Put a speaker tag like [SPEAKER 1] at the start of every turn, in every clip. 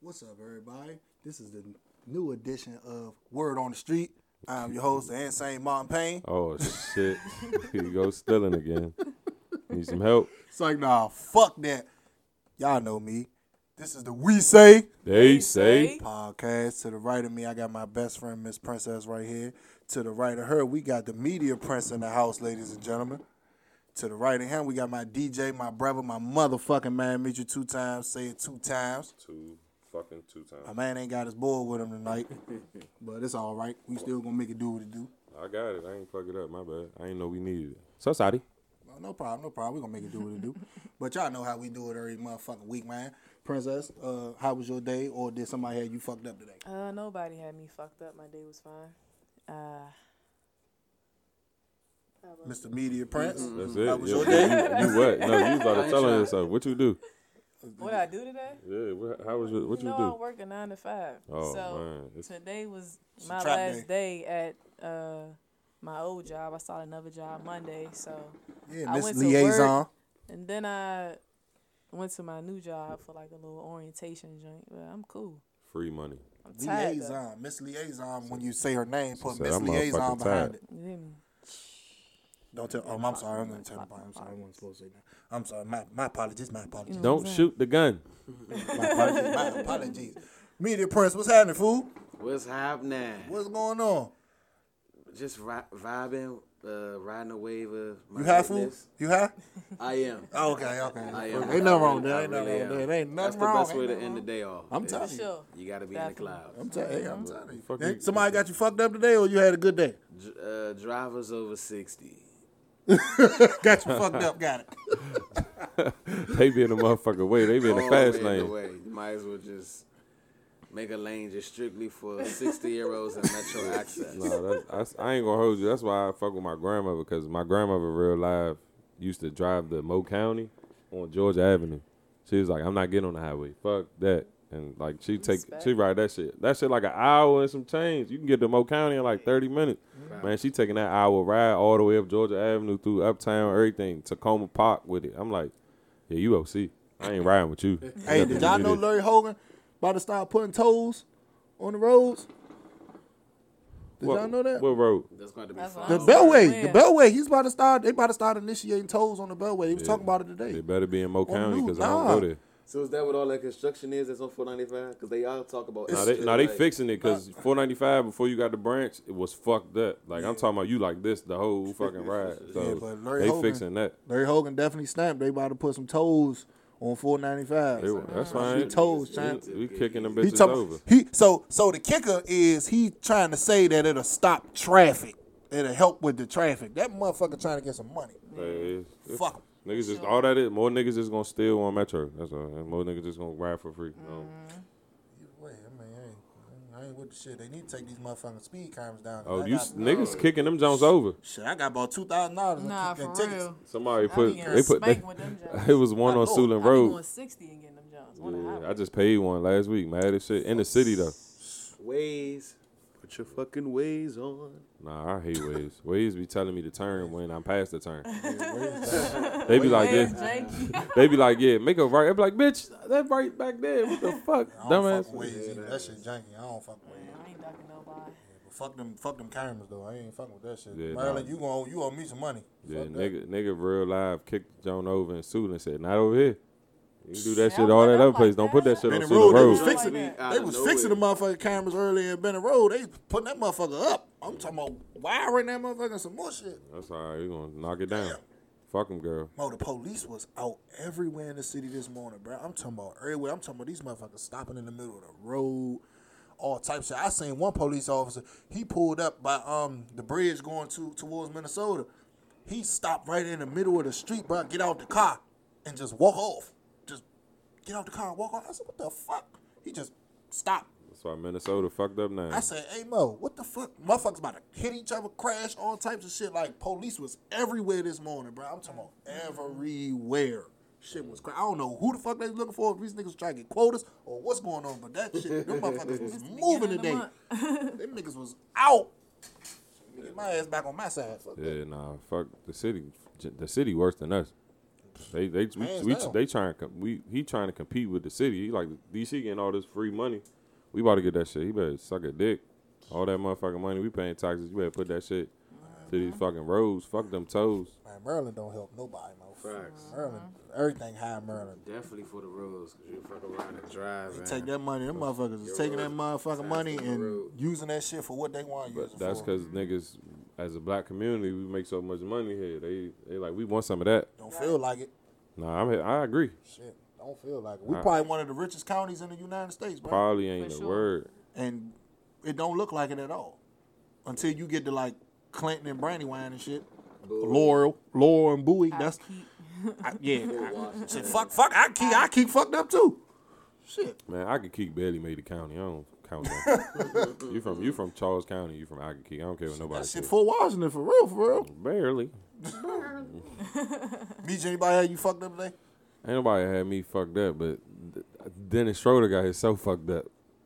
[SPEAKER 1] What's up, everybody? This is the new edition of Word on the Street. I'm your host, the insane Martin Payne.
[SPEAKER 2] Oh shit! Here you go stealing again. Need some help?
[SPEAKER 1] It's like, nah, fuck that. Y'all know me. This is the We Say
[SPEAKER 2] They say
[SPEAKER 1] podcast. To the right of me, I got my best friend, Miss Princess, right here. To the right of her, we got the media prince in the house, ladies and gentlemen. To the right of him, we got my DJ, my brother, my motherfucking man. Meet you two times, say it two times.
[SPEAKER 2] two fucking two times.
[SPEAKER 1] My man ain't got his board with him tonight, but it's all right. We still gonna make it do what it do.
[SPEAKER 2] I got it. I ain't fuck it up. My bad. I ain't know we needed it. So sorry.
[SPEAKER 1] No, no problem, no problem. We're gonna make it do what it do. But y'all know how we do it every motherfucking week, man. Princess, uh, how was your day or did somebody have you fucked up today?
[SPEAKER 3] Uh, nobody had me fucked up. My day was fine. Uh,
[SPEAKER 1] Mr. Media Prince.
[SPEAKER 2] That's it.
[SPEAKER 1] That Mm-hmm. was your
[SPEAKER 2] Yeah, you, you what? No, you about to tell on yourself. What you do?
[SPEAKER 3] what I do today?
[SPEAKER 2] Yeah. What, how was your, what you
[SPEAKER 3] know I
[SPEAKER 2] do?
[SPEAKER 3] work a nine to five.
[SPEAKER 2] Oh, man,
[SPEAKER 3] so
[SPEAKER 2] it's-
[SPEAKER 3] today was
[SPEAKER 1] a
[SPEAKER 3] my
[SPEAKER 1] trap
[SPEAKER 3] last day, at uh, my old job. I started another job Monday. So
[SPEAKER 1] Yeah,
[SPEAKER 3] I
[SPEAKER 1] Miss
[SPEAKER 3] went to
[SPEAKER 1] Liaison.
[SPEAKER 3] and then I went to my new job for like a little orientation joint. But I'm cool.
[SPEAKER 2] Free money.
[SPEAKER 3] I'm tired. though.
[SPEAKER 1] Liaison. Miss Liaison, when you say her name, put
[SPEAKER 2] said,
[SPEAKER 1] Miss
[SPEAKER 2] "I'm
[SPEAKER 1] Liaison
[SPEAKER 2] motherfucking
[SPEAKER 1] behind
[SPEAKER 2] tired."
[SPEAKER 1] it.
[SPEAKER 3] You hear me?
[SPEAKER 1] Don't tell um, I'm sorry, I'm gonna tell the I'm sorry, I wasn't supposed to say that. I'm sorry, my, my apologies, my apologies.
[SPEAKER 2] Don't shoot the gun.
[SPEAKER 1] My apologies, my apologies. Media Prince, what's happening, fool?
[SPEAKER 4] What's happening?
[SPEAKER 1] What's going on?
[SPEAKER 4] Just ri- vibing, uh, riding the wave of my
[SPEAKER 1] You high, fool?
[SPEAKER 4] greatness.
[SPEAKER 1] You high?
[SPEAKER 4] I am.
[SPEAKER 1] Okay, okay.
[SPEAKER 4] I am.
[SPEAKER 1] Ain't nothing wrong with that.
[SPEAKER 4] I
[SPEAKER 1] Ain't nothing
[SPEAKER 4] really
[SPEAKER 1] wrong with
[SPEAKER 4] am.
[SPEAKER 1] that. Ain't
[SPEAKER 4] That's
[SPEAKER 1] nothing
[SPEAKER 4] the
[SPEAKER 1] wrong.
[SPEAKER 4] best
[SPEAKER 1] Ain't
[SPEAKER 4] way to
[SPEAKER 1] nothing
[SPEAKER 4] end the day off.
[SPEAKER 1] I'm
[SPEAKER 4] is
[SPEAKER 1] telling you.
[SPEAKER 3] Sure.
[SPEAKER 4] You gotta be
[SPEAKER 3] Definitely.
[SPEAKER 4] in the clouds.
[SPEAKER 1] I'm telling you, I'm telling you.
[SPEAKER 2] Fuck
[SPEAKER 1] Hey,
[SPEAKER 2] you.
[SPEAKER 1] Somebody got you fucked up today, or you had a good day?
[SPEAKER 4] Dr- uh, drivers over sixty.
[SPEAKER 1] Got you fucked up. Got it.
[SPEAKER 2] They be in the motherfucker way. They be in Oh, the
[SPEAKER 4] All
[SPEAKER 2] fast
[SPEAKER 4] way in the
[SPEAKER 2] lane.
[SPEAKER 4] way. Might as well just make a lane just strictly for sixty year olds and metro access.
[SPEAKER 2] No, that's, that's, I ain't gonna hold you. That's why I fuck with my grandmother because my grandmother real live used to drive the Mo County on Georgia Avenue. She was like, I'm not getting on the highway. Fuck that. And like she take she
[SPEAKER 3] Respect.
[SPEAKER 2] ride that shit. That shit like an hour and some change. You can get to Mo County in like thirty minutes. Man, she taking that hour ride all the way up Georgia Avenue through Uptown, everything, Tacoma Park with it. I'm like, Yeah, you OC. I ain't riding with you.
[SPEAKER 1] Hey, did y'all know Larry Hogan about to start putting toes on the roads? Did
[SPEAKER 2] What-
[SPEAKER 1] y'all know that?
[SPEAKER 2] What road?
[SPEAKER 4] That's going to be
[SPEAKER 3] That's what
[SPEAKER 4] fun.
[SPEAKER 1] the
[SPEAKER 3] Oh,
[SPEAKER 1] Beltway,
[SPEAKER 3] yeah.
[SPEAKER 1] the Beltway. He's about to start. They about to start initiating toes on the Beltway. He was talking about it
[SPEAKER 2] They
[SPEAKER 1] today.
[SPEAKER 2] better be in Mo
[SPEAKER 1] the
[SPEAKER 2] County
[SPEAKER 1] news,
[SPEAKER 2] because I don't
[SPEAKER 1] nah.
[SPEAKER 2] go there.
[SPEAKER 4] So is that what all that construction is? That's on four ninety five? Because they all talk about.
[SPEAKER 2] Now they, now they fixing it because 495 before you got the branch, it was fucked up. Like I'm talking about you like this the whole fucking ride.
[SPEAKER 1] Yeah,
[SPEAKER 2] So
[SPEAKER 1] but Larry
[SPEAKER 2] they
[SPEAKER 1] Hogan-
[SPEAKER 2] fixing that.
[SPEAKER 1] Larry Hogan definitely snapped. They about to put some toes on 495.
[SPEAKER 2] They- that's
[SPEAKER 1] He
[SPEAKER 2] fine.
[SPEAKER 1] toes, champ.
[SPEAKER 2] We, we kicking them
[SPEAKER 1] He
[SPEAKER 2] bitches
[SPEAKER 1] talk,
[SPEAKER 2] over.
[SPEAKER 1] He so so the kicker is he trying to say that it'll stop traffic. It'll help with the traffic. That motherfucker trying to get some money.
[SPEAKER 2] Like, it's- it's-
[SPEAKER 1] Fuck. him.
[SPEAKER 2] Niggas just all that is more niggas just gonna steal on Metro. That's all. And more niggas just gonna ride for free.
[SPEAKER 1] Mm,
[SPEAKER 2] Um,
[SPEAKER 1] Wait, I mean, I ain't, I ain't with the shit. They need to take these motherfucking speed cameras down.
[SPEAKER 2] Oh,
[SPEAKER 1] I
[SPEAKER 2] you
[SPEAKER 1] got-
[SPEAKER 2] s niggas kicking them Jones over.
[SPEAKER 1] Shit, I got about two thousand dollars in
[SPEAKER 3] Nah,
[SPEAKER 1] in
[SPEAKER 3] for
[SPEAKER 1] tickets.
[SPEAKER 3] real.
[SPEAKER 2] Somebody
[SPEAKER 3] I
[SPEAKER 2] put
[SPEAKER 3] be
[SPEAKER 2] they
[SPEAKER 3] getting
[SPEAKER 2] put
[SPEAKER 3] spanked
[SPEAKER 2] they,
[SPEAKER 3] with them Jones.
[SPEAKER 2] it was one
[SPEAKER 1] My
[SPEAKER 2] on
[SPEAKER 1] lord,
[SPEAKER 2] Suitland
[SPEAKER 3] I be
[SPEAKER 2] Road.
[SPEAKER 3] going sixty and getting them Jones. on the highway.
[SPEAKER 2] Yeah, I just paid one last week, mad as shit. In the city though.
[SPEAKER 4] ways. Put your fucking ways on.
[SPEAKER 2] Nah, I hate Waze. Waze be telling me to turn when I'm past the turn. they be like
[SPEAKER 3] Where's
[SPEAKER 2] this.
[SPEAKER 3] Jakey?
[SPEAKER 2] They be like, yeah, make a right. I be like, bitch, that right back there. What the fuck,
[SPEAKER 1] I don't fuck
[SPEAKER 2] dumbass?
[SPEAKER 1] with Waze either. That shit janky. I don't fuck with it.
[SPEAKER 3] I ain't ducking nobody.
[SPEAKER 1] But fuck them, fuck them cameras though. I ain't fucking with that shit.
[SPEAKER 2] Yeah,
[SPEAKER 1] Marilyn,
[SPEAKER 2] nah.
[SPEAKER 1] you gonna you owe me some money.
[SPEAKER 2] Yeah,
[SPEAKER 1] Fuck that.
[SPEAKER 2] nigga, nigga, real live kicked John over and sued and said, not over here. You can do that
[SPEAKER 3] Yeah,
[SPEAKER 2] shit
[SPEAKER 3] I'm
[SPEAKER 2] all
[SPEAKER 3] like-
[SPEAKER 2] that
[SPEAKER 3] I'm
[SPEAKER 2] other
[SPEAKER 3] like,
[SPEAKER 2] place. Don't put that
[SPEAKER 3] damn.
[SPEAKER 2] shit on
[SPEAKER 1] Bennett
[SPEAKER 2] Suitland
[SPEAKER 1] Road, they was
[SPEAKER 2] Road.
[SPEAKER 1] fixing,
[SPEAKER 3] Like that.
[SPEAKER 1] they was fixing the motherfucking cameras earlier in Bennett Road. They putting that motherfucker up. I'm talking about wiring that motherfucker and some more shit.
[SPEAKER 2] That's all right. You gonna knock it down? Fuck him, girl.
[SPEAKER 1] Mo, the police was out everywhere in the city this morning, bro. I'm talking about everywhere. I'm talking about these motherfuckers stopping in the middle of the road, all types of shit. I seen one police officer. He pulled up by um the bridge going to towards Minnesota. He stopped right in the middle of the street, bro. Get out the car and just walk off. Just get out the car and walk off. I said, what the fuck? He just stopped.
[SPEAKER 2] That's why Minnesota fucked up now.
[SPEAKER 1] I said, hey Mo, what the fuck? Motherfuckers about to hit each other, crash, all types of shit. Like police was everywhere this morning, bro. I'm talking about everywhere. Shit was crazy. I don't know who the fuck they was looking for. If these niggas was trying to get quotas or what's going on, but that shit, them motherfuckers was moving today.
[SPEAKER 3] beginning of
[SPEAKER 1] them niggas was out. Let me Get my ass back on my side. Fuck that.
[SPEAKER 2] Yeah, nah, fuck the city. J- The city worse than us. They they we,
[SPEAKER 1] Hands
[SPEAKER 2] we
[SPEAKER 1] down.
[SPEAKER 2] they trying to com- we he trying to compete with the city. He like DC getting all this free money. We about to get that shit. He better suck a dick. All that motherfucking money we paying taxes. You better put that shit to these fucking roads. Fuck them toes.
[SPEAKER 1] Man, Maryland don't help nobody, man.
[SPEAKER 4] Facts.
[SPEAKER 1] Maryland, everything high in Maryland.
[SPEAKER 4] Definitely for the roads, cause you fuck around and drive.
[SPEAKER 1] They
[SPEAKER 4] man.
[SPEAKER 1] take that money. Them motherfuckers is
[SPEAKER 4] Your
[SPEAKER 1] taking that
[SPEAKER 4] road.
[SPEAKER 1] motherfucking money
[SPEAKER 4] Faster than the road.
[SPEAKER 1] and using that shit for what they want to use
[SPEAKER 2] But
[SPEAKER 1] it
[SPEAKER 2] that's
[SPEAKER 1] for.
[SPEAKER 2] because niggas, as a black community, we make so much money here. They they like we want some of that.
[SPEAKER 1] Don't feel like it.
[SPEAKER 2] Nah, I'm I agree.
[SPEAKER 1] Shit, don't feel like it. We
[SPEAKER 2] Nah.
[SPEAKER 1] probably one of the richest counties in the United States, bro.
[SPEAKER 2] Probably ain't
[SPEAKER 3] For
[SPEAKER 2] a
[SPEAKER 3] sure.
[SPEAKER 2] word.
[SPEAKER 1] and it don't look like it at all until you get to like Clinton and Brandywine and shit. Laurel, Laurel and Bowie. That's I, yeah. I, shit, fuck, fuck. I keep, I keep fucked up too. Shit.
[SPEAKER 2] Man, Akakeek barely made the county. I don't count that. you from you from Charles County. You from Akakeek. I don't care what nobody
[SPEAKER 1] That shit
[SPEAKER 2] says.
[SPEAKER 1] for Washington for real, for real.
[SPEAKER 2] Barely.
[SPEAKER 1] Meet anybody how you fucked up today?
[SPEAKER 2] Ain't nobody had me fucked up, but th- Dennis Schroeder got himself fucked up.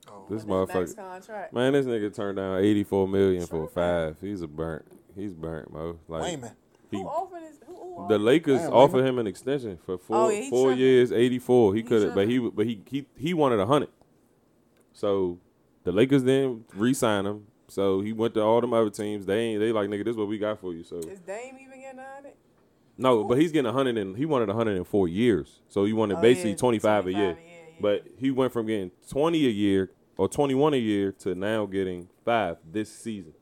[SPEAKER 1] Oh,
[SPEAKER 2] this
[SPEAKER 3] Next
[SPEAKER 2] motherfucker,
[SPEAKER 3] contract.
[SPEAKER 2] man, this nigga turned down eighty four million for a five. He's a burnt. He's burnt, mo. Like
[SPEAKER 1] Wayman.
[SPEAKER 2] he,
[SPEAKER 3] Who offered his? Who, who
[SPEAKER 2] the
[SPEAKER 3] offered-
[SPEAKER 2] Lakers
[SPEAKER 1] Damn,
[SPEAKER 2] offered him an extension for four
[SPEAKER 3] Oh, yeah, he
[SPEAKER 2] four
[SPEAKER 3] tripping.
[SPEAKER 2] years, eighty four. He could have, but
[SPEAKER 3] tripping.
[SPEAKER 2] he w- but he he he wanted a hundred. So the Lakers then re-signed him. So he went to all them other teams. They ain't they like nigga. This is what we got for you. So
[SPEAKER 3] Is Dame even getting on it?
[SPEAKER 2] no, but he's getting a hundred and he wanted a hundred and four years. So he wanted
[SPEAKER 3] Oh,
[SPEAKER 2] basically
[SPEAKER 3] yeah,
[SPEAKER 2] twenty five a
[SPEAKER 3] 25
[SPEAKER 2] year.
[SPEAKER 3] a year, yeah.
[SPEAKER 2] But he went from getting twenty a year or twenty one a year to now getting five this season.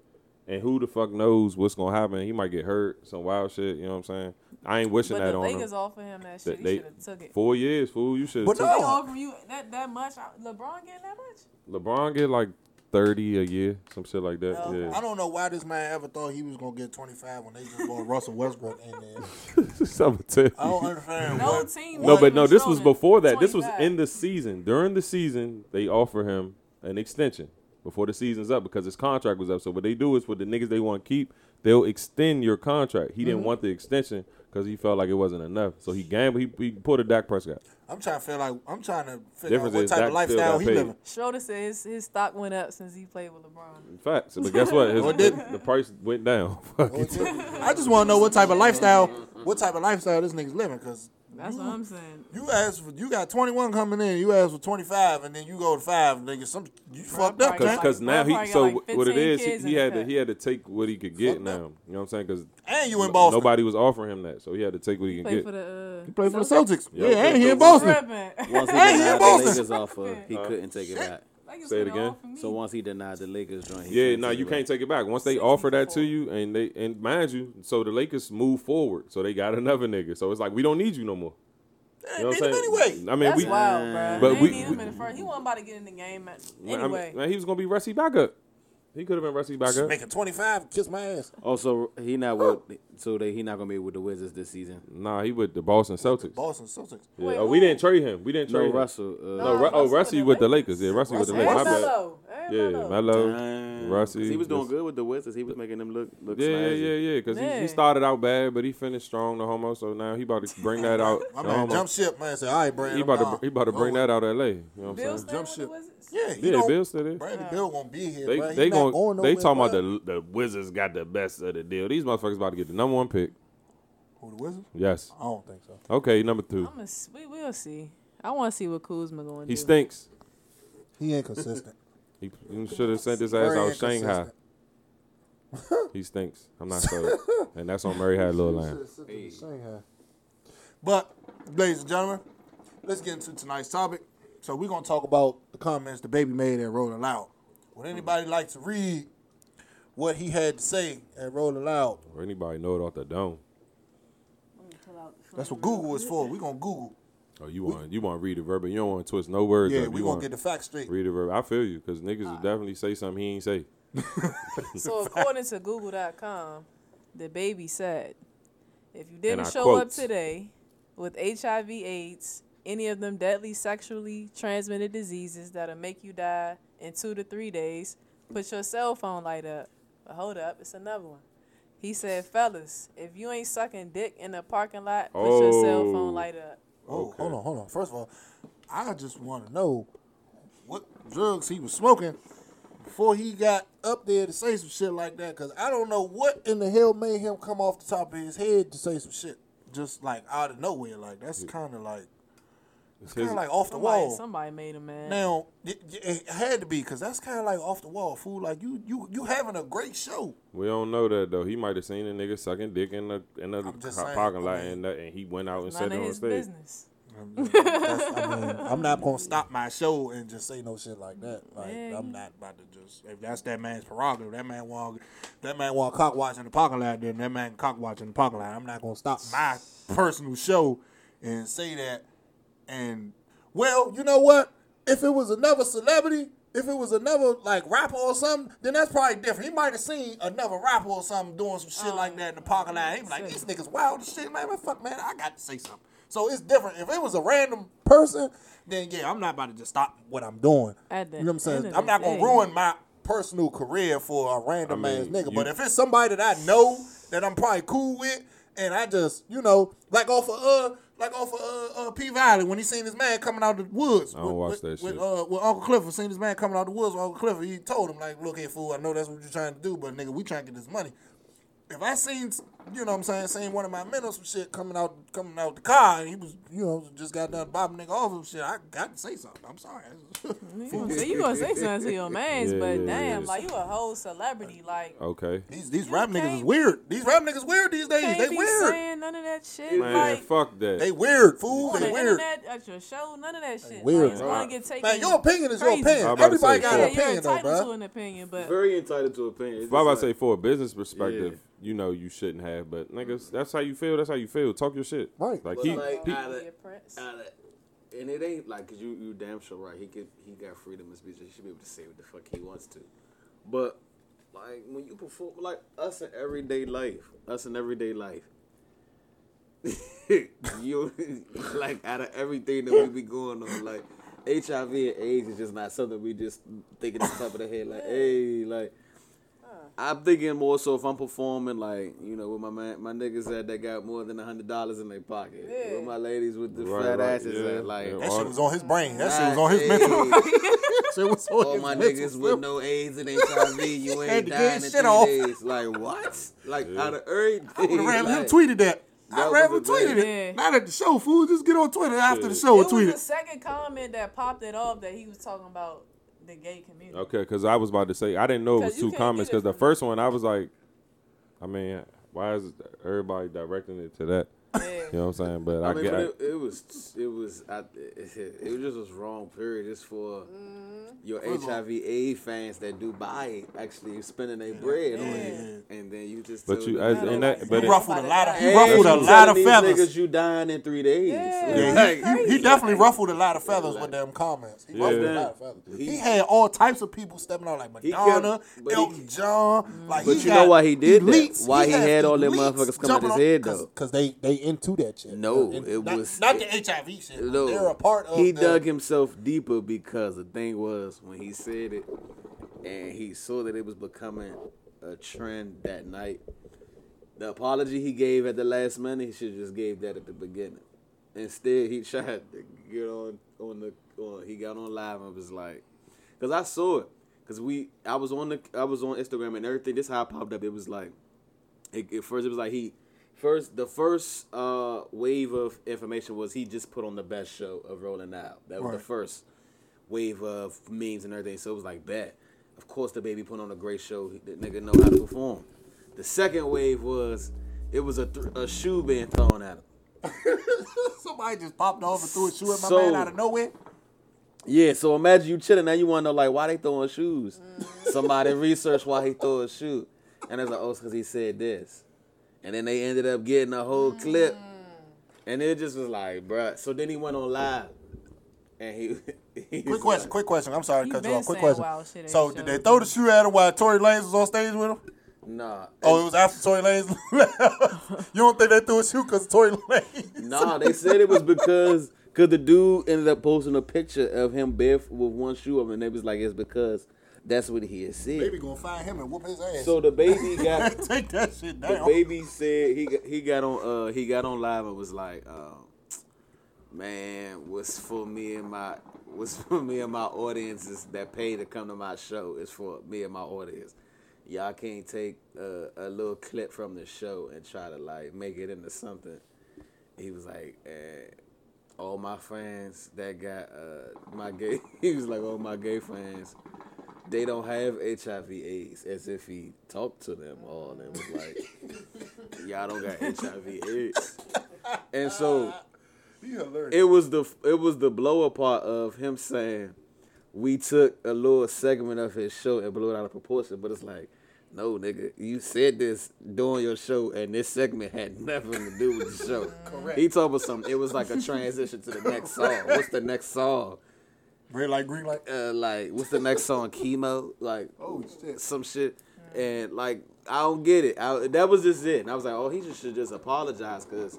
[SPEAKER 2] And who the fuck knows what's gonna happen? He might get hurt, some wild shit. You know what I'm saying? I ain't wishing
[SPEAKER 3] But
[SPEAKER 2] that
[SPEAKER 3] the
[SPEAKER 2] on him.
[SPEAKER 3] Lakers offered him that
[SPEAKER 2] That
[SPEAKER 3] shit.
[SPEAKER 2] they-
[SPEAKER 3] he should have took it.
[SPEAKER 2] Four years, fool. You should.
[SPEAKER 1] But
[SPEAKER 3] They
[SPEAKER 1] no.
[SPEAKER 3] offer you that that much. I- LeBron getting that much?
[SPEAKER 2] LeBron get like thirty a year, some shit like that.
[SPEAKER 3] Oh,
[SPEAKER 1] I don't know why this man ever thought he was gonna get 25 when they just bought Russell Westbrook in there.
[SPEAKER 2] Yeah, something to
[SPEAKER 1] I don't understand.
[SPEAKER 3] No
[SPEAKER 1] what.
[SPEAKER 3] team.
[SPEAKER 2] No,
[SPEAKER 3] was
[SPEAKER 2] but no, this was
[SPEAKER 3] controlling
[SPEAKER 2] before that. This was
[SPEAKER 3] 25.
[SPEAKER 2] in the season. During the season, they offer him an extension before the season's up because his contract was up. So what they do is with the niggas they want to keep, they'll extend your contract. He
[SPEAKER 1] Mm-hmm.
[SPEAKER 2] didn't want the extension because he felt like it wasn't enough. So he gambled. He, he pulled a Dak Prescott.
[SPEAKER 1] I'm trying to feel like I'm trying to figure
[SPEAKER 2] Difference
[SPEAKER 1] out what
[SPEAKER 2] is
[SPEAKER 1] type
[SPEAKER 2] Dak
[SPEAKER 1] of
[SPEAKER 2] still
[SPEAKER 1] lifestyle
[SPEAKER 2] got
[SPEAKER 1] he
[SPEAKER 2] paid.
[SPEAKER 1] living.
[SPEAKER 3] Schroeder said his, his stock went up since he played with LeBron.
[SPEAKER 2] Facts. But guess what? His,
[SPEAKER 1] Or didn't.
[SPEAKER 2] the price went down. Fuck it.
[SPEAKER 1] I just want to know what type of lifestyle, what type of lifestyle this nigga's living. Cause
[SPEAKER 3] That's what I'm saying.
[SPEAKER 1] you asked for, you got 21 coming in, you asked for 25, and then you go to five, nigga. Some you fucked up,
[SPEAKER 3] Cause-
[SPEAKER 1] man.
[SPEAKER 2] Cause, cause now
[SPEAKER 3] Probably
[SPEAKER 2] he
[SPEAKER 3] got
[SPEAKER 2] so
[SPEAKER 3] like
[SPEAKER 2] what it
[SPEAKER 3] 15
[SPEAKER 2] is he,
[SPEAKER 3] kids
[SPEAKER 2] he
[SPEAKER 3] in
[SPEAKER 2] had
[SPEAKER 3] the
[SPEAKER 2] to
[SPEAKER 3] cut.
[SPEAKER 2] he had to take what he could get
[SPEAKER 1] Fuck
[SPEAKER 2] now.
[SPEAKER 1] no.
[SPEAKER 2] You know what I'm saying? Cause
[SPEAKER 1] and you in
[SPEAKER 2] no-
[SPEAKER 1] Boston.
[SPEAKER 2] nobody was offering him that, so he had to take what he, could
[SPEAKER 3] Played
[SPEAKER 2] get.
[SPEAKER 3] for the. Uh,
[SPEAKER 1] play for the
[SPEAKER 3] Celtics.
[SPEAKER 1] Celtics.
[SPEAKER 2] Yeah.
[SPEAKER 1] Yeah, and he in
[SPEAKER 2] Celtics.
[SPEAKER 1] Boston.
[SPEAKER 3] Tripping.
[SPEAKER 4] Once he
[SPEAKER 1] Hey,
[SPEAKER 4] denied
[SPEAKER 1] he
[SPEAKER 4] the
[SPEAKER 1] in
[SPEAKER 4] Lakers offer, he couldn't take it back.
[SPEAKER 3] Like,
[SPEAKER 2] Say it
[SPEAKER 3] been all
[SPEAKER 2] again.
[SPEAKER 3] for me.
[SPEAKER 4] So once he denied the Lakers joint, he
[SPEAKER 2] yeah,
[SPEAKER 4] couldn't
[SPEAKER 2] no,
[SPEAKER 4] take
[SPEAKER 2] you
[SPEAKER 4] it
[SPEAKER 2] can't
[SPEAKER 4] back.
[SPEAKER 2] take it back. Once they offer that to
[SPEAKER 3] 64.
[SPEAKER 2] you, and they and mind you, so the Lakers move forward, so they got another nigga. So it's like we don't need you no more. You know what I'm saying?
[SPEAKER 1] anyway.
[SPEAKER 2] I mean,
[SPEAKER 3] That's
[SPEAKER 2] we
[SPEAKER 3] wild,
[SPEAKER 2] but
[SPEAKER 3] bro. But they
[SPEAKER 2] we-
[SPEAKER 3] we, need him
[SPEAKER 2] we-
[SPEAKER 3] in the first. He wasn't about to get in the game man.
[SPEAKER 2] man, I mean,
[SPEAKER 3] anyway.
[SPEAKER 2] man, he was gonna be rusty backup. He could have been rusty
[SPEAKER 1] Just
[SPEAKER 2] backup.
[SPEAKER 1] Making 25, kiss my ass.
[SPEAKER 4] Also, he not with. So they he not gonna be with the Wizards this season.
[SPEAKER 2] Nah, he with the Boston Celtics.
[SPEAKER 1] Boston Celtics.
[SPEAKER 2] Yeah.
[SPEAKER 3] Wait,
[SPEAKER 2] oh, we
[SPEAKER 3] who?
[SPEAKER 2] didn't trade him. We didn't
[SPEAKER 4] No,
[SPEAKER 2] trade him.
[SPEAKER 4] Russell. Uh,
[SPEAKER 2] No,
[SPEAKER 3] Nah,
[SPEAKER 2] Ru- oh,
[SPEAKER 3] Russell
[SPEAKER 2] Rusty
[SPEAKER 3] with
[SPEAKER 2] with
[SPEAKER 3] the
[SPEAKER 2] the Lakers. Yeah, Rusty with the
[SPEAKER 1] Russell.
[SPEAKER 2] Lakers. My bad.
[SPEAKER 3] and Melo. And
[SPEAKER 2] Yeah,
[SPEAKER 3] Melo.
[SPEAKER 2] Melo.
[SPEAKER 4] Damn.
[SPEAKER 2] Rusty,
[SPEAKER 4] He was doing
[SPEAKER 2] this-
[SPEAKER 4] good with the Wizards. He was making them look look.
[SPEAKER 2] Yeah, yeah,
[SPEAKER 4] snazzy.
[SPEAKER 2] yeah, yeah. Because he, he
[SPEAKER 3] Man.
[SPEAKER 2] started out bad, but he finished strong, the homo. So now he about to bring that out.
[SPEAKER 1] My
[SPEAKER 2] the
[SPEAKER 1] man
[SPEAKER 2] homo.
[SPEAKER 1] jump ship, man. Say, all right, Brad. I'm
[SPEAKER 2] he about to
[SPEAKER 1] gone.
[SPEAKER 2] he about to bring
[SPEAKER 1] Go
[SPEAKER 2] that out L.A. You know what I'm
[SPEAKER 3] Bill
[SPEAKER 2] saying?
[SPEAKER 3] staying
[SPEAKER 1] Jump
[SPEAKER 3] with
[SPEAKER 1] ship.
[SPEAKER 3] the Wizards?
[SPEAKER 1] Yeah, he
[SPEAKER 2] Yeah,
[SPEAKER 1] don't,
[SPEAKER 2] Bill still there.
[SPEAKER 1] Brady Bill won't be here.
[SPEAKER 2] They
[SPEAKER 1] bruh. He
[SPEAKER 2] they
[SPEAKER 1] not
[SPEAKER 2] gon'
[SPEAKER 1] going nowhere,
[SPEAKER 2] they talking about
[SPEAKER 1] bruh.
[SPEAKER 2] the the Wizards got the best of the deal. These motherfuckers about to get the number one pick.
[SPEAKER 1] Who, the Wizards?
[SPEAKER 2] Yes.
[SPEAKER 1] I don't think so.
[SPEAKER 2] Okay, number two.
[SPEAKER 3] I'm a, we will see. I want to see what Kuzma going to do.
[SPEAKER 2] He stinks.
[SPEAKER 1] He inconsistent.
[SPEAKER 2] He, should have sent his ass
[SPEAKER 1] Very
[SPEAKER 2] out Shanghai.
[SPEAKER 1] inconsistent.
[SPEAKER 2] He stinks. I'm not sure. and that's on Murray had little line.
[SPEAKER 1] But, ladies and gentlemen, let's get into tonight's topic. So we're gonna talk about the comments the baby made at Rolling Loud. Would anybody like to read what he had to say at Rolling Loud?
[SPEAKER 2] Or anybody know it off the dome.
[SPEAKER 1] That's what Google is for. We're gonna Google.
[SPEAKER 2] Oh, you want you want to read the verb, but you don't want to twist no words.
[SPEAKER 1] Yeah,
[SPEAKER 2] up.
[SPEAKER 1] we're
[SPEAKER 2] you
[SPEAKER 1] gonna
[SPEAKER 2] want
[SPEAKER 1] get the facts straight.
[SPEAKER 2] read the verb. I feel you because niggas will definitely say something he ain't say.
[SPEAKER 3] So according to Google.com, the baby said, "If you didn't
[SPEAKER 2] I
[SPEAKER 3] show
[SPEAKER 2] quote.
[SPEAKER 3] up today with HIV/AIDS, any of them deadly sexually transmitted diseases that'll make you die in two to three days, put your cell phone light up. But hold up, it's another one." He said, "Fellas, if you ain't sucking dick in the parking lot, put your cell
[SPEAKER 2] Oh.
[SPEAKER 3] phone light up."
[SPEAKER 1] Oh,
[SPEAKER 2] Okay.
[SPEAKER 1] hold on, hold on. First of all, I just want to know what drugs he was smoking before he got up there to say some shit like that. Cause I don't know what in the hell made him come off the top of his head to say some shit. just like out of nowhere. Like that's kind of like
[SPEAKER 2] It's
[SPEAKER 1] kind
[SPEAKER 2] his-
[SPEAKER 1] of like off the
[SPEAKER 3] Somebody,
[SPEAKER 1] wall.
[SPEAKER 3] somebody made him mad.
[SPEAKER 1] Now it, it had to be because that's kind of like off the wall, fool. Like you, you, you having a great show.
[SPEAKER 2] we don't know that though. He might have seen a nigga sucking dick in the in the
[SPEAKER 1] I'm just
[SPEAKER 2] car-
[SPEAKER 1] saying,
[SPEAKER 2] parking lot
[SPEAKER 1] I mean-
[SPEAKER 2] and, that, and he went out and said
[SPEAKER 3] None
[SPEAKER 2] it
[SPEAKER 3] of
[SPEAKER 2] on
[SPEAKER 3] his
[SPEAKER 2] stage.
[SPEAKER 3] business.
[SPEAKER 1] That's- I mean, I'm not gonna stop my show and just say no shit like that. Like
[SPEAKER 3] Yeah.
[SPEAKER 1] I'm not about to just if that's that man's prerogative. That man want that man want cock watch in the parking lot. Then that man cock watch in the parking lot. I'm not gonna stop my personal show and say that. And well, you know what? If it was another celebrity. If it was another like rapper or something, then that's probably different. He might have seen another rapper or something doing some shit
[SPEAKER 3] Oh,
[SPEAKER 1] like that in the parking lot. He be like, "These niggas wild as shit, man. man, Fuck, man, I got to say something." So it's different. If it was a random person, then yeah, I'm not about to just stop what I'm doing.
[SPEAKER 3] At the
[SPEAKER 1] you know what I'm
[SPEAKER 3] end
[SPEAKER 1] saying?
[SPEAKER 3] of
[SPEAKER 1] I'm
[SPEAKER 3] the
[SPEAKER 1] not gonna
[SPEAKER 3] day-
[SPEAKER 1] ruin my personal career for a random
[SPEAKER 2] I
[SPEAKER 1] ass
[SPEAKER 2] mean,
[SPEAKER 1] nigga.
[SPEAKER 2] you-
[SPEAKER 1] but if it's somebody that I know that I'm probably cool with, and I just you know like off of uh like off of uh, uh P Valley when he seen this man coming out of the woods.
[SPEAKER 2] I don't
[SPEAKER 1] with,
[SPEAKER 2] watch
[SPEAKER 1] with-
[SPEAKER 2] that
[SPEAKER 1] with,
[SPEAKER 2] shit.
[SPEAKER 1] uh, with Uncle Clifford seen this man coming out the woods with Uncle Clifford. He told him like, "Look here, fool. I know that's what you're trying to do, but nigga, we trying to get this money." if I seen, you know what I'm saying, seen one of my men or some shit coming out coming out the car and he was, you know, just got done bobbing nigga off and shit, I got to say something. I'm sorry.
[SPEAKER 3] You gonna say, you gonna say something to your mans,
[SPEAKER 2] Yeah,
[SPEAKER 3] but
[SPEAKER 2] yeah,
[SPEAKER 3] damn,
[SPEAKER 2] yeah.
[SPEAKER 3] like you a whole celebrity, like
[SPEAKER 2] Okay.
[SPEAKER 1] these these rap niggas is
[SPEAKER 3] can't-
[SPEAKER 1] weird. These rap niggas weird these days.
[SPEAKER 3] can't
[SPEAKER 1] They
[SPEAKER 3] be
[SPEAKER 1] weird.
[SPEAKER 3] saying none of that shit.
[SPEAKER 2] Man,
[SPEAKER 3] like
[SPEAKER 2] fuck that.
[SPEAKER 1] they weird, fool.
[SPEAKER 3] on
[SPEAKER 1] They
[SPEAKER 3] the
[SPEAKER 1] weird.
[SPEAKER 3] internet at your show, none of that shit.
[SPEAKER 1] weird,
[SPEAKER 3] like, it's
[SPEAKER 1] bro.
[SPEAKER 3] gonna get taken.
[SPEAKER 1] Man, your opinion is your
[SPEAKER 3] crazy.
[SPEAKER 2] I'm
[SPEAKER 1] opinion.
[SPEAKER 2] about to
[SPEAKER 1] Everybody
[SPEAKER 2] say,
[SPEAKER 1] got
[SPEAKER 3] Yeah,
[SPEAKER 1] an
[SPEAKER 3] you're
[SPEAKER 1] opinion though,
[SPEAKER 3] entitled to
[SPEAKER 1] bro.
[SPEAKER 3] an opinion, but
[SPEAKER 4] Very entitled to opinion. It's
[SPEAKER 2] If I about
[SPEAKER 4] just
[SPEAKER 2] to say
[SPEAKER 4] like-
[SPEAKER 2] for a business perspective, you know you shouldn't have, but niggas, that's how you feel. That's how you feel. Talk your shit.
[SPEAKER 1] Right.
[SPEAKER 2] Like
[SPEAKER 4] But
[SPEAKER 2] he,
[SPEAKER 4] like,
[SPEAKER 2] he-
[SPEAKER 4] I- out of-
[SPEAKER 3] Be a prince.
[SPEAKER 4] Uh, and it ain't like 'cause you you damn sure right. He could he got freedom of speech. He should be able to say what the fuck he wants to. But like when you perform, like us in everyday life, us in everyday life. you like out of everything that we be going on, like HIV and AIDS is just not something we just thinking off the top of the head. Like, hey, like I'm thinking more so if I'm performing, like you know, with my man, my niggas at that got more than a hundred dollars in their pocket.
[SPEAKER 3] Yeah.
[SPEAKER 4] With my ladies with the
[SPEAKER 2] Right,
[SPEAKER 4] fat
[SPEAKER 2] right,
[SPEAKER 4] asses
[SPEAKER 2] yeah,
[SPEAKER 4] at, like
[SPEAKER 2] yeah.
[SPEAKER 1] That shit was on his brain. That shit was
[SPEAKER 4] Nah,
[SPEAKER 1] on his
[SPEAKER 4] hey,
[SPEAKER 1] mental. shit was on
[SPEAKER 4] All
[SPEAKER 1] his
[SPEAKER 4] my
[SPEAKER 1] mental
[SPEAKER 4] niggas
[SPEAKER 1] stuff.
[SPEAKER 4] with no AIDS and HIV, you
[SPEAKER 1] Had
[SPEAKER 4] ain't
[SPEAKER 1] to get
[SPEAKER 4] dying in
[SPEAKER 1] his
[SPEAKER 4] three
[SPEAKER 1] shit off.
[SPEAKER 4] days. Like what? Like out of everything.
[SPEAKER 1] I would have rather him
[SPEAKER 4] like-
[SPEAKER 1] tweeted that.
[SPEAKER 4] That
[SPEAKER 1] I
[SPEAKER 4] was
[SPEAKER 1] rather
[SPEAKER 4] the
[SPEAKER 1] tweeted
[SPEAKER 3] thing.
[SPEAKER 1] it. Not at the show, fool. Just get on Twitter after the show
[SPEAKER 3] it
[SPEAKER 1] and
[SPEAKER 3] was
[SPEAKER 1] tweet
[SPEAKER 3] the
[SPEAKER 1] it.
[SPEAKER 3] second comment that popped it off that he was talking about the gay community.
[SPEAKER 2] okay, because I was about to say I didn't know it was
[SPEAKER 3] 'Cause you
[SPEAKER 2] two
[SPEAKER 3] can't
[SPEAKER 2] comments.
[SPEAKER 3] get
[SPEAKER 2] Because
[SPEAKER 3] it
[SPEAKER 2] the
[SPEAKER 3] from
[SPEAKER 2] first one I was like, I mean, why is everybody directing it to that? You
[SPEAKER 3] Yeah.
[SPEAKER 2] know what I'm saying? But I,
[SPEAKER 4] I mean,
[SPEAKER 2] get.
[SPEAKER 4] but it, it was it was I, it, it just was wrong. Period. Just for your
[SPEAKER 1] First of all-
[SPEAKER 4] HIV AIDS fans that do buy it, actually spending their bread on it,
[SPEAKER 1] Yeah.
[SPEAKER 4] and then you just
[SPEAKER 2] But
[SPEAKER 4] tell
[SPEAKER 2] you-
[SPEAKER 4] them,
[SPEAKER 2] as- and that- but
[SPEAKER 1] He
[SPEAKER 2] it-
[SPEAKER 1] ruffled a lot of he
[SPEAKER 4] "Hey,
[SPEAKER 1] ruffled a lot
[SPEAKER 4] you
[SPEAKER 1] of
[SPEAKER 4] telling these
[SPEAKER 1] feathers.
[SPEAKER 4] Niggas, you dying in three days.
[SPEAKER 3] Yeah.
[SPEAKER 1] Yeah,
[SPEAKER 4] Like,
[SPEAKER 1] he, he, he definitely ruffled a lot of feathers with them comments. He ruffled a
[SPEAKER 2] Yeah.
[SPEAKER 1] lot of feathers. He,
[SPEAKER 4] He-
[SPEAKER 1] had all types of people stepping out like
[SPEAKER 4] He
[SPEAKER 1] Madonna,
[SPEAKER 4] kept- but he-
[SPEAKER 1] Elton John. Like,
[SPEAKER 4] But
[SPEAKER 1] he
[SPEAKER 4] you
[SPEAKER 1] got
[SPEAKER 4] know why he did that?
[SPEAKER 1] elites.
[SPEAKER 4] Why he had all them
[SPEAKER 1] elites
[SPEAKER 4] motherfuckers come out
[SPEAKER 1] jumping
[SPEAKER 4] his
[SPEAKER 1] on-
[SPEAKER 4] head,
[SPEAKER 1] cause,
[SPEAKER 4] though?
[SPEAKER 1] Cause they they into that shit.
[SPEAKER 4] No,
[SPEAKER 1] Uh, and
[SPEAKER 4] it
[SPEAKER 1] not,
[SPEAKER 4] was-
[SPEAKER 1] not the HIV shit.
[SPEAKER 4] No,
[SPEAKER 1] They're a part of.
[SPEAKER 4] he
[SPEAKER 1] the,
[SPEAKER 4] dug himself deeper because the thing was when he said it, and he saw that it was becoming a trend that night. The apology he gave at the last minute, he should just gave that at the beginning. Instead, he tried to get on on the on. He got on live and was like, "Cause I saw it. Cause we, I was on the, I was on Instagram and everything. This how I popped up. It was like." it, at first it was like he first the first uh wave of information was he just put on the best show of rolling out that was
[SPEAKER 1] Right.
[SPEAKER 4] the first wave of memes and everything so it was like bet of course the baby put on a great show He- the nigga know how to perform the second wave was it was a, th- a shoe being thrown at him
[SPEAKER 1] Somebody just popped off and threw a shoe at my
[SPEAKER 4] So-
[SPEAKER 1] man out of nowhere.
[SPEAKER 4] yeah so imagine you chilling now you want to know like why they throwing shoes somebody researched why he threw a shoe and it's like oh it's because he said this and then they ended up getting a whole clip And it just was like, bruh. So then he went on live, and he. he was
[SPEAKER 1] Quick question,
[SPEAKER 4] like-
[SPEAKER 1] quick question. I'm sorry to
[SPEAKER 3] You
[SPEAKER 1] cut you
[SPEAKER 3] been
[SPEAKER 1] off. Quick
[SPEAKER 3] saying
[SPEAKER 1] question.
[SPEAKER 3] wild shit at
[SPEAKER 1] So
[SPEAKER 3] the
[SPEAKER 1] did
[SPEAKER 3] show.
[SPEAKER 1] they throw the shoe at him while Tory Lanez was on stage with him?
[SPEAKER 4] Nah.
[SPEAKER 1] Oh, it was after Tory Lanez. left. you don't think they threw a shoe because Tory Lanez?
[SPEAKER 4] Nah, they said it was because because the dude ended up posting a picture of him barefoot with one shoe on, and they was like, it's because that's what he had said.
[SPEAKER 1] Baby gonna find him and whoop his ass.
[SPEAKER 4] So the baby got
[SPEAKER 1] take that shit
[SPEAKER 4] the
[SPEAKER 1] down.
[SPEAKER 4] baby said he got, he got on uh he got on live and was like um man what's for me and my what's for me and my audiences that pay to come to my show is for me and my audience y'all can't take a, a little clip from the show and try to like make it into something he was like, eh, all my fans that got uh, my gay, he was like, all my gay fans, they don't have HIV/AIDS. As if he talked to them all and was like, y'all don't got HIV/AIDS. eh? And so
[SPEAKER 1] He hilarious.
[SPEAKER 4] it was the it was the blow up part of him saying we took a little segment of his show and blew it out of proportion, but it's like, no nigga, you said this during your show and this segment had nothing to do with the show.
[SPEAKER 1] Correct.
[SPEAKER 4] He told us something. It was like a transition to the next song. What's the next song?
[SPEAKER 1] Red light, green light.
[SPEAKER 4] Uh, like what's the next song? Chemo? Like
[SPEAKER 1] Oh shit.
[SPEAKER 4] some shit, and like I don't get it. I, that was just it. And I was like, oh, he just should just apologize because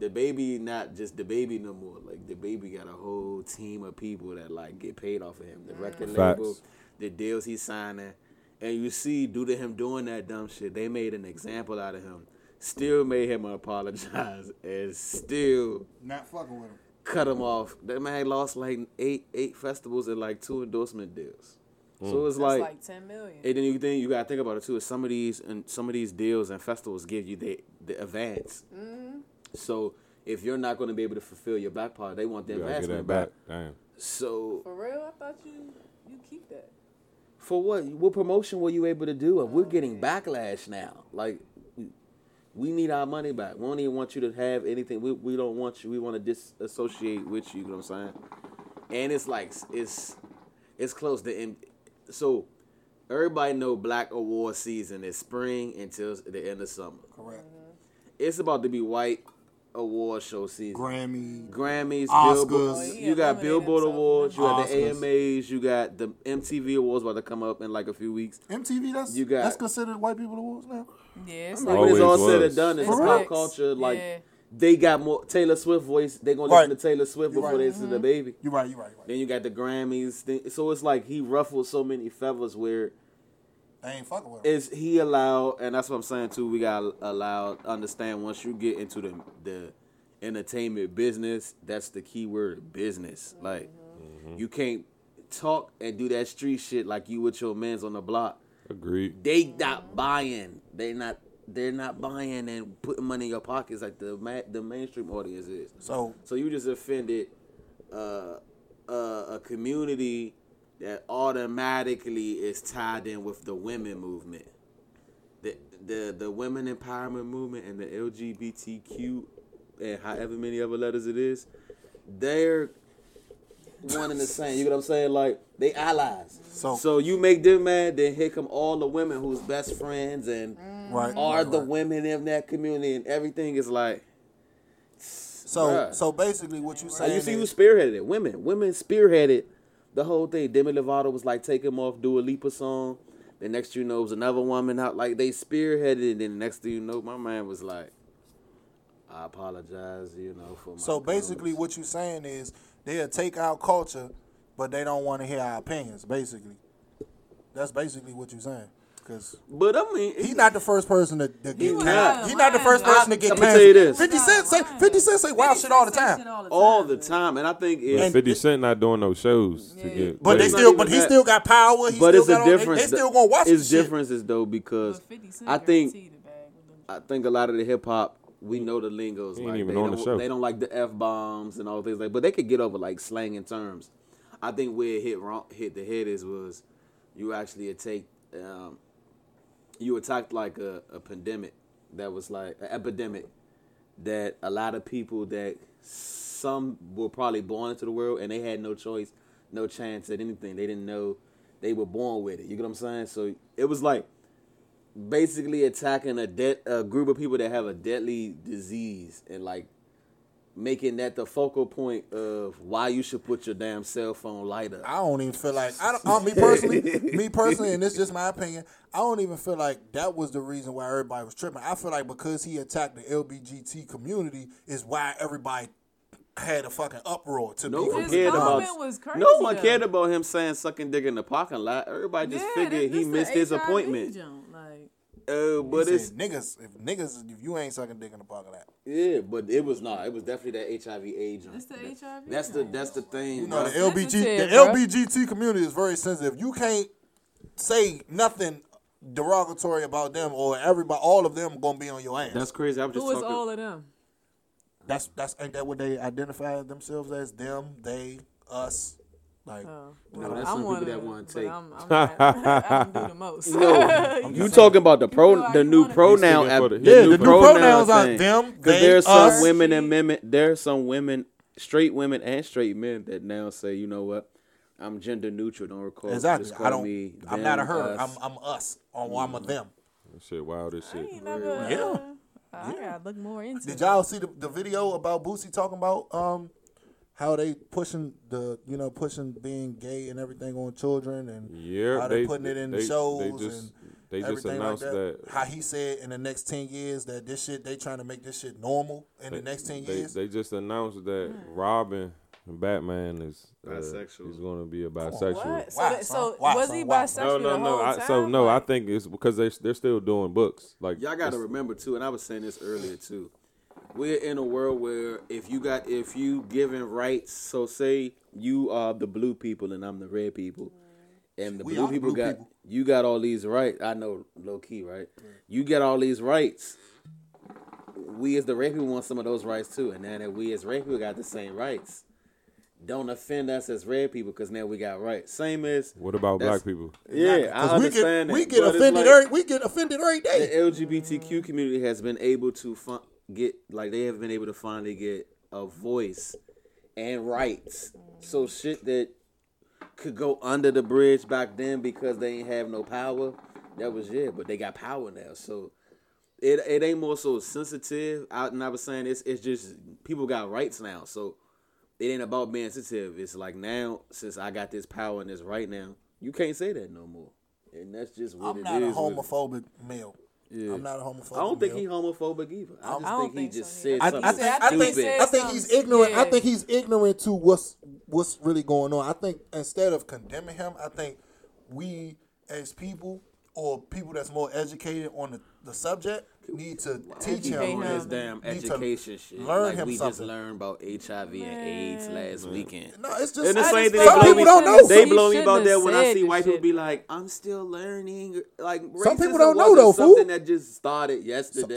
[SPEAKER 4] the baby not just the baby no more. Like the baby got a whole team of people that like get paid off of him. The record
[SPEAKER 2] Facts.
[SPEAKER 4] label, the deals he's signing, and you see due to him doing that dumb shit, they made an example out of him. Still made him apologize and still
[SPEAKER 1] Not fucking with him.
[SPEAKER 4] cut him off. That man lost like eight eight festivals and like two endorsement deals. So it's
[SPEAKER 3] That's like, 10 million.
[SPEAKER 4] and then you think you gotta think about it too. Is some of these and some of these deals and festivals give you the the advance. So if you're not gonna be able to fulfill your back part, they want the
[SPEAKER 2] You gotta get
[SPEAKER 4] advancement
[SPEAKER 2] that
[SPEAKER 4] back.
[SPEAKER 2] back. Damn.
[SPEAKER 4] So
[SPEAKER 3] For real, I thought you you keep that.
[SPEAKER 4] for what? What promotion were you able to do? And we're getting backlash now. Like we need our money back. We don't even want you to have anything. We we don't want you. We want to disassociate with you. You know what I'm saying? And it's like it's it's close to end. So everybody know Black Award season is spring until the end of summer.
[SPEAKER 1] Correct.
[SPEAKER 4] It's about to be White Award show season.
[SPEAKER 1] Grammy.
[SPEAKER 4] Grammys,
[SPEAKER 1] Oscars.
[SPEAKER 4] Billboard.
[SPEAKER 1] Oh, he
[SPEAKER 4] you got
[SPEAKER 3] eliminated
[SPEAKER 4] Billboard
[SPEAKER 3] himself.
[SPEAKER 4] Awards. You got the
[SPEAKER 1] Oscars.
[SPEAKER 4] AMAs. You got the MTV Awards about to come up in like a few weeks.
[SPEAKER 1] MTV. That's
[SPEAKER 4] You got-
[SPEAKER 1] that's considered white people awards now.
[SPEAKER 3] Yeah, it's
[SPEAKER 4] Like
[SPEAKER 3] like
[SPEAKER 4] when it's all
[SPEAKER 2] Always
[SPEAKER 4] said
[SPEAKER 2] was.
[SPEAKER 4] and done, it's
[SPEAKER 3] It's
[SPEAKER 4] pop
[SPEAKER 3] facts.
[SPEAKER 4] culture. Like
[SPEAKER 3] Yeah.
[SPEAKER 4] they got more Taylor Swift voice. They gonna
[SPEAKER 1] Right.
[SPEAKER 4] listen to Taylor Swift
[SPEAKER 1] You're
[SPEAKER 4] before
[SPEAKER 1] right.
[SPEAKER 4] they listen to Baby.
[SPEAKER 1] You're right. You're right. You're right.
[SPEAKER 4] Then you got the Grammys. Thing. So it's like he ruffled so many feathers where
[SPEAKER 1] They ain't fucking with him.
[SPEAKER 4] is he allowed? And that's what I'm saying too. We got allowed. Understand once you get into the the entertainment business, that's the key word business. Like you can't talk and do that street shit like you with your mans on the block.
[SPEAKER 2] Agreed.
[SPEAKER 4] they not buying. They not. They're not buying and putting money in your pockets like the ma- the mainstream audience is.
[SPEAKER 1] So
[SPEAKER 4] So you just offended uh, uh, a community that automatically is tied in with the women movement, the the the women empowerment movement, and the LGBTQ, and however many other letters it is, they're one and the same. You know what I'm saying? Like they allies.
[SPEAKER 1] So-
[SPEAKER 4] so you make them mad, then here come all the women who's best friends and
[SPEAKER 1] right.
[SPEAKER 4] are
[SPEAKER 1] right,
[SPEAKER 4] the
[SPEAKER 1] right.
[SPEAKER 4] women in that community, and everything is like.
[SPEAKER 1] So
[SPEAKER 4] Bruh.
[SPEAKER 1] so basically, what you
[SPEAKER 4] Like,
[SPEAKER 1] saying?
[SPEAKER 4] you see who
[SPEAKER 1] is,
[SPEAKER 4] spearheaded it? Women. Women spearheaded the whole thing. Demi Lovato was like, take him off, do a Lipa song. The next you know it was another woman out. Like they spearheaded it. And then the next thing you know, my man was like, I apologize, you know, for my
[SPEAKER 1] so basically,
[SPEAKER 4] comments.
[SPEAKER 1] what you saying is they'll take our culture, but they don't want to hear our opinions. Basically, that's basically what you saying. Because
[SPEAKER 4] But I mean
[SPEAKER 1] he's not the first person to, to get
[SPEAKER 4] was
[SPEAKER 1] canceled.
[SPEAKER 4] not
[SPEAKER 1] He's not the first
[SPEAKER 3] lying.
[SPEAKER 1] person to get
[SPEAKER 4] I'ma tell you
[SPEAKER 1] canceled.
[SPEAKER 4] this.
[SPEAKER 1] Fifty Cent say Fifty Cent say wild shit all the time.
[SPEAKER 4] all the time. And I think it's
[SPEAKER 2] But Fifty Cent not doing no shows to
[SPEAKER 3] Yeah.
[SPEAKER 2] get.
[SPEAKER 1] But they
[SPEAKER 2] paid.
[SPEAKER 4] not
[SPEAKER 1] still,
[SPEAKER 4] even
[SPEAKER 1] but he
[SPEAKER 4] that.
[SPEAKER 1] still got power. He
[SPEAKER 4] but
[SPEAKER 1] still
[SPEAKER 4] it's a
[SPEAKER 1] got all- they-
[SPEAKER 4] difference.
[SPEAKER 1] They, still gonna watch
[SPEAKER 4] It's
[SPEAKER 1] this shit.
[SPEAKER 4] differences though because I
[SPEAKER 3] I
[SPEAKER 4] think
[SPEAKER 3] think.
[SPEAKER 4] I think a lot of the hip hop we know the lingos.
[SPEAKER 2] He ain't
[SPEAKER 4] like,
[SPEAKER 2] even
[SPEAKER 4] they
[SPEAKER 2] on the
[SPEAKER 4] don't,
[SPEAKER 2] show.
[SPEAKER 4] They don't like the f bombs and all things like. But they could get over like slang and terms. I think where it hit wrong, hit the head is was you actually take um, you attacked like a, a pandemic that was like an epidemic that a lot of people that some were probably born into the world and they had no choice, no chance at anything. They didn't know they were born with it. You get what I'm saying? So it was like basically attacking a de- a group of people that have a deadly disease and like making that the focal point of why you should put your damn cell phone light up.
[SPEAKER 1] I don't even feel like I don't. I, me personally, me personally, and this is just my opinion. I don't even feel like that was the reason why everybody was tripping. I feel like because he attacked the LBGT community is why everybody had a fucking uproar. To
[SPEAKER 4] No
[SPEAKER 1] be
[SPEAKER 4] one
[SPEAKER 3] His
[SPEAKER 1] completely
[SPEAKER 4] cared about.
[SPEAKER 1] honest.
[SPEAKER 3] comment was crazy,
[SPEAKER 4] no one
[SPEAKER 3] though.
[SPEAKER 4] cared about him saying sucking dick in the parking lot. Everybody just figured he missed his appointment.
[SPEAKER 3] Like,
[SPEAKER 1] He
[SPEAKER 4] Uh, but
[SPEAKER 1] said,
[SPEAKER 4] it's
[SPEAKER 1] niggas. If niggas, if you ain't sucking dick in the parking lot,
[SPEAKER 4] yeah, but it was not. It was definitely that HIV AIDS.
[SPEAKER 3] It's the HIV
[SPEAKER 4] That's the
[SPEAKER 3] joint.
[SPEAKER 4] that's the thing.
[SPEAKER 1] you know the
[SPEAKER 4] bruh.
[SPEAKER 1] LBG,
[SPEAKER 3] sensitive,
[SPEAKER 1] the
[SPEAKER 3] bruh.
[SPEAKER 1] LBGT community is very sensitive. You can't say nothing derogatory about them, or everybody, all of them, gonna be on your ass.
[SPEAKER 4] that's crazy. I was just
[SPEAKER 3] who was
[SPEAKER 4] talking.
[SPEAKER 3] all of them?
[SPEAKER 1] That's that's ain't that what they identify themselves as? Them, they, us. Like
[SPEAKER 3] Oh,
[SPEAKER 4] No,
[SPEAKER 3] well,
[SPEAKER 4] that's
[SPEAKER 3] I'm
[SPEAKER 4] some
[SPEAKER 3] one
[SPEAKER 4] people
[SPEAKER 3] of
[SPEAKER 4] that
[SPEAKER 3] them,
[SPEAKER 4] wanna
[SPEAKER 3] but
[SPEAKER 4] take.
[SPEAKER 3] I'm, I'm not, I can do the most.
[SPEAKER 4] No, you
[SPEAKER 1] just
[SPEAKER 4] talking about the
[SPEAKER 3] do
[SPEAKER 4] pro,
[SPEAKER 3] how
[SPEAKER 4] the
[SPEAKER 3] you
[SPEAKER 4] new
[SPEAKER 3] wanna.
[SPEAKER 4] pronoun,
[SPEAKER 2] He's sticking
[SPEAKER 4] app,
[SPEAKER 2] for the- his new
[SPEAKER 4] the
[SPEAKER 2] pronoun.
[SPEAKER 1] Pronouns are
[SPEAKER 4] thing.
[SPEAKER 1] them,
[SPEAKER 4] 'Cause
[SPEAKER 1] they,
[SPEAKER 4] there's
[SPEAKER 1] us.
[SPEAKER 4] some women and men. There's some women, straight women and straight men that now say, you know what, I'm gender neutral. Don't recall.
[SPEAKER 1] exactly.
[SPEAKER 4] Just call
[SPEAKER 1] I don't.
[SPEAKER 4] Me
[SPEAKER 1] I'm
[SPEAKER 4] them,
[SPEAKER 1] not a her.
[SPEAKER 4] us.
[SPEAKER 1] I'm I'm us or I'm
[SPEAKER 2] Mm-hmm.
[SPEAKER 1] a them.
[SPEAKER 2] That shit, wild as
[SPEAKER 3] I
[SPEAKER 2] shit.
[SPEAKER 3] ain't never.
[SPEAKER 1] Yeah.
[SPEAKER 3] Uh, I gotta look more into.
[SPEAKER 1] Did
[SPEAKER 3] it.
[SPEAKER 1] y'all see the, the video about Boosie talking about um how they pushing the you know pushing being gay and everything on children and
[SPEAKER 2] Yeah,
[SPEAKER 1] how they, putting it in the shows
[SPEAKER 2] They just,
[SPEAKER 1] and
[SPEAKER 2] they just
[SPEAKER 1] everything
[SPEAKER 2] announced
[SPEAKER 1] like that.
[SPEAKER 2] that.
[SPEAKER 1] How he said in the next ten years that this shit they trying to make this shit normal in the next ten
[SPEAKER 2] they,
[SPEAKER 1] years. Hmm.
[SPEAKER 2] they just announced that Robin and Batman is uh,
[SPEAKER 4] Bisexual.
[SPEAKER 2] He's going to be a
[SPEAKER 3] What?
[SPEAKER 2] bisexual.
[SPEAKER 3] So,
[SPEAKER 1] Why,
[SPEAKER 3] that,
[SPEAKER 1] son?
[SPEAKER 3] so
[SPEAKER 1] Why,
[SPEAKER 3] was
[SPEAKER 1] son?
[SPEAKER 3] he
[SPEAKER 1] Why?
[SPEAKER 3] bisexual
[SPEAKER 2] No, no,
[SPEAKER 3] the
[SPEAKER 2] no.
[SPEAKER 3] whole
[SPEAKER 2] I,
[SPEAKER 3] time?
[SPEAKER 2] so no, I
[SPEAKER 3] Like,
[SPEAKER 2] think it's because they they're still doing books. Like
[SPEAKER 4] Y'all gotta
[SPEAKER 2] it's-
[SPEAKER 4] remember too, and I was saying this earlier too. We're in a world where if you got if you given rights, so say you are the blue people and I'm the red people, and the
[SPEAKER 1] We
[SPEAKER 4] blue
[SPEAKER 1] are
[SPEAKER 4] people
[SPEAKER 1] blue
[SPEAKER 4] got
[SPEAKER 1] people.
[SPEAKER 4] you got all these rights. I know low key, right? You get all these rights. We as the red people want some of those rights too, and now that we as red people got the same rights, don't offend us as red people because now we got rights. Same as
[SPEAKER 2] What about
[SPEAKER 4] That's-
[SPEAKER 2] black people?
[SPEAKER 4] yeah, I
[SPEAKER 1] we get
[SPEAKER 4] understand.
[SPEAKER 1] we
[SPEAKER 4] that,
[SPEAKER 1] get
[SPEAKER 4] but it's
[SPEAKER 1] offended
[SPEAKER 4] like-
[SPEAKER 1] every we get offended every
[SPEAKER 4] the
[SPEAKER 1] day.
[SPEAKER 4] LGBTQ community has been able to fin- get like they have been able to finally get a voice and rights. So shit that could go under the bridge back then because they ain't have no power. That was yeah, but they got power now. So it it ain't more so sensitive. I, and I was saying it's it's just people got rights now. So it ain't about being sensitive. It's like now since I got this power and this right now, you can't say that no more. And that's just what
[SPEAKER 1] I'm
[SPEAKER 4] it
[SPEAKER 1] not a
[SPEAKER 4] is with it.
[SPEAKER 1] homophobic male. I'm not a homophobic.
[SPEAKER 4] I don't think
[SPEAKER 1] male.
[SPEAKER 4] he homophobic either. I just
[SPEAKER 3] I don't
[SPEAKER 4] think,
[SPEAKER 3] think
[SPEAKER 4] he just
[SPEAKER 3] so
[SPEAKER 4] said
[SPEAKER 3] neither.
[SPEAKER 1] I,
[SPEAKER 4] something
[SPEAKER 1] I think, I,
[SPEAKER 4] stupid.
[SPEAKER 1] think, I think
[SPEAKER 3] Something
[SPEAKER 1] he's ignorant. I
[SPEAKER 3] yeah.
[SPEAKER 1] think he's ignorant to what's what's really going on. I think instead of condemning him, I think we as people or people that's more educated on the, the subject need to teach
[SPEAKER 4] Keep
[SPEAKER 1] him.
[SPEAKER 4] on
[SPEAKER 1] and
[SPEAKER 4] his damn
[SPEAKER 1] need to
[SPEAKER 4] education shit.
[SPEAKER 1] Learn
[SPEAKER 4] like
[SPEAKER 1] him
[SPEAKER 4] we just
[SPEAKER 1] something.
[SPEAKER 4] learned about HIV and AIDS last weekend.
[SPEAKER 1] No, it's just
[SPEAKER 4] And the
[SPEAKER 3] I just
[SPEAKER 4] same thing they
[SPEAKER 3] felt
[SPEAKER 1] some
[SPEAKER 4] blow
[SPEAKER 3] like
[SPEAKER 4] me.
[SPEAKER 1] people don't know.
[SPEAKER 4] They
[SPEAKER 3] He
[SPEAKER 4] blow me
[SPEAKER 3] shouldn't
[SPEAKER 4] about
[SPEAKER 3] have
[SPEAKER 4] that when I
[SPEAKER 3] said
[SPEAKER 4] see
[SPEAKER 3] this
[SPEAKER 4] white people
[SPEAKER 3] shit.
[SPEAKER 4] be like, "I'm still learning." Like
[SPEAKER 1] Some people
[SPEAKER 4] racism
[SPEAKER 1] don't know,
[SPEAKER 4] wasn't
[SPEAKER 1] though, fool.
[SPEAKER 4] Something that just started yesterday.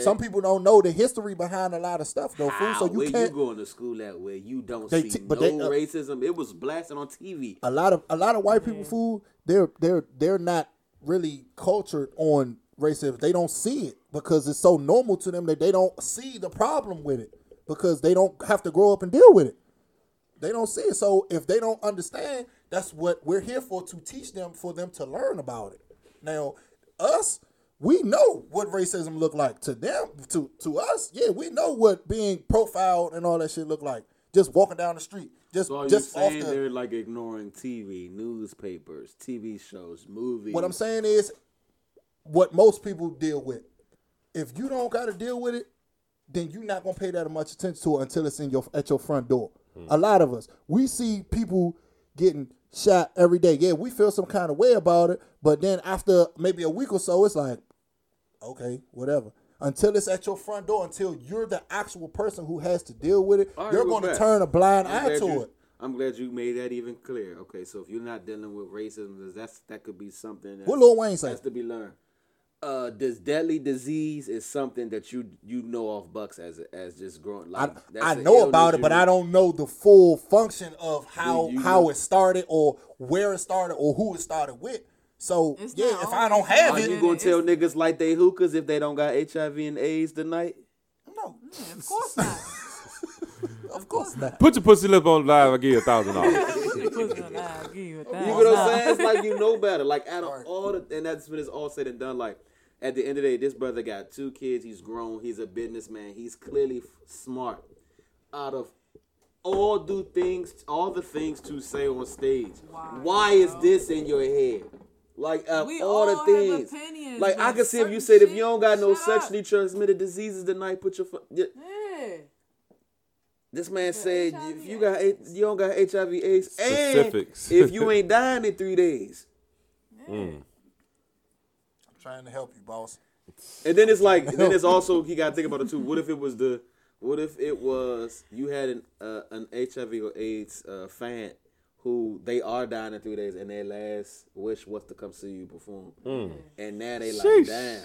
[SPEAKER 1] some, some people don't know the history behind a lot of stuff though, fool.
[SPEAKER 4] How,
[SPEAKER 1] So you
[SPEAKER 4] where
[SPEAKER 1] can't.
[SPEAKER 4] you going to school at where you don't
[SPEAKER 1] They te-
[SPEAKER 4] see no
[SPEAKER 1] but they, uh,
[SPEAKER 4] racism? It was blasted on TV.
[SPEAKER 1] a lot of a lot of white people fool they're they're they're not really cultured on racism they don't see it because it's so normal to them that they don't see the problem with it because they don't have to grow up and deal with it they don't see it so if they don't understand that's what we're here for to teach them for them to learn about it now us we know what racism look like to them to to us yeah we know what being profiled and all that shit look like just walking down the street just
[SPEAKER 4] So are you
[SPEAKER 1] just off
[SPEAKER 4] saying
[SPEAKER 1] the
[SPEAKER 4] they're like ignoring TV, newspapers, TV shows, movies?
[SPEAKER 1] What I'm saying is, what most people deal with. If you don't got to deal with it, then you're not gonna pay that much attention to it until it's in your at your front door. A lot of us, we see people getting shot every day. Yeah, we feel some kind of way about it, but then after maybe a week or so, it's like, okay, whatever. Until it's at your front door, until you're the actual person who has to deal with it,
[SPEAKER 4] All right,
[SPEAKER 1] you're
[SPEAKER 4] well,
[SPEAKER 1] going to
[SPEAKER 4] Matt,
[SPEAKER 1] turn a blind
[SPEAKER 4] I'm
[SPEAKER 1] eye
[SPEAKER 4] glad
[SPEAKER 1] to
[SPEAKER 4] you-
[SPEAKER 1] it.
[SPEAKER 4] I'm glad you made that even clear. Okay, so if you're not dealing with racism, that's that could be something that's,
[SPEAKER 1] What Lil Wayne say?
[SPEAKER 4] has to be learned. Uh, this deadly disease is something that you you know off bucks as as just growing.
[SPEAKER 1] I,
[SPEAKER 4] Like that's
[SPEAKER 1] I
[SPEAKER 4] an
[SPEAKER 1] know about
[SPEAKER 4] illness
[SPEAKER 1] it, but
[SPEAKER 4] you-
[SPEAKER 1] I don't know the full function of how
[SPEAKER 4] you-
[SPEAKER 1] how it started or where it started or who it started with. So
[SPEAKER 3] It's
[SPEAKER 1] yeah,
[SPEAKER 3] not
[SPEAKER 1] if I don't
[SPEAKER 3] always
[SPEAKER 1] have
[SPEAKER 4] Are
[SPEAKER 1] it,
[SPEAKER 4] you
[SPEAKER 3] Yeah,
[SPEAKER 4] gonna
[SPEAKER 3] it's-
[SPEAKER 4] tell niggas like they hookers if they don't got HIV and AIDS tonight?
[SPEAKER 1] no,
[SPEAKER 3] Of course not.
[SPEAKER 1] of course not.
[SPEAKER 2] Put your pussy lip on live. I give you a thousand dollars.
[SPEAKER 3] Of course not. Nah, I give you a
[SPEAKER 4] You
[SPEAKER 3] thousand.
[SPEAKER 4] know what
[SPEAKER 3] Nah.
[SPEAKER 4] I'm saying? It's like you know better. Like out of
[SPEAKER 1] Right.
[SPEAKER 4] all the, and that's when it's all said and done. Like at the end of the day, this brother got two kids. He's grown. He's a businessman. He's clearly f- smart. Out of all do things, all the things to say on stage.
[SPEAKER 3] Wow.
[SPEAKER 4] Why is this in your head? Like of
[SPEAKER 3] We
[SPEAKER 4] all the
[SPEAKER 3] all have
[SPEAKER 4] things,
[SPEAKER 3] opinions,
[SPEAKER 4] like I
[SPEAKER 3] but
[SPEAKER 4] can see if
[SPEAKER 3] certain
[SPEAKER 4] you said if
[SPEAKER 3] shit,
[SPEAKER 4] you don't got no
[SPEAKER 3] shut up.
[SPEAKER 4] sexually transmitted diseases tonight, put your. fu- yeah.
[SPEAKER 3] Yeah.
[SPEAKER 4] This man said
[SPEAKER 3] HIV
[SPEAKER 4] if you got H- you don't got HIV AIDS,
[SPEAKER 2] Specifics.
[SPEAKER 4] E, and if you ain't dying in three days.
[SPEAKER 1] I'm trying to help you, boss.
[SPEAKER 4] And then it's like, then it's also he got to think about it too. What if it was the, what if it was you had an uh, an HIV or AIDS uh, fan who they are dying in three days, and their last wish was to come see you perform. And now they like,
[SPEAKER 2] Hmm. Sheesh.
[SPEAKER 4] damn.
[SPEAKER 3] Yeah,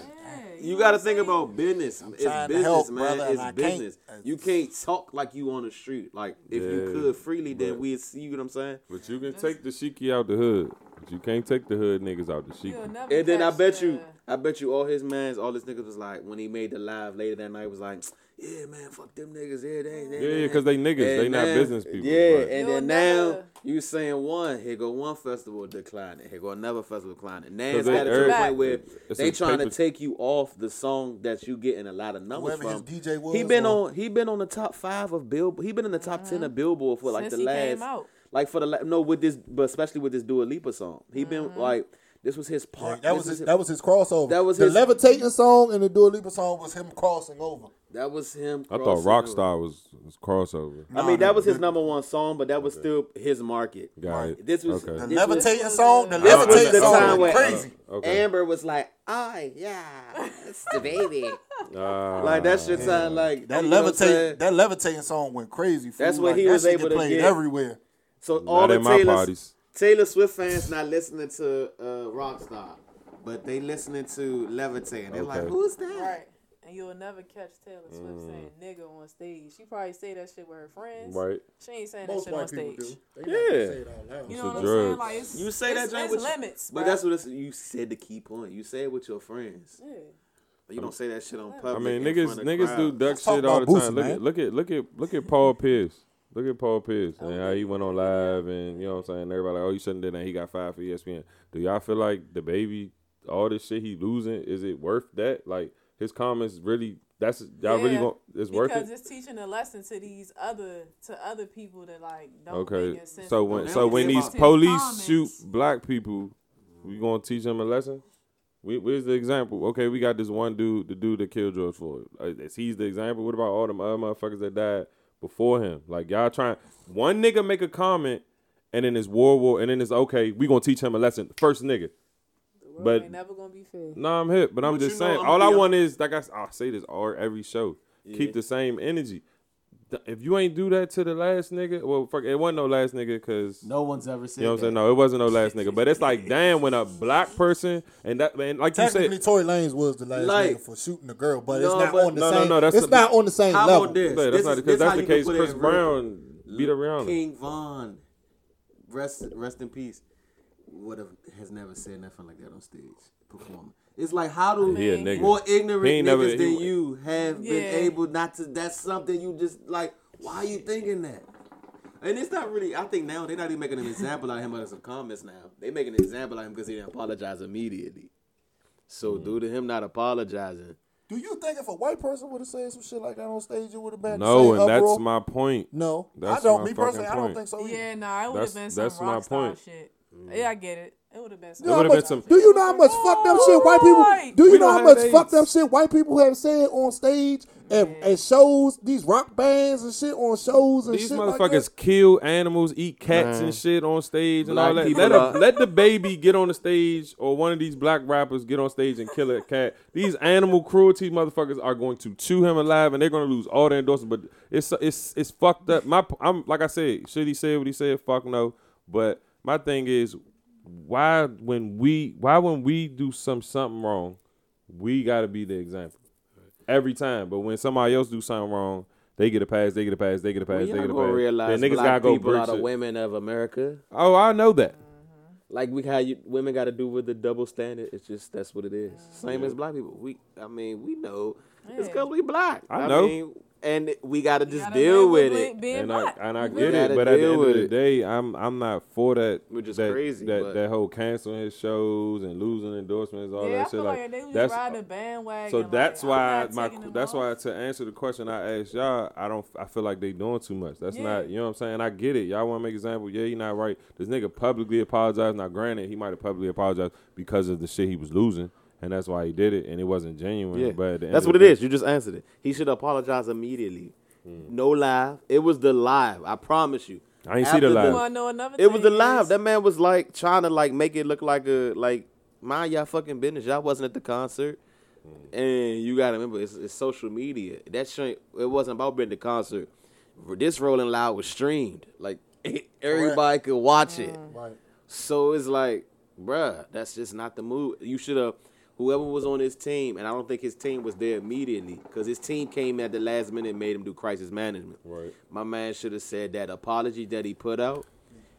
[SPEAKER 4] You
[SPEAKER 3] know
[SPEAKER 4] got to
[SPEAKER 3] what I'm
[SPEAKER 4] think
[SPEAKER 3] saying?
[SPEAKER 4] about business. it's
[SPEAKER 1] trying to
[SPEAKER 4] business,
[SPEAKER 1] help,
[SPEAKER 4] man.
[SPEAKER 1] brother, and
[SPEAKER 4] it's
[SPEAKER 1] I can't-
[SPEAKER 4] business. you can't talk like you on the street. Like if you
[SPEAKER 2] Yeah.
[SPEAKER 4] could freely, then
[SPEAKER 2] Right.
[SPEAKER 4] we'd see. You know what I'm saying?
[SPEAKER 2] But you can take the shiki out the hood. But you can't take the hood niggas out the
[SPEAKER 3] You'll
[SPEAKER 2] shiki.
[SPEAKER 3] never
[SPEAKER 4] And then I
[SPEAKER 3] catch
[SPEAKER 4] bet
[SPEAKER 3] the-
[SPEAKER 4] you, I bet you, all his mans, all his niggas was like, when he made the live later that night, was like, yeah, man, fuck them niggas, yeah, they, they,
[SPEAKER 2] Yeah, yeah, 'cause they niggas,
[SPEAKER 4] And
[SPEAKER 2] they not
[SPEAKER 4] now-
[SPEAKER 2] business people,
[SPEAKER 4] Yeah,
[SPEAKER 2] right.
[SPEAKER 3] You'll
[SPEAKER 4] and then now
[SPEAKER 3] never-
[SPEAKER 4] you saying one, here go one festival declining, here go another festival declining. Now
[SPEAKER 2] 'Cause
[SPEAKER 4] it's
[SPEAKER 2] they-
[SPEAKER 4] got to the
[SPEAKER 3] every-
[SPEAKER 4] point where
[SPEAKER 2] It's
[SPEAKER 4] they
[SPEAKER 2] a
[SPEAKER 4] trying to
[SPEAKER 2] paper-
[SPEAKER 4] take you off the song that you getting a lot of numbers
[SPEAKER 1] Whoever his
[SPEAKER 4] from.
[SPEAKER 1] DJ was
[SPEAKER 4] he been
[SPEAKER 1] or-
[SPEAKER 4] on, he been on the top five of Billboard. He been in the top ten of Billboard for like
[SPEAKER 3] Uh-huh. Since
[SPEAKER 4] the
[SPEAKER 3] he
[SPEAKER 4] last
[SPEAKER 3] came out.
[SPEAKER 4] like for the la- no with this, but especially with this Dua Lipa song, he been like this was his part.
[SPEAKER 1] Like, that
[SPEAKER 4] this
[SPEAKER 1] was his, that was his crossover.
[SPEAKER 4] That was
[SPEAKER 1] the
[SPEAKER 4] his-
[SPEAKER 1] levitating song and the Dua Lipa song was him crossing over.
[SPEAKER 4] that was him.
[SPEAKER 2] I thought
[SPEAKER 4] crossing
[SPEAKER 2] Rockstar
[SPEAKER 4] over.
[SPEAKER 2] was, was crossover.
[SPEAKER 4] I mean, that was his number one song, but that was still his market.
[SPEAKER 2] Got it.
[SPEAKER 4] This was
[SPEAKER 2] Okay.
[SPEAKER 1] The
[SPEAKER 4] this was,
[SPEAKER 1] levitating song, the
[SPEAKER 4] this was
[SPEAKER 1] levitating
[SPEAKER 4] the
[SPEAKER 1] song
[SPEAKER 4] time
[SPEAKER 1] was
[SPEAKER 4] where
[SPEAKER 1] crazy.
[SPEAKER 2] Okay.
[SPEAKER 4] Amber was like, "I yeah, it's the baby."
[SPEAKER 2] Ah,
[SPEAKER 4] like that shit sound like
[SPEAKER 1] That
[SPEAKER 4] you know what I'm
[SPEAKER 1] levitating
[SPEAKER 4] saying?
[SPEAKER 1] that levitating song went crazy. Fool.
[SPEAKER 4] That's what
[SPEAKER 1] Like,
[SPEAKER 4] he
[SPEAKER 1] that
[SPEAKER 4] was
[SPEAKER 1] shit
[SPEAKER 4] able
[SPEAKER 1] get
[SPEAKER 4] to
[SPEAKER 1] played
[SPEAKER 4] get.
[SPEAKER 1] everywhere.
[SPEAKER 4] So all
[SPEAKER 2] Not
[SPEAKER 4] the
[SPEAKER 2] at my
[SPEAKER 4] Taylor,
[SPEAKER 2] parties.
[SPEAKER 4] Taylor Swift fans not listening to uh, Rockstar, but they listening to Levitating. They're like,
[SPEAKER 2] Okay.
[SPEAKER 4] "Who's that?"
[SPEAKER 3] Right. And you'll never catch Taylor
[SPEAKER 2] Mm.
[SPEAKER 3] Swift saying nigga on stage. She probably say that shit with her friends.
[SPEAKER 2] Right.
[SPEAKER 3] She ain't saying that shit on stage.
[SPEAKER 2] Yeah.
[SPEAKER 1] loud.
[SPEAKER 3] You
[SPEAKER 2] It's
[SPEAKER 3] know
[SPEAKER 2] a
[SPEAKER 3] what I'm
[SPEAKER 2] drug.
[SPEAKER 3] saying? Like it's,
[SPEAKER 4] You say
[SPEAKER 3] it's,
[SPEAKER 4] that joint
[SPEAKER 3] it's
[SPEAKER 4] with
[SPEAKER 3] limits.
[SPEAKER 4] But
[SPEAKER 3] bruh.
[SPEAKER 4] that's what it's, you said the key point. You say it with your friends.
[SPEAKER 3] yeah.
[SPEAKER 4] You don't say that shit on
[SPEAKER 2] I
[SPEAKER 4] public.
[SPEAKER 2] mean,
[SPEAKER 4] in
[SPEAKER 2] niggas
[SPEAKER 4] front of
[SPEAKER 2] niggas do
[SPEAKER 4] crowds.
[SPEAKER 2] duck
[SPEAKER 1] Let's talk
[SPEAKER 2] shit all the
[SPEAKER 1] about Boosie,
[SPEAKER 2] time. Look at
[SPEAKER 1] man.
[SPEAKER 2] look at look at look at Paul Pierce. Look at Paul Pierce and how
[SPEAKER 3] Okay.
[SPEAKER 2] he went on live and you know what I'm saying. Everybody like, oh, you shouldn't do that. He got five for E ESPN. Do y'all feel like the baby, all this shit he losing, is it worth that? Like his comments really, that's y'all really
[SPEAKER 3] Yeah,
[SPEAKER 2] going it's worth
[SPEAKER 3] Because
[SPEAKER 2] it.
[SPEAKER 3] it's teaching a lesson to these other to other people that like don't
[SPEAKER 2] Okay,
[SPEAKER 3] think it's
[SPEAKER 2] so
[SPEAKER 3] sensible.
[SPEAKER 2] when
[SPEAKER 4] They
[SPEAKER 2] so
[SPEAKER 4] don't
[SPEAKER 2] when
[SPEAKER 4] give
[SPEAKER 2] these
[SPEAKER 4] up.
[SPEAKER 2] police
[SPEAKER 3] Comments.
[SPEAKER 2] shoot black people, we gonna teach them a lesson. We, where's the example? Okay, we got this one dude, the dude that killed George Floyd. Uh, Is he's the example? What about all them other motherfuckers that died before him? Like y'all trying one nigga make a comment, and then it's war war, and then it's okay. We gonna teach him a lesson. First nigga.
[SPEAKER 3] The world
[SPEAKER 2] but-
[SPEAKER 3] ain't never gonna be fair.
[SPEAKER 2] No, I'm hip, but I'm
[SPEAKER 4] But
[SPEAKER 2] just
[SPEAKER 4] you know
[SPEAKER 2] saying.
[SPEAKER 4] I'ma
[SPEAKER 2] all
[SPEAKER 4] be
[SPEAKER 2] I
[SPEAKER 4] a-
[SPEAKER 2] want is like I, s- I say this all every show. Keep the same energy. Th- If you ain't do that to the last nigga, well, fuck, it wasn't no last nigga because
[SPEAKER 5] No one's ever said
[SPEAKER 2] You know what I'm
[SPEAKER 5] that.
[SPEAKER 2] saying? No, it wasn't no last nigga. But it's like, damn, when a black person and that man, like you
[SPEAKER 1] Technically,
[SPEAKER 2] said,
[SPEAKER 1] Tory Lanez was the last
[SPEAKER 4] Like-
[SPEAKER 1] nigga for shooting a girl, but
[SPEAKER 4] No,
[SPEAKER 1] it's not
[SPEAKER 4] but-
[SPEAKER 1] on the
[SPEAKER 2] no, no,
[SPEAKER 1] same.
[SPEAKER 2] no, that's
[SPEAKER 1] it's
[SPEAKER 2] the-
[SPEAKER 1] not on the same
[SPEAKER 4] How about
[SPEAKER 1] level.
[SPEAKER 4] this?
[SPEAKER 2] Yeah, that's not
[SPEAKER 4] is-
[SPEAKER 2] because
[SPEAKER 4] how
[SPEAKER 2] that's the
[SPEAKER 4] you can
[SPEAKER 2] case.
[SPEAKER 4] put it
[SPEAKER 2] Chris
[SPEAKER 4] in real-
[SPEAKER 2] Brown beat around. him.
[SPEAKER 4] King Von, rest rest in peace. Would have has never said nothing like that on stage performing. It's like how do
[SPEAKER 2] He a nigga.
[SPEAKER 4] more
[SPEAKER 2] He
[SPEAKER 4] ignorant niggas
[SPEAKER 2] ain't never- he-
[SPEAKER 4] than you have been
[SPEAKER 3] Yeah.
[SPEAKER 4] able not to? That's something you just like. Why are you thinking that? And it's not really. I think now they're not even making an example out of him out of some comments. Now they making an example out of him because he didn't apologize immediately. So
[SPEAKER 2] Hmm.
[SPEAKER 4] due to him not apologizing,
[SPEAKER 1] Do you think if a white person would have said some shit like that on stage, it would have been
[SPEAKER 2] No,
[SPEAKER 1] the same
[SPEAKER 2] and that's
[SPEAKER 1] uproar?
[SPEAKER 2] my point.
[SPEAKER 1] no.
[SPEAKER 2] that's
[SPEAKER 1] I don't.
[SPEAKER 2] my
[SPEAKER 1] Me
[SPEAKER 2] fucking
[SPEAKER 1] personally, I don't
[SPEAKER 2] point.
[SPEAKER 1] think so. Either.
[SPEAKER 3] Yeah, nah, it would
[SPEAKER 2] That's-
[SPEAKER 3] have been some
[SPEAKER 2] that's
[SPEAKER 3] rockstar
[SPEAKER 2] my point. Mm.
[SPEAKER 3] shit. Yeah, I get it. It would have been some.
[SPEAKER 1] You know how
[SPEAKER 2] would've been
[SPEAKER 1] much-
[SPEAKER 2] some-
[SPEAKER 1] Do you know how much fucked up shit white
[SPEAKER 3] Right.
[SPEAKER 1] people? Do you
[SPEAKER 2] We
[SPEAKER 1] know
[SPEAKER 2] don't
[SPEAKER 1] how
[SPEAKER 2] have
[SPEAKER 1] much
[SPEAKER 2] AIDS.
[SPEAKER 1] fucked up shit white people have said on stage and, and shows? These rock bands and shit on shows and
[SPEAKER 2] These
[SPEAKER 1] shit
[SPEAKER 2] motherfuckers
[SPEAKER 1] like that?
[SPEAKER 2] kill animals, eat cats
[SPEAKER 4] Man.
[SPEAKER 2] and shit on stage and
[SPEAKER 4] Black
[SPEAKER 2] all that.
[SPEAKER 4] people
[SPEAKER 2] Let,
[SPEAKER 4] are-
[SPEAKER 2] a, let the baby get on the stage or one of these black rappers get on stage and kill a cat. These animal cruelty motherfuckers are going to chew him alive and they're going to lose all their endorsements. But it's it's it's fucked up. My I'm like I said, should he say what he said? Fuck no. But my thing is, why when we why when we do some something wrong, we got to be the example every time. But when somebody else do something wrong, they get a pass, they get a pass, they get a pass,
[SPEAKER 4] well,
[SPEAKER 2] they
[SPEAKER 4] y'all
[SPEAKER 2] get a
[SPEAKER 4] gonna
[SPEAKER 2] pass.
[SPEAKER 4] realize
[SPEAKER 2] Then niggas
[SPEAKER 4] black
[SPEAKER 2] gotta
[SPEAKER 4] people
[SPEAKER 2] go
[SPEAKER 4] are the
[SPEAKER 2] break shit.
[SPEAKER 4] women of America.
[SPEAKER 2] Oh, I know that.
[SPEAKER 4] like we how you, women got to do with the double standard. It's just that's what it is. Same as black people. We, I mean, we know it's
[SPEAKER 3] Yeah.
[SPEAKER 4] because we black.
[SPEAKER 2] I know.
[SPEAKER 4] mean, and we got to just
[SPEAKER 3] gotta
[SPEAKER 4] deal
[SPEAKER 3] live
[SPEAKER 4] with
[SPEAKER 3] being-
[SPEAKER 4] it.
[SPEAKER 3] Being
[SPEAKER 2] And I,
[SPEAKER 3] black.
[SPEAKER 2] and I
[SPEAKER 3] You
[SPEAKER 2] get
[SPEAKER 3] really
[SPEAKER 2] it,
[SPEAKER 4] gotta
[SPEAKER 2] but at the
[SPEAKER 4] deal
[SPEAKER 2] end of
[SPEAKER 4] with
[SPEAKER 2] the
[SPEAKER 4] it.
[SPEAKER 2] day, I'm I'm not for that.
[SPEAKER 4] Which is
[SPEAKER 2] that,
[SPEAKER 4] crazy,
[SPEAKER 2] That
[SPEAKER 4] but-
[SPEAKER 2] that whole canceling his shows and losing endorsements, all
[SPEAKER 3] Yeah,
[SPEAKER 2] that
[SPEAKER 3] I
[SPEAKER 2] shit.
[SPEAKER 3] feel like, they was just
[SPEAKER 2] that's
[SPEAKER 3] riding a bandwagon.
[SPEAKER 2] so
[SPEAKER 3] like,
[SPEAKER 2] that's
[SPEAKER 3] I'm
[SPEAKER 2] why
[SPEAKER 3] not
[SPEAKER 2] my
[SPEAKER 3] taking them
[SPEAKER 2] that's
[SPEAKER 3] off.
[SPEAKER 2] why to answer the question I asked y'all, I don't I feel like they doing too much. That's
[SPEAKER 3] Yeah.
[SPEAKER 2] not you know what I'm saying. I get it. Y'all want to make example? Yeah, you not right. This nigga publicly apologized. Now, granted, he might have publicly apologized because of the shit he was losing, and that's why he did it, and it wasn't genuine.
[SPEAKER 4] Yeah,
[SPEAKER 2] but at the end
[SPEAKER 4] that's
[SPEAKER 2] of
[SPEAKER 4] what
[SPEAKER 2] the
[SPEAKER 4] it
[SPEAKER 2] day-
[SPEAKER 4] is. You just answered it. He should apologize immediately. No live. It was the live. I promise you.
[SPEAKER 2] Hmm. I ain't see the
[SPEAKER 4] After
[SPEAKER 2] live.
[SPEAKER 3] You wanna know another
[SPEAKER 4] It was the
[SPEAKER 3] thing
[SPEAKER 4] live.
[SPEAKER 3] is-
[SPEAKER 4] That man was like trying to like make it look like a like mind y'all fucking business. Y'all wasn't at the concert, and you gotta remember it's, it's social media. That shit it wasn't about being at the concert. This Rolling Loud was streamed. Like everybody could watch it.
[SPEAKER 3] Mm.
[SPEAKER 1] Right.
[SPEAKER 4] So it's like, bruh, that's just not the move. You should have, whoever was on his team, and I don't think his team was there immediately because his team came at the last minute and made him do crisis management.
[SPEAKER 2] Right.
[SPEAKER 4] My man should have said that apology that he put out,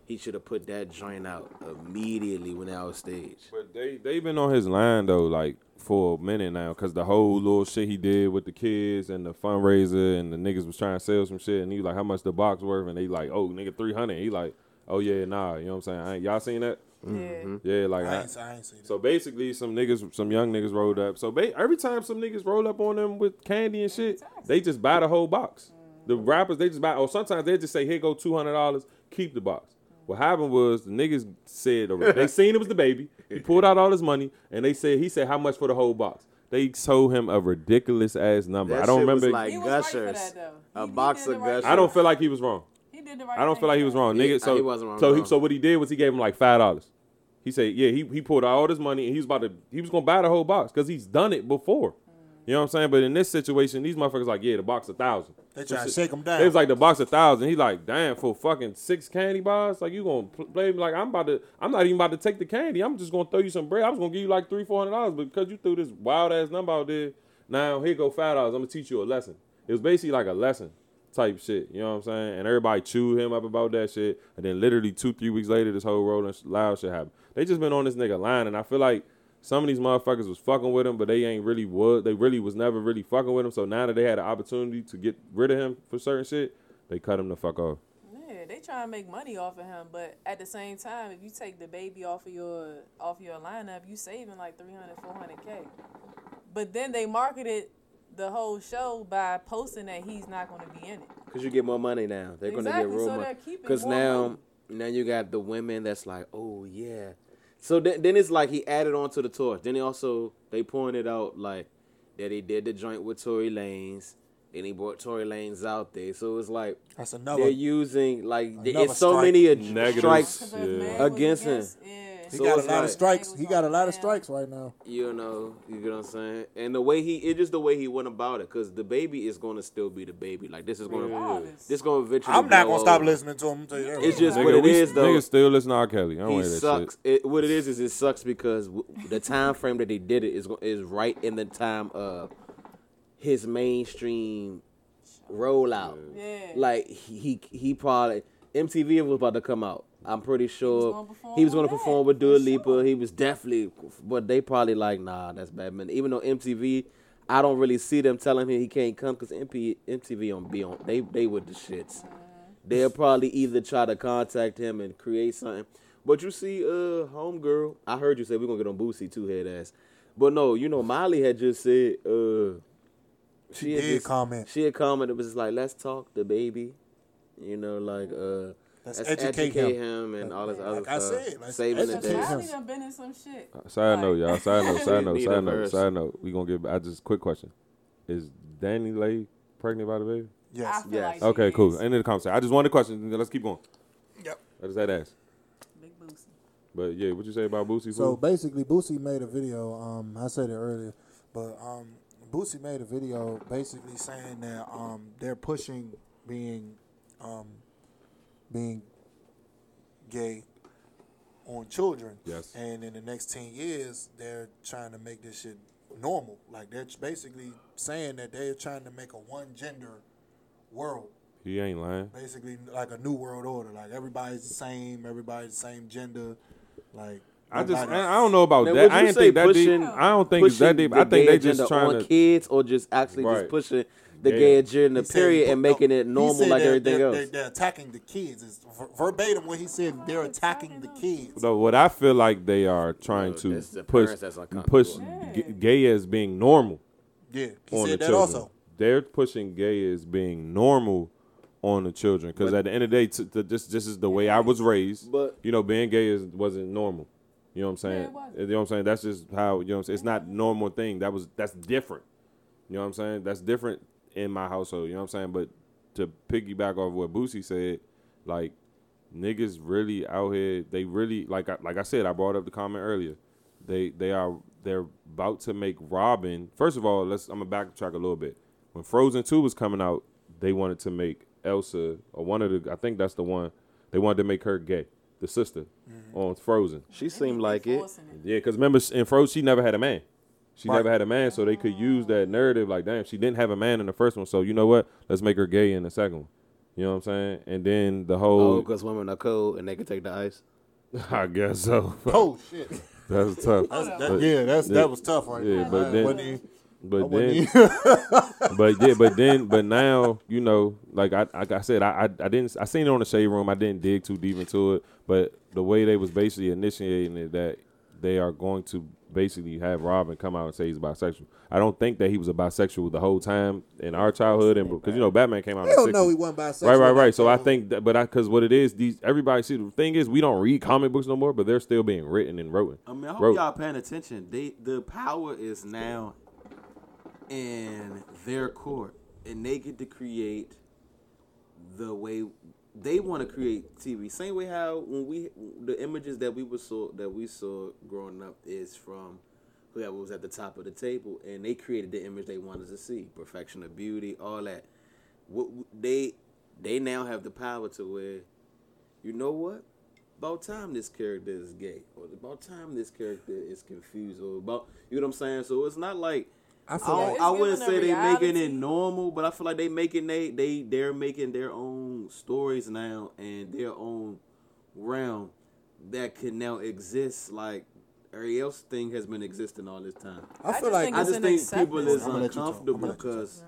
[SPEAKER 4] he should have put that joint out immediately when out on stage.
[SPEAKER 2] But they they been on his line though, like for a minute now, cause the whole little shit he did with the kids and the fundraiser and the niggas was trying to sell some shit, and he was like, "How much the box worth?" And they like, "Oh, nigga, 300 He like, "Oh yeah, nah." You know what I'm saying? I ain't, y'all seen that?
[SPEAKER 3] Yeah.
[SPEAKER 2] Yeah, like
[SPEAKER 1] I
[SPEAKER 2] I,
[SPEAKER 1] ain't, I ain't seen
[SPEAKER 2] so basically, some niggas, some young niggas rolled up. So ba- every time some niggas roll up on them with candy and shit, they just buy the whole box. The rappers, they just buy. Or sometimes they just say, "Here go two hundred dollars, keep the box." What happened was the niggas said they seen it was the baby. He pulled out all his money, and they said he said how much for the whole box. They told him a ridiculous ass number.
[SPEAKER 4] That
[SPEAKER 2] I don't
[SPEAKER 4] shit was
[SPEAKER 2] remember.
[SPEAKER 4] like-
[SPEAKER 3] He was right for
[SPEAKER 4] Gushers.
[SPEAKER 3] that though.
[SPEAKER 4] A
[SPEAKER 3] He- he
[SPEAKER 4] box
[SPEAKER 3] did
[SPEAKER 4] of
[SPEAKER 3] the right
[SPEAKER 4] Gushers.
[SPEAKER 3] thing.
[SPEAKER 2] I don't feel like he was wrong.
[SPEAKER 3] He did the right
[SPEAKER 2] I don't
[SPEAKER 3] thing,
[SPEAKER 2] feel like he was
[SPEAKER 3] though.
[SPEAKER 2] wrong,
[SPEAKER 4] Yeah,
[SPEAKER 2] nigga. So
[SPEAKER 4] he wasn't wrong
[SPEAKER 2] So
[SPEAKER 4] at
[SPEAKER 2] he,
[SPEAKER 4] all.
[SPEAKER 2] so what he did was he gave him like five dollars. He said, yeah, he, he pulled out all this money and he was about to he was gonna buy the whole box because he's done it before. You know what I'm saying? But in this situation, these motherfuckers like, yeah, the box a thousand.
[SPEAKER 1] They tryna
[SPEAKER 2] This
[SPEAKER 1] shake 'em down.
[SPEAKER 2] They was like the box a thousand. He like, damn, for fucking six candy bars, like you gonna pl- play me like I'm about to. I'm not even about to take the candy. I'm just gonna throw you some bread. I was gonna give you like three, four hundred dollars, but because you threw this wild ass number out there, now here go five dollars. I'm gonna teach you a lesson. It was basically like a lesson type shit. You know what I'm saying? And everybody chewed him up about that shit. And then literally two, three weeks later, this whole rolling sh- loud shit happened. They just been on this nigga line, and I feel like some of these motherfuckers was fucking with him, but they ain't really was. They really was never really fucking with him. So now that they had an opportunity to get rid of him for certain shit, they cut him the fuck off.
[SPEAKER 3] Yeah, they trying to make money off of him, but at the same time, if you take the baby off of your off your lineup, you saving like 300, 400 k. But then they marketed the whole show by posting that he's not going to be in it.
[SPEAKER 4] Because you get more money now. They're gonna get
[SPEAKER 3] Exactly,
[SPEAKER 4] real
[SPEAKER 3] so
[SPEAKER 4] money.
[SPEAKER 3] they're keeping
[SPEAKER 4] Because
[SPEAKER 3] more
[SPEAKER 4] now,
[SPEAKER 3] money.
[SPEAKER 4] now you got the women that's like, oh yeah. So then, then it's like he added on to the tour. Then he also they pointed out like that he did the joint with Tory Lanez. Then he brought Tory Lanez out there. So it's like
[SPEAKER 1] That's
[SPEAKER 4] they're
[SPEAKER 1] another.
[SPEAKER 4] using like th-
[SPEAKER 1] Another
[SPEAKER 4] it's so
[SPEAKER 1] strike.
[SPEAKER 4] many ad-
[SPEAKER 2] Negatives.
[SPEAKER 4] strikes.
[SPEAKER 3] 'Cause if
[SPEAKER 2] Yeah.
[SPEAKER 3] man was
[SPEAKER 4] Against him.
[SPEAKER 3] yeah.
[SPEAKER 1] He
[SPEAKER 4] So
[SPEAKER 1] got a
[SPEAKER 4] it's
[SPEAKER 1] lot
[SPEAKER 4] like-
[SPEAKER 1] of strikes. He got a lot of strikes right now.
[SPEAKER 4] You know, you get what I'm saying. And the way he, it just the way he went about it. Because the baby is gonna still be the baby. Like this is gonna,
[SPEAKER 3] Regardless.
[SPEAKER 4] this gonna eventually.
[SPEAKER 1] I'm not
[SPEAKER 4] blow
[SPEAKER 1] gonna stop
[SPEAKER 4] over.
[SPEAKER 1] listening to him. Tell you that.
[SPEAKER 4] It's just
[SPEAKER 2] Nigga,
[SPEAKER 4] what it
[SPEAKER 2] we-
[SPEAKER 4] is though.
[SPEAKER 2] Niggas still listen to R. Kelly. I don't
[SPEAKER 4] He
[SPEAKER 2] hear that
[SPEAKER 4] sucks.
[SPEAKER 2] shit.
[SPEAKER 4] It, what it is is it sucks because w- the time frame that they did it is go- is right in the time of his mainstream rollout.
[SPEAKER 3] Yeah.
[SPEAKER 4] Like he he he probably MTV was about to come out. I'm pretty sure
[SPEAKER 3] gonna perform
[SPEAKER 4] he was going to
[SPEAKER 3] with that,
[SPEAKER 4] perform with
[SPEAKER 3] for
[SPEAKER 4] Dua Lipa.
[SPEAKER 3] sure.
[SPEAKER 4] He was definitely, but they probably like, nah, that's Batman. Even though MTV, I don't really see them telling him he can't come because MTV on be on they they with the shits they'll probably either try to contact him and create something. But you see, uh, homegirl, I heard you say we're gonna get on Boosie too, head ass. But no, you know, Molly had just said, uh,
[SPEAKER 1] She
[SPEAKER 4] had
[SPEAKER 1] did comment.
[SPEAKER 4] She had commented, was just like, let's talk the baby, you know, like, uh,
[SPEAKER 1] Let's educate
[SPEAKER 4] him. and all this other
[SPEAKER 1] Like I
[SPEAKER 4] stuff.
[SPEAKER 1] said, let's
[SPEAKER 4] saving the
[SPEAKER 1] educate
[SPEAKER 4] day.
[SPEAKER 1] him.
[SPEAKER 3] Miley done been in some shit.
[SPEAKER 2] Side note, y'all. Side note. Side note.
[SPEAKER 4] Need a
[SPEAKER 2] Side note.
[SPEAKER 4] verse.
[SPEAKER 2] Side note. We gonna get. I just quick question. Is Danny Lay pregnant by the baby?
[SPEAKER 3] I
[SPEAKER 1] Yes.
[SPEAKER 3] feel
[SPEAKER 4] yes.
[SPEAKER 3] like she
[SPEAKER 2] Okay,
[SPEAKER 3] is.
[SPEAKER 2] cool. End of the conversation. I just wanted a question. Let's keep going.
[SPEAKER 1] Yep.
[SPEAKER 2] I just had to ask.
[SPEAKER 3] Big Boosie.
[SPEAKER 2] But yeah, what you say about Boosie?
[SPEAKER 1] So
[SPEAKER 2] fool?
[SPEAKER 1] basically, Boosie made a video. Um, I said it earlier, but um, Boosie made a video basically saying that um, they're pushing being, um, being gay on children.
[SPEAKER 2] Yes.
[SPEAKER 1] And in the next ten years, they're trying to make this shit normal. Like they're basically saying that they're trying to make a one gender world.
[SPEAKER 2] he ain't lying.
[SPEAKER 1] Basically, like a new world order. Like everybody's the same. Everybody's the same gender. Like
[SPEAKER 2] I just
[SPEAKER 1] nobody-
[SPEAKER 2] I, I don't know about
[SPEAKER 4] Now,
[SPEAKER 2] that.
[SPEAKER 4] would
[SPEAKER 2] I
[SPEAKER 4] you
[SPEAKER 2] ain't
[SPEAKER 4] say
[SPEAKER 2] think that deep.
[SPEAKER 4] pushing-
[SPEAKER 2] I don't think it's that
[SPEAKER 4] pushing
[SPEAKER 2] deep.
[SPEAKER 4] the
[SPEAKER 2] I think
[SPEAKER 4] gay
[SPEAKER 2] they just
[SPEAKER 4] agenda
[SPEAKER 2] trying
[SPEAKER 4] on
[SPEAKER 2] to.
[SPEAKER 4] kids or just actually
[SPEAKER 2] Right.
[SPEAKER 4] just pushing the
[SPEAKER 2] Yeah.
[SPEAKER 4] gay agenda
[SPEAKER 1] He said
[SPEAKER 4] period
[SPEAKER 1] bu-
[SPEAKER 4] and
[SPEAKER 1] no,
[SPEAKER 4] making it
[SPEAKER 1] he
[SPEAKER 4] normal
[SPEAKER 1] said
[SPEAKER 4] like
[SPEAKER 1] they're-
[SPEAKER 4] everything
[SPEAKER 1] they're,
[SPEAKER 4] else.
[SPEAKER 1] They're, they're attacking the kids. It's ver- verbatim what he said. They're attacking the kids.
[SPEAKER 2] No, what I feel like they are trying
[SPEAKER 4] No,
[SPEAKER 2] to
[SPEAKER 4] that's the
[SPEAKER 2] push
[SPEAKER 4] parents that's
[SPEAKER 2] push
[SPEAKER 4] uncomfortable.
[SPEAKER 2] g- gay as being normal
[SPEAKER 1] Yeah, he
[SPEAKER 2] on the
[SPEAKER 1] said that
[SPEAKER 2] children.
[SPEAKER 1] also.
[SPEAKER 2] They're pushing gay as being normal on the children because at the end of the day, t- t- this this is the way I was raised.
[SPEAKER 4] But-
[SPEAKER 2] you know, being gay is wasn't normal. You know what I'm saying?
[SPEAKER 3] it wasn't.
[SPEAKER 2] you know what I'm saying? That's just how you know. What I'm saying? It's not normal thing. That was that's different. You know what I'm saying? That's different in my household. You know what I'm saying? But to piggyback off what Boosie said, like niggas really out here. They really like I, like I said. I brought up the comment earlier. They they are they're about to make Robin. First of all, let's I'm gonna backtrack a little bit. When Frozen Two was coming out, they wanted to make Elsa or one of the. I think that's the one. They wanted to make her gay, the sister on Frozen.
[SPEAKER 5] She seemed like it.
[SPEAKER 2] Yeah, because remember in Frozen, she never had a man. She never had a man, so they could use that narrative like, damn, she didn't have a man in the first one, so you know what? Let's make her gay in the second one. You know what I'm saying? And then the
[SPEAKER 5] Oh,
[SPEAKER 2] whole,
[SPEAKER 5] because women are cold and they can take the ice.
[SPEAKER 2] I guess so.
[SPEAKER 1] Oh shit.
[SPEAKER 2] That's tough.
[SPEAKER 1] That's, that, yeah, that's
[SPEAKER 2] Yeah.
[SPEAKER 1] that was tough right
[SPEAKER 2] Yeah,
[SPEAKER 1] there.
[SPEAKER 2] but
[SPEAKER 1] I
[SPEAKER 2] then-
[SPEAKER 1] wasn't even- I
[SPEAKER 2] But
[SPEAKER 1] wasn't
[SPEAKER 2] then,
[SPEAKER 1] even-
[SPEAKER 2] but yeah, but then, but now, you know, like I, like I said, I, I, I didn't, I seen it on the shade room. I didn't dig too deep into it, but the way they was basically initiating it, that they are going to basically have Robin come out and say he's bisexual. I don't think that he was a bisexual the whole time in our childhood, and because you know, Batman came out.
[SPEAKER 1] I
[SPEAKER 2] in the
[SPEAKER 1] don't know
[SPEAKER 2] 60s.
[SPEAKER 1] he wasn't bisexual.
[SPEAKER 2] Right, right, right. So I think, that, but I because what it is, these everybody see the thing is we don't read comic books no more, but they're still being written and written.
[SPEAKER 4] I mean, I hope
[SPEAKER 2] Wrote.
[SPEAKER 4] y'all paying attention. They the power is now in their court, and they get to create the way they want to create TV. Same way how when we the images that we were saw that we saw growing up is from whoever was at the top of the table, and they created the image they wanted to see: perfection of beauty, all that. What w- they they now have the power to where you know what? About time this character is gay, or about time this character is confused, or about you know what I'm saying. So it's not like I,
[SPEAKER 1] I feel
[SPEAKER 4] don't-
[SPEAKER 1] like-
[SPEAKER 4] I wouldn't
[SPEAKER 3] It's
[SPEAKER 4] say
[SPEAKER 3] giving
[SPEAKER 4] they
[SPEAKER 3] a
[SPEAKER 4] making it
[SPEAKER 3] reality.
[SPEAKER 4] normal, but I feel like they making they they they're making their own stories now and their own realm that can now exist like every else thing has been existing all this time.
[SPEAKER 1] I
[SPEAKER 3] I
[SPEAKER 1] feel
[SPEAKER 3] just
[SPEAKER 1] like
[SPEAKER 3] think
[SPEAKER 4] I
[SPEAKER 3] it's
[SPEAKER 4] just
[SPEAKER 3] an
[SPEAKER 4] think
[SPEAKER 3] acceptance.
[SPEAKER 4] people is
[SPEAKER 1] I'm gonna let you talk. I'm
[SPEAKER 4] uncomfortable
[SPEAKER 1] gonna let you
[SPEAKER 4] because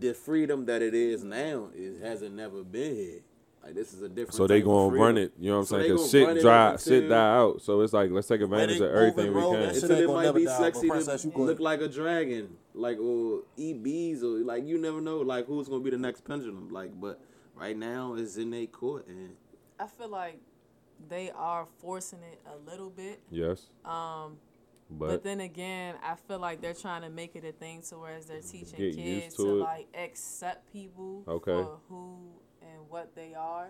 [SPEAKER 4] the freedom that it is now is hasn't never been here. Like this is a different.
[SPEAKER 2] So they
[SPEAKER 4] type of
[SPEAKER 2] gonna
[SPEAKER 4] freedom.
[SPEAKER 2] run it, you know what I'm
[SPEAKER 4] So
[SPEAKER 2] saying?
[SPEAKER 4] they
[SPEAKER 2] Because
[SPEAKER 4] gonna run
[SPEAKER 2] shit
[SPEAKER 4] it
[SPEAKER 2] dry,
[SPEAKER 4] until-
[SPEAKER 2] shit die out. So it's like let's take
[SPEAKER 1] Man,
[SPEAKER 2] advantage
[SPEAKER 1] they
[SPEAKER 2] of everything we
[SPEAKER 1] overgrown that
[SPEAKER 2] can.
[SPEAKER 1] shit.
[SPEAKER 4] Until
[SPEAKER 1] ain't
[SPEAKER 4] it
[SPEAKER 1] gonna
[SPEAKER 4] might
[SPEAKER 1] never
[SPEAKER 4] be
[SPEAKER 1] die,
[SPEAKER 4] sexy
[SPEAKER 1] but
[SPEAKER 4] to
[SPEAKER 1] princess, you good.
[SPEAKER 4] look like a dragon, like or EBs, or like you never know, like who's gonna be the next pendulum. Like, but right now it's in their court, and
[SPEAKER 3] I feel like they are forcing it a little bit.
[SPEAKER 2] Yes. Um.
[SPEAKER 3] But,
[SPEAKER 2] But,
[SPEAKER 3] then again, I feel like they're trying to make it a thing to where as they're teaching
[SPEAKER 2] Get used
[SPEAKER 3] kids
[SPEAKER 2] to
[SPEAKER 3] to,
[SPEAKER 2] it.
[SPEAKER 3] like accept people
[SPEAKER 2] Okay.
[SPEAKER 3] for who and what they are.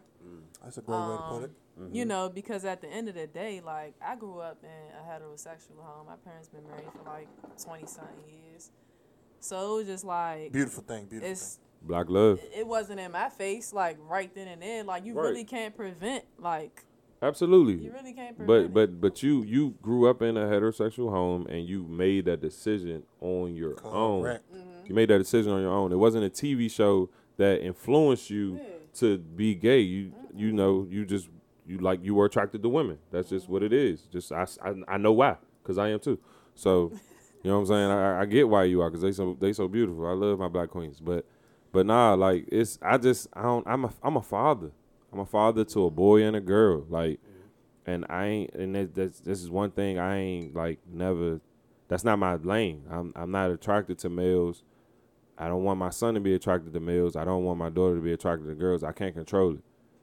[SPEAKER 1] that's a great way to put it.
[SPEAKER 3] You
[SPEAKER 2] Mm-hmm.
[SPEAKER 3] know, because at the end of the day, like I grew up in a heterosexual home. My parents been married for like twenty something years, so it was just like
[SPEAKER 1] Beautiful thing, beautiful thing.
[SPEAKER 3] um, it's
[SPEAKER 2] black love,
[SPEAKER 3] it wasn't in my face like right then and there. Like you
[SPEAKER 2] Right.
[SPEAKER 3] really can't prevent like
[SPEAKER 2] absolutely.
[SPEAKER 3] you really can't
[SPEAKER 2] but
[SPEAKER 3] prevent. it.
[SPEAKER 2] but but you you grew up in a heterosexual home and you made that decision on your
[SPEAKER 1] Uh,
[SPEAKER 2] own.
[SPEAKER 1] Correct.
[SPEAKER 2] You made that decision on your own. It wasn't a TV show that influenced you to be gay. You you know you just you like you were attracted to women. That's just what it is. Just I s- I- I know why because I am too. So you know what I'm saying. I, I get why you are because they so they so beautiful. I love my black queens, but but nah, like it's I just I don't I'm a I'm a father. I'm a father to a boy and a girl. Like and I ain't and that, that's this is one thing I ain't like never. That's not my lane. I'm I'm not attracted to males. I don't want my son to be attracted to males. I don't want my daughter to be attracted to girls. I can't control it.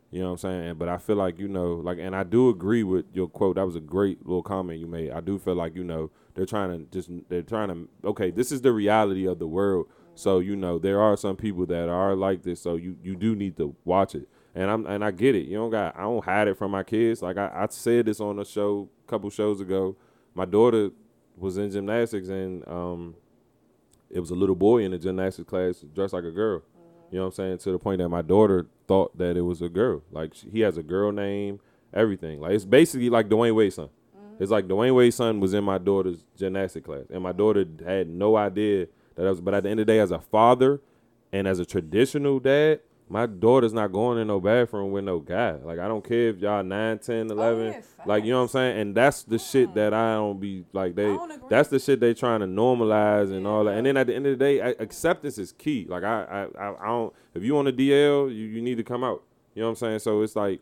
[SPEAKER 2] You know what I'm saying? But I feel like you know, like, and I do agree with your quote. That was a great little comment you made. I do feel like you know they're trying to just they're trying to okay. This is the reality of the world. So you know there are some people that are like this. So you you do need to watch it. And I'm and I get it. You don't got I don't hide it from my kids. Like I, I said this on a show a couple shows ago. My daughter was in gymnastics and um it was a little boy in the gymnastics class dressed like a girl. You know what I'm saying? To the point that my daughter thought that it was a girl. Like she, he has a girl name, everything. Like it's basically like Dwayne Wade's son.
[SPEAKER 3] Mm-hmm.
[SPEAKER 2] It's like Dwayne Wade's son was in my daughter's gymnastic class, and my daughter had no idea that I was. But at the end of the day, as a father and as a traditional dad. My daughter's not going in no bathroom with no guy. Like, I don't care if y'all 9,
[SPEAKER 3] Oh,
[SPEAKER 2] 10, 11. like, you know what I'm saying? And that's the shit that I don't be, like, they,
[SPEAKER 3] don't agree.
[SPEAKER 2] that's the shit they trying to normalize and all that. And then at the end of the day, a- acceptance is key. Like, I, I, I, I don't, if you on a DL, you, you need to come out. You know what I'm saying? So it's like,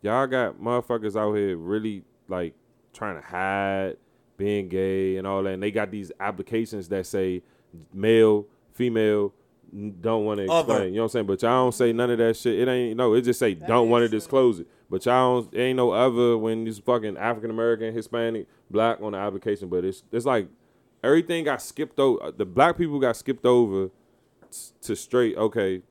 [SPEAKER 2] y'all got motherfuckers out here really like trying to hide being gay and all that, and they got these applications that say male, female, n- don't want to
[SPEAKER 1] Other.
[SPEAKER 2] explain. You know what I'm saying? But y'all don't say none of that shit. It ain't no. It just say don't
[SPEAKER 3] is
[SPEAKER 2] want to
[SPEAKER 3] true.
[SPEAKER 2] disclose it. But y'all don't, ain't no other when it's fucking African American, Hispanic, black on the application. But it's it's like everything got skipped over. The black people got skipped over s- to straight. Okay,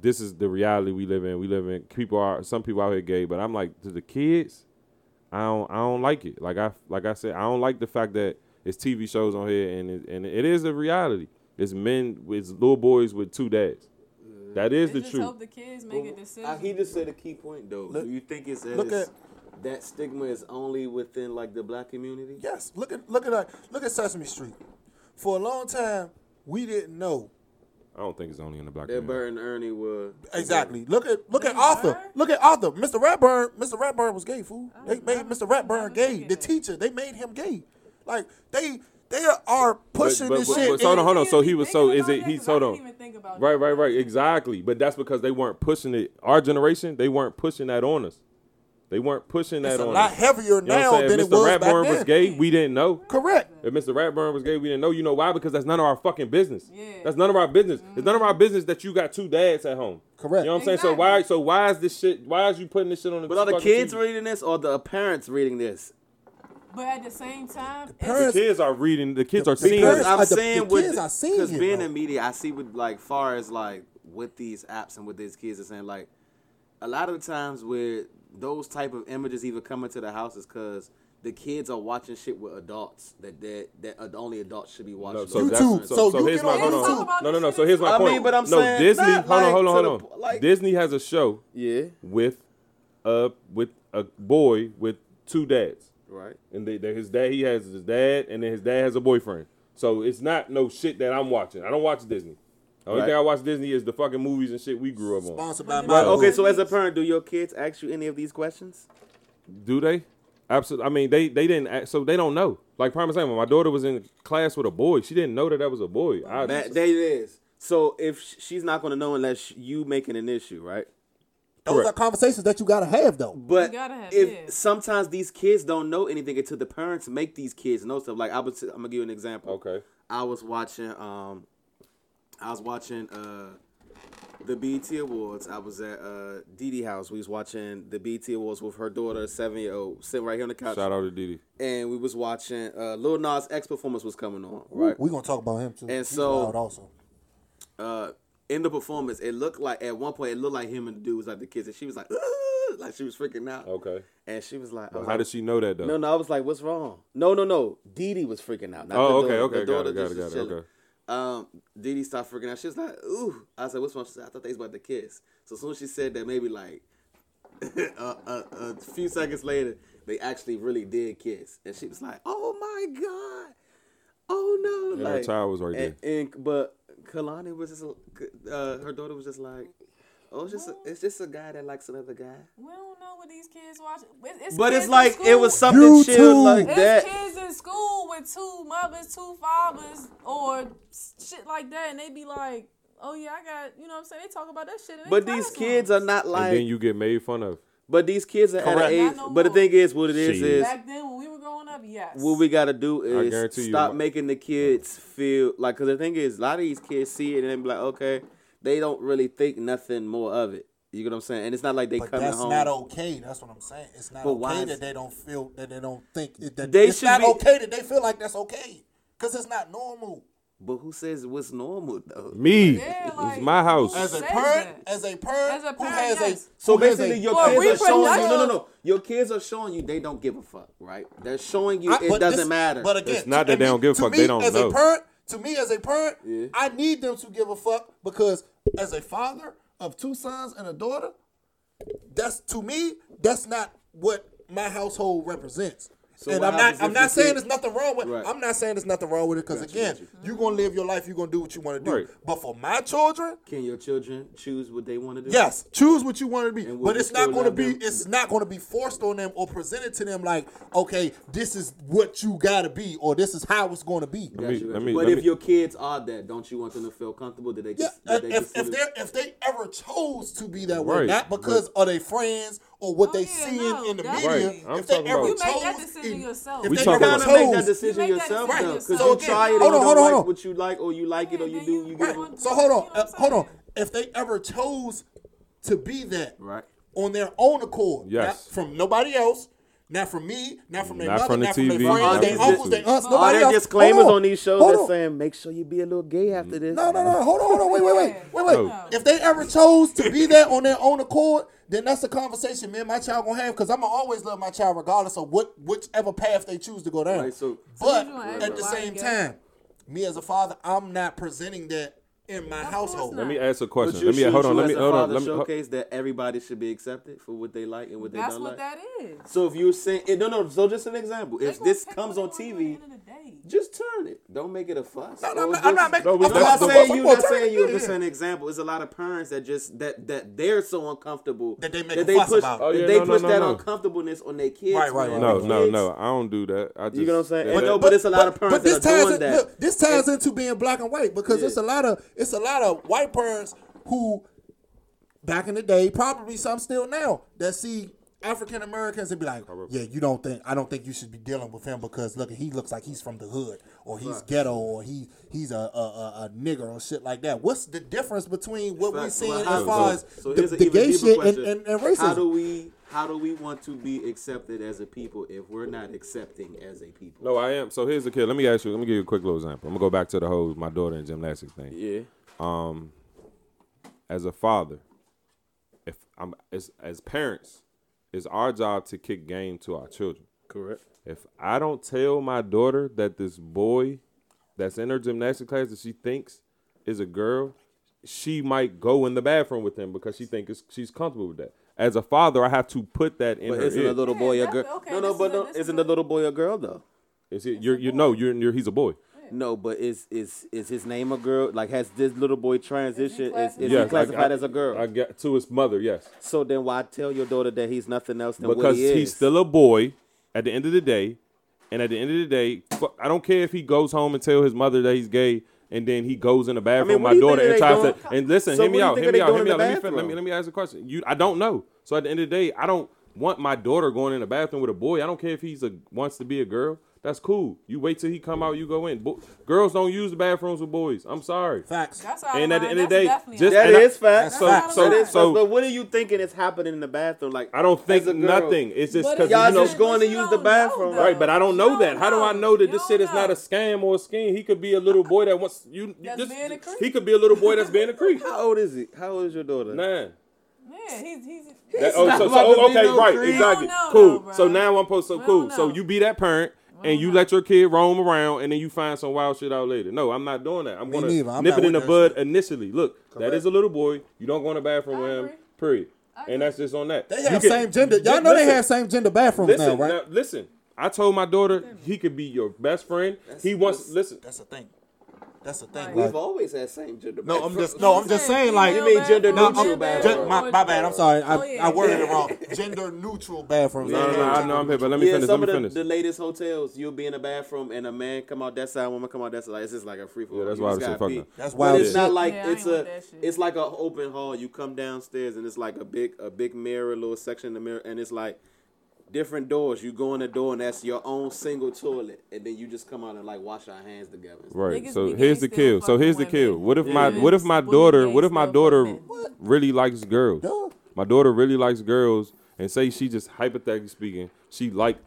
[SPEAKER 2] this is the reality we live in. We live in people are some people out here gay, but I'm like to the kids. I don't I don't like it. Like I like I said, I don't like the fact that it's TV shows on here and it, and it is a reality. It's men, it's little boys with two dads. That is
[SPEAKER 3] They
[SPEAKER 2] the
[SPEAKER 3] just
[SPEAKER 2] truth.
[SPEAKER 3] hope the kids make a decision.
[SPEAKER 4] Uh, he just said a key point though.
[SPEAKER 1] Look-
[SPEAKER 4] Do you think it's,
[SPEAKER 1] look
[SPEAKER 4] it's that stigma is only within like the black community?
[SPEAKER 1] Yes. Look at look at uh, look at Sesame Street. For a long time, we didn't know
[SPEAKER 2] I don't think it's only in the black
[SPEAKER 4] That
[SPEAKER 2] community.
[SPEAKER 4] Bird and Ernie were
[SPEAKER 1] exactly. Look at look at
[SPEAKER 3] They
[SPEAKER 1] Arthur.
[SPEAKER 3] were? Oh,
[SPEAKER 1] Look at Arthur. Mr. Ratburn. Mr. Ratburn was gay. Fool.
[SPEAKER 3] I
[SPEAKER 1] They made
[SPEAKER 3] remember-
[SPEAKER 1] Mr.
[SPEAKER 3] I
[SPEAKER 1] Ratburn
[SPEAKER 3] remember
[SPEAKER 1] gay.
[SPEAKER 3] thinking
[SPEAKER 1] The
[SPEAKER 3] that.
[SPEAKER 1] teacher. They made him gay. Like they they are pushing
[SPEAKER 2] but-
[SPEAKER 1] this
[SPEAKER 2] but-
[SPEAKER 1] shit.
[SPEAKER 2] but- so hold on, hold on.
[SPEAKER 3] Didn't
[SPEAKER 2] So
[SPEAKER 3] even
[SPEAKER 2] he was-
[SPEAKER 3] think
[SPEAKER 2] so is
[SPEAKER 3] about
[SPEAKER 2] it-
[SPEAKER 3] that,
[SPEAKER 2] he's-
[SPEAKER 3] 'cause I
[SPEAKER 2] hold
[SPEAKER 3] didn't
[SPEAKER 2] on.
[SPEAKER 3] even think about
[SPEAKER 2] Right,
[SPEAKER 3] that.
[SPEAKER 2] right, right. Exactly. But that's because they weren't pushing it. Our generation, they weren't pushing that on us. They weren't pushing that
[SPEAKER 1] it's a
[SPEAKER 2] on
[SPEAKER 1] lot
[SPEAKER 2] us.
[SPEAKER 1] heavier
[SPEAKER 2] You know what
[SPEAKER 1] now
[SPEAKER 2] I'm saying?
[SPEAKER 1] than
[SPEAKER 2] If
[SPEAKER 1] it was back
[SPEAKER 2] Mr. Ratburn
[SPEAKER 1] then.
[SPEAKER 2] was gay, we didn't know.
[SPEAKER 1] Correct.
[SPEAKER 2] If Mr. Ratburn was gay, we didn't know. You know why? Because that's none of our fucking business.
[SPEAKER 3] Yeah.
[SPEAKER 2] That's none of our business. It's none of our business that you got two dads at home.
[SPEAKER 1] Correct.
[SPEAKER 2] You know what I'm saying? So
[SPEAKER 3] Exactly.
[SPEAKER 2] why? So why is this shit? Why is you putting this shit on the?
[SPEAKER 4] But are the
[SPEAKER 2] fucking
[SPEAKER 4] kids
[SPEAKER 2] TV?
[SPEAKER 4] reading this or the parents reading this?
[SPEAKER 3] But at the same time, it's-
[SPEAKER 2] The
[SPEAKER 1] parents-
[SPEAKER 2] kids are reading. The kids are seeing.
[SPEAKER 1] parents
[SPEAKER 2] it.
[SPEAKER 1] are
[SPEAKER 4] I'm
[SPEAKER 1] the-
[SPEAKER 4] saying
[SPEAKER 1] the
[SPEAKER 4] with
[SPEAKER 1] kids are seeing
[SPEAKER 4] because
[SPEAKER 1] it,
[SPEAKER 4] being
[SPEAKER 1] though.
[SPEAKER 4] in media, I see with like far as like with these apps and with these kids are saying like a lot of the times where those type of images even come into the house is because the kids are watching shit with adults that that that uh, only adults should be watching.
[SPEAKER 2] No, so
[SPEAKER 1] YouTube.
[SPEAKER 2] that's-
[SPEAKER 1] So
[SPEAKER 2] So,
[SPEAKER 1] you
[SPEAKER 2] here's
[SPEAKER 1] get
[SPEAKER 2] my
[SPEAKER 1] on
[SPEAKER 2] hold on.
[SPEAKER 1] YouTube.
[SPEAKER 2] hold on. No, no, no. So here's my
[SPEAKER 4] I mean,
[SPEAKER 2] point.
[SPEAKER 4] but I'm
[SPEAKER 2] no,
[SPEAKER 4] saying
[SPEAKER 2] Disney.
[SPEAKER 4] not
[SPEAKER 2] Hold on,
[SPEAKER 4] like
[SPEAKER 2] hold on,
[SPEAKER 4] to
[SPEAKER 2] hold
[SPEAKER 4] the
[SPEAKER 2] on.
[SPEAKER 4] po- like-
[SPEAKER 2] Disney has a show
[SPEAKER 5] Yeah.
[SPEAKER 2] with a with a boy with two dads,
[SPEAKER 4] right.
[SPEAKER 2] and they, they, his dad he has his dad, and then his dad has a boyfriend. So it's not no shit that I'm watching. I don't watch Disney. The only
[SPEAKER 5] Right.
[SPEAKER 2] thing I watch Disney is the fucking movies and shit we grew up on.
[SPEAKER 1] Sponsored by
[SPEAKER 3] Right,
[SPEAKER 1] my
[SPEAKER 4] Uh, Okay,
[SPEAKER 3] okay,
[SPEAKER 4] so
[SPEAKER 3] so
[SPEAKER 4] as a parent, do your kids ask you any of these questions?
[SPEAKER 2] Do they? Absolutely. I mean, they they didn't. Act, so they don't know. Like prime example, my daughter was in class with a boy. She didn't know that that was a boy. I,
[SPEAKER 4] That there it is. So if sh- she's not going to know unless you making an issue, right?
[SPEAKER 1] Those are
[SPEAKER 2] Correct.
[SPEAKER 1] conversations that you gotta have though.
[SPEAKER 4] But
[SPEAKER 3] You gotta have-
[SPEAKER 4] if
[SPEAKER 3] yeah.
[SPEAKER 4] sometimes these kids don't know anything until the parents make these kids know stuff. Like I was, I'm gonna give you an example.
[SPEAKER 2] okay.
[SPEAKER 4] I was watching, um, I was watching uh, the BET Awards. I was at uh, Dee Dee house. We was watching the BET Awards with her daughter, seven year old, sitting right here on the couch,
[SPEAKER 2] Shout out to Didi.
[SPEAKER 4] and we was watching uh, Lil Nas X performance was coming on, right?
[SPEAKER 1] We're gonna talk about him too.
[SPEAKER 4] And
[SPEAKER 1] He's
[SPEAKER 4] so-
[SPEAKER 1] wild also.
[SPEAKER 4] uh, in the performance, it looked like at one point it looked like him and the dude was like the kids, and she was like, "Ugh," like she was freaking out.
[SPEAKER 2] Okay.
[SPEAKER 4] And she was like, I was
[SPEAKER 2] How
[SPEAKER 4] like,
[SPEAKER 2] did she know that though?
[SPEAKER 4] No, no, I was like, "What's wrong?" No, no, no. Dee Dee was freaking out. Not
[SPEAKER 2] Oh,
[SPEAKER 4] the
[SPEAKER 2] okay,
[SPEAKER 4] daughter.
[SPEAKER 2] okay,
[SPEAKER 4] The
[SPEAKER 2] got
[SPEAKER 4] daughter
[SPEAKER 2] it, got
[SPEAKER 4] just
[SPEAKER 2] it,
[SPEAKER 4] was
[SPEAKER 2] got it,
[SPEAKER 4] chilling.
[SPEAKER 2] okay.
[SPEAKER 4] Um, Dee Dee started freaking out. She was like, "Ooh!" I said, "What's wrong?" She said, "I thought they was about to kiss." So as soon as she said that, maybe like a, a, a few seconds later, they actually really did kiss, and she was like, "Oh my god, oh no!"
[SPEAKER 2] her
[SPEAKER 4] like,
[SPEAKER 2] child was right there.
[SPEAKER 4] And, and but Kalani was just, a- uh, her daughter was just like, "Oh, it's just a, it's just a guy that likes another guy."
[SPEAKER 3] we don't know what these kids watch. It's, it's
[SPEAKER 4] But
[SPEAKER 3] kids
[SPEAKER 4] it's
[SPEAKER 3] in
[SPEAKER 4] like it
[SPEAKER 3] school.
[SPEAKER 4] was something
[SPEAKER 1] YouTube.
[SPEAKER 4] chill like
[SPEAKER 3] It's
[SPEAKER 4] that.
[SPEAKER 3] kids in school with two mothers, two fathers, or shit like that, and they be like, "Oh yeah, I got," you know what I'm saying? They talk about that shit. in
[SPEAKER 4] But
[SPEAKER 3] their
[SPEAKER 4] these
[SPEAKER 3] classrooms.
[SPEAKER 4] kids are not like.
[SPEAKER 2] and then you get made fun of.
[SPEAKER 4] But these kids are at
[SPEAKER 1] Correct.
[SPEAKER 4] an age.
[SPEAKER 3] Not no
[SPEAKER 4] but the
[SPEAKER 3] more.
[SPEAKER 4] thing is, what it is
[SPEAKER 2] Shit.
[SPEAKER 4] is
[SPEAKER 3] back then when we were growing up. Yes,
[SPEAKER 4] what we gotta do
[SPEAKER 2] guarantee
[SPEAKER 4] is
[SPEAKER 2] you
[SPEAKER 4] stop
[SPEAKER 2] my-
[SPEAKER 4] making the kids feel like. Cause the thing is, a lot of these kids see it and they be like, okay, they don't really think nothing more of it. You get what I'm saying? And it's not like they
[SPEAKER 1] But
[SPEAKER 4] coming
[SPEAKER 1] that's
[SPEAKER 4] home.
[SPEAKER 1] not okay. That's what I'm saying. It's not
[SPEAKER 4] But why
[SPEAKER 1] okay
[SPEAKER 4] is-
[SPEAKER 1] that they don't feel that they don't think it- that
[SPEAKER 4] They
[SPEAKER 1] it's
[SPEAKER 4] should
[SPEAKER 1] not
[SPEAKER 4] be-
[SPEAKER 1] okay that they feel like that's okay because it's not normal.
[SPEAKER 4] but who says what's normal though?
[SPEAKER 2] Me,
[SPEAKER 3] Yeah,
[SPEAKER 2] it's
[SPEAKER 3] like-
[SPEAKER 2] my house.
[SPEAKER 3] Who
[SPEAKER 1] As a
[SPEAKER 3] says
[SPEAKER 1] parent,
[SPEAKER 3] that?
[SPEAKER 1] as a parent,
[SPEAKER 3] As a
[SPEAKER 1] who
[SPEAKER 3] parent,
[SPEAKER 1] has
[SPEAKER 3] yes.
[SPEAKER 1] a
[SPEAKER 4] So
[SPEAKER 1] who has
[SPEAKER 4] basically,
[SPEAKER 1] a-
[SPEAKER 4] your
[SPEAKER 3] For
[SPEAKER 4] kids are showing you. No, no,
[SPEAKER 3] reproduction-
[SPEAKER 4] no. Your kids are showing you they don't give a fuck, right? They're showing you
[SPEAKER 1] I-
[SPEAKER 4] it
[SPEAKER 1] but
[SPEAKER 4] doesn't
[SPEAKER 1] this-
[SPEAKER 4] matter.
[SPEAKER 1] But again,
[SPEAKER 2] It's not that
[SPEAKER 1] to
[SPEAKER 2] they
[SPEAKER 1] me-
[SPEAKER 2] don't give a
[SPEAKER 1] to
[SPEAKER 2] fuck, they
[SPEAKER 1] me
[SPEAKER 2] don't
[SPEAKER 1] as
[SPEAKER 2] know.
[SPEAKER 1] a parent, to me as a parent,
[SPEAKER 4] Yeah.
[SPEAKER 1] I need them to give a fuck because as a father of two sons and a daughter, that's to me that's not what my household represents.
[SPEAKER 4] So
[SPEAKER 1] and I'm
[SPEAKER 4] what
[SPEAKER 1] not.
[SPEAKER 4] happens if
[SPEAKER 1] I'm
[SPEAKER 4] your
[SPEAKER 1] not saying
[SPEAKER 4] kid-
[SPEAKER 1] there's nothing wrong with.
[SPEAKER 4] Right.
[SPEAKER 1] I'm not saying there's nothing wrong with it because again, you. are gonna live your life. You're gonna do what you want to do.
[SPEAKER 2] Right.
[SPEAKER 1] But for my children,
[SPEAKER 4] Can your children choose what they want to do?
[SPEAKER 1] Yes, choose what you want to be,
[SPEAKER 4] And will
[SPEAKER 1] but
[SPEAKER 4] you
[SPEAKER 1] it's not
[SPEAKER 4] still
[SPEAKER 1] going to
[SPEAKER 4] love
[SPEAKER 1] be
[SPEAKER 4] them?
[SPEAKER 1] it's not going to be forced on them or presented to them like, okay, this is what you got to be or this is how it's going to be.
[SPEAKER 2] Let me-
[SPEAKER 4] Gotcha,
[SPEAKER 2] let
[SPEAKER 4] gotcha.
[SPEAKER 2] me-
[SPEAKER 4] but
[SPEAKER 2] let
[SPEAKER 4] if
[SPEAKER 2] me-
[SPEAKER 4] your kids are that, don't you want them to feel comfortable that they
[SPEAKER 1] Yeah,
[SPEAKER 4] just that
[SPEAKER 1] and
[SPEAKER 4] they
[SPEAKER 1] if
[SPEAKER 4] just
[SPEAKER 1] if they if they ever chose to be that way,
[SPEAKER 2] Right,
[SPEAKER 1] not because of their friends or what
[SPEAKER 3] Oh,
[SPEAKER 1] they
[SPEAKER 3] yeah,
[SPEAKER 1] seeing
[SPEAKER 3] no,
[SPEAKER 1] in the
[SPEAKER 3] definitely.
[SPEAKER 1] media,
[SPEAKER 2] Right, I'm
[SPEAKER 1] if they
[SPEAKER 2] talking
[SPEAKER 1] ever
[SPEAKER 2] about-
[SPEAKER 3] you
[SPEAKER 1] chose,
[SPEAKER 3] make that decision
[SPEAKER 1] in-
[SPEAKER 3] yourself.
[SPEAKER 1] if
[SPEAKER 2] We
[SPEAKER 1] they
[SPEAKER 2] talking
[SPEAKER 1] ever
[SPEAKER 2] about-
[SPEAKER 4] gotta make that
[SPEAKER 1] chose,
[SPEAKER 4] decision
[SPEAKER 3] You make that
[SPEAKER 4] yourself
[SPEAKER 3] decision
[SPEAKER 4] though, because
[SPEAKER 3] yourself.
[SPEAKER 4] you
[SPEAKER 1] So again,
[SPEAKER 4] try it and
[SPEAKER 1] hold
[SPEAKER 4] you
[SPEAKER 1] on,
[SPEAKER 4] don't
[SPEAKER 1] hold on,
[SPEAKER 4] like
[SPEAKER 1] hold on.
[SPEAKER 4] what you like or you like it or you
[SPEAKER 3] Yeah,
[SPEAKER 4] do
[SPEAKER 3] you-
[SPEAKER 4] you get
[SPEAKER 1] right?
[SPEAKER 4] it.
[SPEAKER 3] Right.
[SPEAKER 1] So hold on,
[SPEAKER 3] You know what
[SPEAKER 1] uh,
[SPEAKER 3] I'm
[SPEAKER 1] hold on.
[SPEAKER 3] saying?
[SPEAKER 1] If they ever chose to be that,
[SPEAKER 4] Right.
[SPEAKER 1] on their own accord.
[SPEAKER 2] Yes.
[SPEAKER 1] Not from nobody else. Not from me. Not from their
[SPEAKER 2] Not
[SPEAKER 1] mother.
[SPEAKER 2] from the
[SPEAKER 1] not from
[SPEAKER 2] TV,
[SPEAKER 1] their
[SPEAKER 4] not
[SPEAKER 1] friends, their
[SPEAKER 4] from
[SPEAKER 1] uncles,
[SPEAKER 4] YouTube.
[SPEAKER 1] their aunts.
[SPEAKER 3] Are
[SPEAKER 1] Nobody
[SPEAKER 4] there
[SPEAKER 1] else.
[SPEAKER 4] disclaimers
[SPEAKER 1] Hold
[SPEAKER 4] on these shows
[SPEAKER 1] Hold
[SPEAKER 4] that's
[SPEAKER 1] on.
[SPEAKER 4] saying make sure you be a little gay after this?
[SPEAKER 1] No, no, no. Hold on, hold on. Wait, wait, wait, wait, wait.
[SPEAKER 3] No.
[SPEAKER 1] If they ever chose to be there on their own accord, then that's a conversation me and my child gonna have because I'm gonna always love my child regardless of what whichever path they choose to go down.
[SPEAKER 4] Right, so-
[SPEAKER 1] but
[SPEAKER 3] So you wanna ask
[SPEAKER 1] at the
[SPEAKER 3] why
[SPEAKER 1] same
[SPEAKER 3] you gay?
[SPEAKER 1] time, me as a father, I'm not presenting that in my
[SPEAKER 3] Of course
[SPEAKER 1] household.
[SPEAKER 3] not.
[SPEAKER 2] Let me ask a
[SPEAKER 4] But
[SPEAKER 2] question.
[SPEAKER 4] you
[SPEAKER 2] Let me
[SPEAKER 4] should
[SPEAKER 2] hold on.
[SPEAKER 4] you
[SPEAKER 2] Let
[SPEAKER 4] as
[SPEAKER 2] me
[SPEAKER 4] a
[SPEAKER 2] hold on.
[SPEAKER 4] father
[SPEAKER 2] Let me. hold-
[SPEAKER 4] showcase that everybody should be accepted for what they like and what they
[SPEAKER 3] That's
[SPEAKER 4] don't
[SPEAKER 3] what
[SPEAKER 4] like.
[SPEAKER 3] that is.
[SPEAKER 4] So if you're saying eh, no, no, so just an example.
[SPEAKER 3] They
[SPEAKER 4] If
[SPEAKER 3] gonna
[SPEAKER 4] this
[SPEAKER 3] pick
[SPEAKER 4] comes on
[SPEAKER 3] what they wanna do
[SPEAKER 4] TV,
[SPEAKER 3] at the end of the day.
[SPEAKER 4] just turn it. Don't make it a fuss.
[SPEAKER 1] No, no, I'm
[SPEAKER 4] Or
[SPEAKER 1] not- I'm not
[SPEAKER 4] just-
[SPEAKER 1] making-
[SPEAKER 4] I'm
[SPEAKER 1] I'm
[SPEAKER 4] not
[SPEAKER 1] not-
[SPEAKER 4] saying
[SPEAKER 1] I'm
[SPEAKER 4] you.
[SPEAKER 1] not
[SPEAKER 4] Not saying you.
[SPEAKER 1] turning it.
[SPEAKER 4] Just an example. It's a lot of parents that just that that they're so uncomfortable
[SPEAKER 1] That they make a
[SPEAKER 4] that they
[SPEAKER 1] fuss
[SPEAKER 4] push
[SPEAKER 1] about it.
[SPEAKER 2] Oh, yeah,
[SPEAKER 4] that they
[SPEAKER 2] no, no,
[SPEAKER 4] push
[SPEAKER 2] no,
[SPEAKER 4] that
[SPEAKER 2] no.
[SPEAKER 4] uncomfortableness on their kids.
[SPEAKER 1] Right, right,
[SPEAKER 4] man.
[SPEAKER 1] right.
[SPEAKER 2] No,
[SPEAKER 4] The
[SPEAKER 2] no,
[SPEAKER 4] kids-
[SPEAKER 2] no. I don't do that. I just
[SPEAKER 4] know what I'm saying?
[SPEAKER 2] yeah,
[SPEAKER 4] But
[SPEAKER 2] that-
[SPEAKER 4] no, it's a lot of parents
[SPEAKER 1] But this
[SPEAKER 4] that are
[SPEAKER 1] ties
[SPEAKER 4] doing
[SPEAKER 1] in-
[SPEAKER 4] that.
[SPEAKER 1] Look, this ties into being black and white because it's a lot of it's a lot of white parents who back in the day, probably some still now, that see African Americans and be like, Yeah, you don't think I don't think you should be dealing with him because look he looks like he's from the hood or he's ghetto or he he's a a, a, a nigger or shit like that. What's the difference between what we're
[SPEAKER 4] Facts.
[SPEAKER 1] seeing
[SPEAKER 4] Well,
[SPEAKER 1] as
[SPEAKER 4] how-
[SPEAKER 1] far as
[SPEAKER 4] so
[SPEAKER 1] the,
[SPEAKER 4] here's an
[SPEAKER 1] the
[SPEAKER 4] even
[SPEAKER 1] gay
[SPEAKER 4] deeper
[SPEAKER 1] shit and,
[SPEAKER 4] question.
[SPEAKER 1] and, and
[SPEAKER 4] How do
[SPEAKER 1] racism?
[SPEAKER 4] we how do we want to be accepted as a people if we're not accepting as a people?
[SPEAKER 2] No, I am. So here's the kid. Let me ask you. Let me give you a quick little example. I'm gonna go back to the whole my daughter and gymnastics thing.
[SPEAKER 4] Yeah.
[SPEAKER 2] As a father, if I'm as as parents, it's our job to kick game to our children.
[SPEAKER 5] Correct.
[SPEAKER 2] If I don't tell my daughter that this boy that's in her gymnastics class that she thinks is a girl, she might go in the bathroom with him because she thinks she's comfortable with that. As a father, I have to put that in
[SPEAKER 4] But
[SPEAKER 2] her.
[SPEAKER 4] isn't
[SPEAKER 2] ear.
[SPEAKER 4] a little boy
[SPEAKER 3] Yeah,
[SPEAKER 4] a girl?
[SPEAKER 3] that's- okay,
[SPEAKER 4] no, no,
[SPEAKER 3] this
[SPEAKER 4] but
[SPEAKER 3] is a-
[SPEAKER 4] no,
[SPEAKER 3] this is
[SPEAKER 4] isn't
[SPEAKER 3] a-
[SPEAKER 4] the little boy a girl though?
[SPEAKER 2] Is he, you're, you no, you're, you're, he's a boy.
[SPEAKER 4] No, but is is is his name a girl? Like, has this little boy transition? Is, is
[SPEAKER 3] Yeah,
[SPEAKER 4] he
[SPEAKER 2] Yes, I-
[SPEAKER 4] classified
[SPEAKER 2] I-
[SPEAKER 4] as a girl?
[SPEAKER 2] I get to his mother. Yes.
[SPEAKER 4] so then, why tell your daughter that he's nothing else than what
[SPEAKER 2] because
[SPEAKER 4] he is?
[SPEAKER 2] he's still a boy at the end of the day and at the end of the day fu- i don't care if he goes home and tell his mother that he's gay and then he goes in the bathroom
[SPEAKER 4] what
[SPEAKER 2] with
[SPEAKER 4] do
[SPEAKER 2] my
[SPEAKER 4] you
[SPEAKER 2] daughter and
[SPEAKER 4] think that they
[SPEAKER 2] tries
[SPEAKER 4] doing?
[SPEAKER 2] to and listen
[SPEAKER 4] So
[SPEAKER 2] hear
[SPEAKER 4] what do
[SPEAKER 2] me
[SPEAKER 4] you
[SPEAKER 2] out
[SPEAKER 4] think
[SPEAKER 2] hear
[SPEAKER 4] they
[SPEAKER 2] me out
[SPEAKER 4] doing
[SPEAKER 2] hear
[SPEAKER 4] in
[SPEAKER 2] me
[SPEAKER 4] the
[SPEAKER 2] out let me, fin- let me
[SPEAKER 4] bathroom?
[SPEAKER 2] let me ask a question you i don't know so at the end of the day i don't want my daughter going in the bathroom with a boy i don't care if he's a wants to be a girl that's cool you wait till he come out you go in Bo- girls don't use the bathrooms with boys i'm sorry
[SPEAKER 1] Facts.
[SPEAKER 3] That's all.
[SPEAKER 2] and at the
[SPEAKER 3] mine.
[SPEAKER 2] end of the
[SPEAKER 3] That's
[SPEAKER 2] day
[SPEAKER 3] definitely
[SPEAKER 2] just
[SPEAKER 3] all
[SPEAKER 4] That
[SPEAKER 2] and I-
[SPEAKER 4] is fact.
[SPEAKER 2] so
[SPEAKER 1] That's
[SPEAKER 3] not a
[SPEAKER 2] so
[SPEAKER 3] lie.
[SPEAKER 4] but
[SPEAKER 2] so
[SPEAKER 4] what are you thinking is happening in the bathroom? Like,
[SPEAKER 2] i don't think
[SPEAKER 4] as a girl-
[SPEAKER 2] nothing it's just
[SPEAKER 3] But
[SPEAKER 2] because
[SPEAKER 3] it's
[SPEAKER 4] Y'all
[SPEAKER 2] you know,
[SPEAKER 4] just going to
[SPEAKER 3] but you
[SPEAKER 4] use the
[SPEAKER 3] don't know,
[SPEAKER 4] bathroom.
[SPEAKER 3] though.
[SPEAKER 2] Right, but I don't
[SPEAKER 3] You
[SPEAKER 2] know
[SPEAKER 3] don't
[SPEAKER 2] that. How do I
[SPEAKER 3] know.
[SPEAKER 2] know that
[SPEAKER 3] You
[SPEAKER 2] this
[SPEAKER 3] don't
[SPEAKER 2] shit is not
[SPEAKER 3] know.
[SPEAKER 2] a scam or a scheme? He could be a little boy that wants you. you
[SPEAKER 3] That's
[SPEAKER 2] just-
[SPEAKER 3] being a creep.
[SPEAKER 2] He could be a little boy that's being a creep.
[SPEAKER 4] How old is he? How old is your daughter?
[SPEAKER 2] Nine.
[SPEAKER 3] Yeah, he's he's.
[SPEAKER 2] That- oh,
[SPEAKER 4] not
[SPEAKER 2] so, so-
[SPEAKER 4] about to
[SPEAKER 2] oh,
[SPEAKER 4] be
[SPEAKER 2] okay,
[SPEAKER 4] no
[SPEAKER 2] right,
[SPEAKER 4] creep.
[SPEAKER 2] exactly.
[SPEAKER 3] We don't know,
[SPEAKER 2] cool.
[SPEAKER 3] though,
[SPEAKER 2] so
[SPEAKER 3] bruh.
[SPEAKER 2] now I'm post so
[SPEAKER 3] We
[SPEAKER 2] cool.
[SPEAKER 3] don't
[SPEAKER 2] So
[SPEAKER 3] know.
[SPEAKER 2] you be that parent and you let your kid roam around and then you find some wild shit out later. No, I'm not doing that. I'm
[SPEAKER 1] Me
[SPEAKER 2] gonna
[SPEAKER 1] neither. I'm
[SPEAKER 2] nip
[SPEAKER 1] not
[SPEAKER 2] it in the
[SPEAKER 1] with that
[SPEAKER 2] bud initially. Look, that
[SPEAKER 1] Correct.
[SPEAKER 2] is a little boy. You don't go in the bathroom
[SPEAKER 3] I
[SPEAKER 2] with him.
[SPEAKER 3] agree.
[SPEAKER 2] Period.
[SPEAKER 3] agree.
[SPEAKER 2] And that's just on that.
[SPEAKER 1] They
[SPEAKER 2] You
[SPEAKER 1] have
[SPEAKER 2] can-
[SPEAKER 1] same gender. Y'all
[SPEAKER 2] Li-
[SPEAKER 1] know they
[SPEAKER 2] listen.
[SPEAKER 1] have same gender bathrooms
[SPEAKER 2] Listen,
[SPEAKER 1] now, right?
[SPEAKER 2] now, listen. I told my daughter he could be your best friend. he wants. listen,
[SPEAKER 1] That's a thing. That's a thing.
[SPEAKER 3] Right.
[SPEAKER 1] Like,
[SPEAKER 4] We've always had same gender.
[SPEAKER 1] no, I'm
[SPEAKER 4] bathroom.
[SPEAKER 1] just no, Oh, I'm just saying like
[SPEAKER 3] You
[SPEAKER 4] mean gender
[SPEAKER 1] No,
[SPEAKER 4] neutral
[SPEAKER 1] I'm-
[SPEAKER 4] bathroom.
[SPEAKER 1] gen- my, my bad. I'm sorry.
[SPEAKER 3] Oh,
[SPEAKER 1] I, I worded it wrong. Gender neutral bathrooms.
[SPEAKER 2] No, no, no, I know I'm here, but let me
[SPEAKER 4] yeah,
[SPEAKER 2] finish. Let
[SPEAKER 4] some
[SPEAKER 2] me
[SPEAKER 4] of the,
[SPEAKER 2] finish.
[SPEAKER 4] the latest hotels, you'll be in the bathroom and a man come out that side, woman come out that side. It's just like a free for all.
[SPEAKER 2] Yeah, that's
[SPEAKER 4] You
[SPEAKER 2] why
[SPEAKER 4] just
[SPEAKER 2] I said
[SPEAKER 4] gotta
[SPEAKER 2] fuck
[SPEAKER 4] pee.
[SPEAKER 2] no.
[SPEAKER 1] That's
[SPEAKER 4] But
[SPEAKER 1] wild
[SPEAKER 4] it's
[SPEAKER 1] shit.
[SPEAKER 4] not like
[SPEAKER 3] Yeah, I
[SPEAKER 4] it's
[SPEAKER 3] ain't with
[SPEAKER 4] a
[SPEAKER 3] that shit.
[SPEAKER 4] it's like an open hall. You come downstairs and it's like a big a big mirror, little section in the mirror, and it's like different doors. You go in the door and that's your own single toilet, and then you just come out and like wash our hands together.
[SPEAKER 2] Right.
[SPEAKER 3] Niggas
[SPEAKER 2] So
[SPEAKER 3] be
[SPEAKER 2] here's the
[SPEAKER 3] gangsta
[SPEAKER 2] kill.
[SPEAKER 3] and
[SPEAKER 2] So here's the
[SPEAKER 3] fucking
[SPEAKER 2] kill.
[SPEAKER 3] women.
[SPEAKER 2] What if my
[SPEAKER 3] Yeah.
[SPEAKER 2] what if my
[SPEAKER 3] Bully
[SPEAKER 2] daughter what if
[SPEAKER 3] gangsta
[SPEAKER 2] my
[SPEAKER 3] and
[SPEAKER 2] daughter
[SPEAKER 3] fucking
[SPEAKER 2] really likes girls?
[SPEAKER 1] Duh.
[SPEAKER 2] My daughter really likes girls and say she just hypothetically speaking, she liked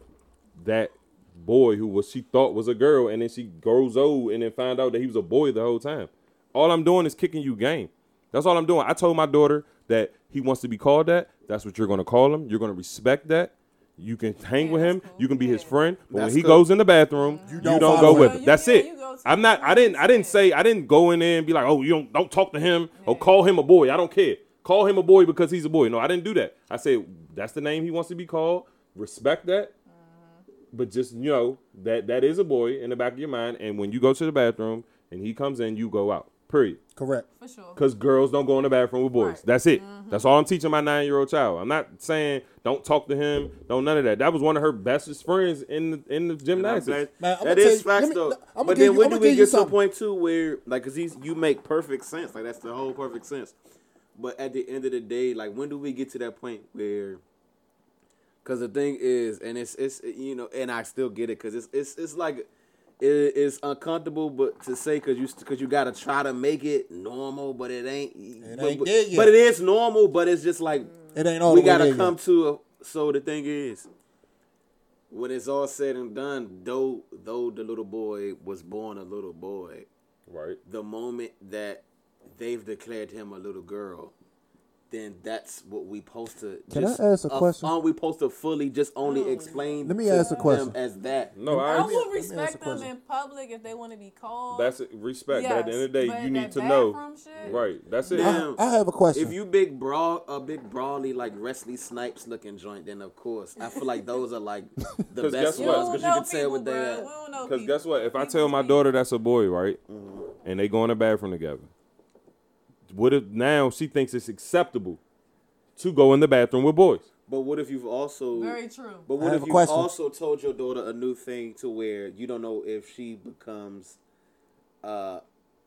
[SPEAKER 2] that boy who was she thought was a girl and then she grows old and then find out that he was a boy the whole time. All I'm doing is kicking you game. That's all I'm doing. I told my daughter that he wants to be called that. That's what you're gonna call him. You're gonna respect that. You can hang
[SPEAKER 3] Yeah,
[SPEAKER 2] with
[SPEAKER 3] that's
[SPEAKER 2] him.
[SPEAKER 3] cool.
[SPEAKER 2] You can be his
[SPEAKER 3] Yeah.
[SPEAKER 2] friend. But when
[SPEAKER 4] That's
[SPEAKER 2] he
[SPEAKER 4] cool.
[SPEAKER 2] goes in the bathroom, you
[SPEAKER 1] don't
[SPEAKER 2] don't,
[SPEAKER 1] follow
[SPEAKER 2] go
[SPEAKER 1] him.
[SPEAKER 2] with
[SPEAKER 1] No,
[SPEAKER 2] him.
[SPEAKER 3] you-
[SPEAKER 2] That's
[SPEAKER 3] yeah,
[SPEAKER 2] it.
[SPEAKER 3] you go to
[SPEAKER 2] I'm not. I didn't. I didn't say. I didn't go in there and be like, oh, you don't don't talk to him or call him a boy. I don't care. Call him a boy because he's a boy. No, I didn't do that. I said that's the name he wants to be called. Respect that.
[SPEAKER 3] Mm-hmm.
[SPEAKER 2] But just you know that that is a boy in the back of your mind. And when you go to the bathroom and he comes in, you go out. Period.
[SPEAKER 1] Correct.
[SPEAKER 3] For sure.
[SPEAKER 2] Because girls don't go in the bathroom with boys.
[SPEAKER 3] Right. Mm-hmm.
[SPEAKER 2] That's it. That's all I'm teaching my nine year old child. I'm not saying don't talk to him, don't none of that. That was one of her bestest friends in the, in the gymnastics.
[SPEAKER 1] Man, I'ma
[SPEAKER 4] that
[SPEAKER 1] tell
[SPEAKER 4] is
[SPEAKER 1] you-
[SPEAKER 4] facts
[SPEAKER 1] let me-
[SPEAKER 4] though.
[SPEAKER 1] I'ma
[SPEAKER 4] but
[SPEAKER 1] give
[SPEAKER 4] then
[SPEAKER 1] you-
[SPEAKER 4] when
[SPEAKER 1] I'ma
[SPEAKER 4] do we
[SPEAKER 1] give you
[SPEAKER 4] get to a
[SPEAKER 1] something.
[SPEAKER 4] point too where like cause he's you make perfect sense. Like that's the whole perfect sense. But at the end of the day, like when do we get to that point where cause the thing is and it's it's you know, and I still get it because it's it's it's like it, it's uncomfortable but to say cause you cause you gotta try to make it normal, but it ain't it but,
[SPEAKER 1] ain't
[SPEAKER 4] but-
[SPEAKER 1] there yet.
[SPEAKER 4] but it is normal, but it's just like
[SPEAKER 1] It ain't all
[SPEAKER 4] we
[SPEAKER 1] the way there
[SPEAKER 4] gotta
[SPEAKER 1] yet.
[SPEAKER 4] come to a, so the thing is when it's all said and done though though the little boy was born a little boy
[SPEAKER 2] Right.
[SPEAKER 4] the moment that they've declared him a little girl then that's what we supposed to.
[SPEAKER 1] Can I
[SPEAKER 4] just-
[SPEAKER 1] ask a
[SPEAKER 4] uh,
[SPEAKER 1] question?
[SPEAKER 4] Aren't we supposed to fully just only
[SPEAKER 3] Oh.
[SPEAKER 4] explain?
[SPEAKER 1] Let me
[SPEAKER 4] to
[SPEAKER 1] ask a
[SPEAKER 4] them
[SPEAKER 1] question.
[SPEAKER 4] As that,
[SPEAKER 2] No,
[SPEAKER 3] I
[SPEAKER 2] I.
[SPEAKER 3] would
[SPEAKER 1] me ask a
[SPEAKER 3] respect them
[SPEAKER 1] question.
[SPEAKER 3] in public if they want to be called.
[SPEAKER 2] That's it. respect.
[SPEAKER 3] Yes,
[SPEAKER 2] At the end of the
[SPEAKER 3] but
[SPEAKER 2] day, you need
[SPEAKER 3] that
[SPEAKER 2] to know.
[SPEAKER 3] bathroom shit,
[SPEAKER 2] Right. That's it.
[SPEAKER 4] Now-
[SPEAKER 1] I, I have a question.
[SPEAKER 4] If you big brawl, a big brawly like Wesley Snipes looking joint, then of course I feel like those are like the
[SPEAKER 2] 'Cause
[SPEAKER 4] best
[SPEAKER 2] guess what?
[SPEAKER 4] ones
[SPEAKER 3] don't
[SPEAKER 4] because you
[SPEAKER 3] know
[SPEAKER 4] can tell
[SPEAKER 3] people,
[SPEAKER 4] what they
[SPEAKER 3] bruh.
[SPEAKER 4] are.
[SPEAKER 3] We don't know
[SPEAKER 2] Because
[SPEAKER 3] people.
[SPEAKER 2] guess what? If I
[SPEAKER 3] People
[SPEAKER 2] tell my
[SPEAKER 3] be-
[SPEAKER 2] daughter that's a boy, right,
[SPEAKER 4] Mm-hmm.
[SPEAKER 2] and they go in the bathroom together, what if now she thinks it's acceptable to go in the bathroom with boys?
[SPEAKER 4] But what if you've also
[SPEAKER 3] Very true.
[SPEAKER 4] But what
[SPEAKER 1] have
[SPEAKER 4] if
[SPEAKER 1] a
[SPEAKER 4] you
[SPEAKER 1] question.
[SPEAKER 4] also told your daughter a new thing to where you don't know if she becomes uh,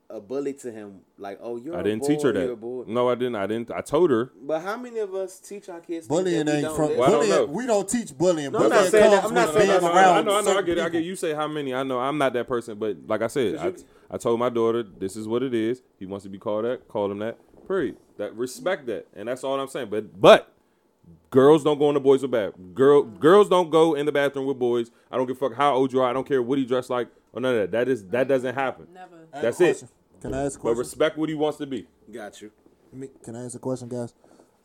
[SPEAKER 4] a bully to him? Like, oh, you're.
[SPEAKER 2] I
[SPEAKER 4] a
[SPEAKER 2] didn't
[SPEAKER 4] boy,
[SPEAKER 2] teach her
[SPEAKER 4] you're a
[SPEAKER 2] that.
[SPEAKER 4] boy.
[SPEAKER 2] No, I didn't. I didn't. I told her.
[SPEAKER 4] But how many of us teach our kids? things
[SPEAKER 1] bullying
[SPEAKER 4] that we
[SPEAKER 1] ain't
[SPEAKER 4] don't
[SPEAKER 1] from
[SPEAKER 4] live?
[SPEAKER 2] Well, I don't
[SPEAKER 1] bullying.
[SPEAKER 2] know.
[SPEAKER 1] we don't teach bullying.
[SPEAKER 4] No, I'm
[SPEAKER 1] bullying
[SPEAKER 4] not saying that-
[SPEAKER 1] comes
[SPEAKER 4] I'm not
[SPEAKER 1] with
[SPEAKER 4] saying
[SPEAKER 1] being
[SPEAKER 4] that-
[SPEAKER 1] around
[SPEAKER 2] I know, I know, I
[SPEAKER 1] certain
[SPEAKER 2] get it. I
[SPEAKER 1] people.
[SPEAKER 2] get it. You say how many? I know I'm not that person, but like I said, I, I told my daughter this is what it is. He wants to be called that. Call him that. Period. That respect that, and that's all I'm saying. But but girls don't go in the boys with bath. Girl girls don't go in the bathroom with boys. I don't give a fuck how old you are. I don't care what he dressed like or none of that. That is that doesn't happen.
[SPEAKER 3] Never.
[SPEAKER 1] I have a
[SPEAKER 2] That's it.
[SPEAKER 1] question. Can I ask a
[SPEAKER 2] But
[SPEAKER 1] question?
[SPEAKER 2] respect what he wants to be.
[SPEAKER 4] Got you.
[SPEAKER 1] Let me- Can I ask a question, guys?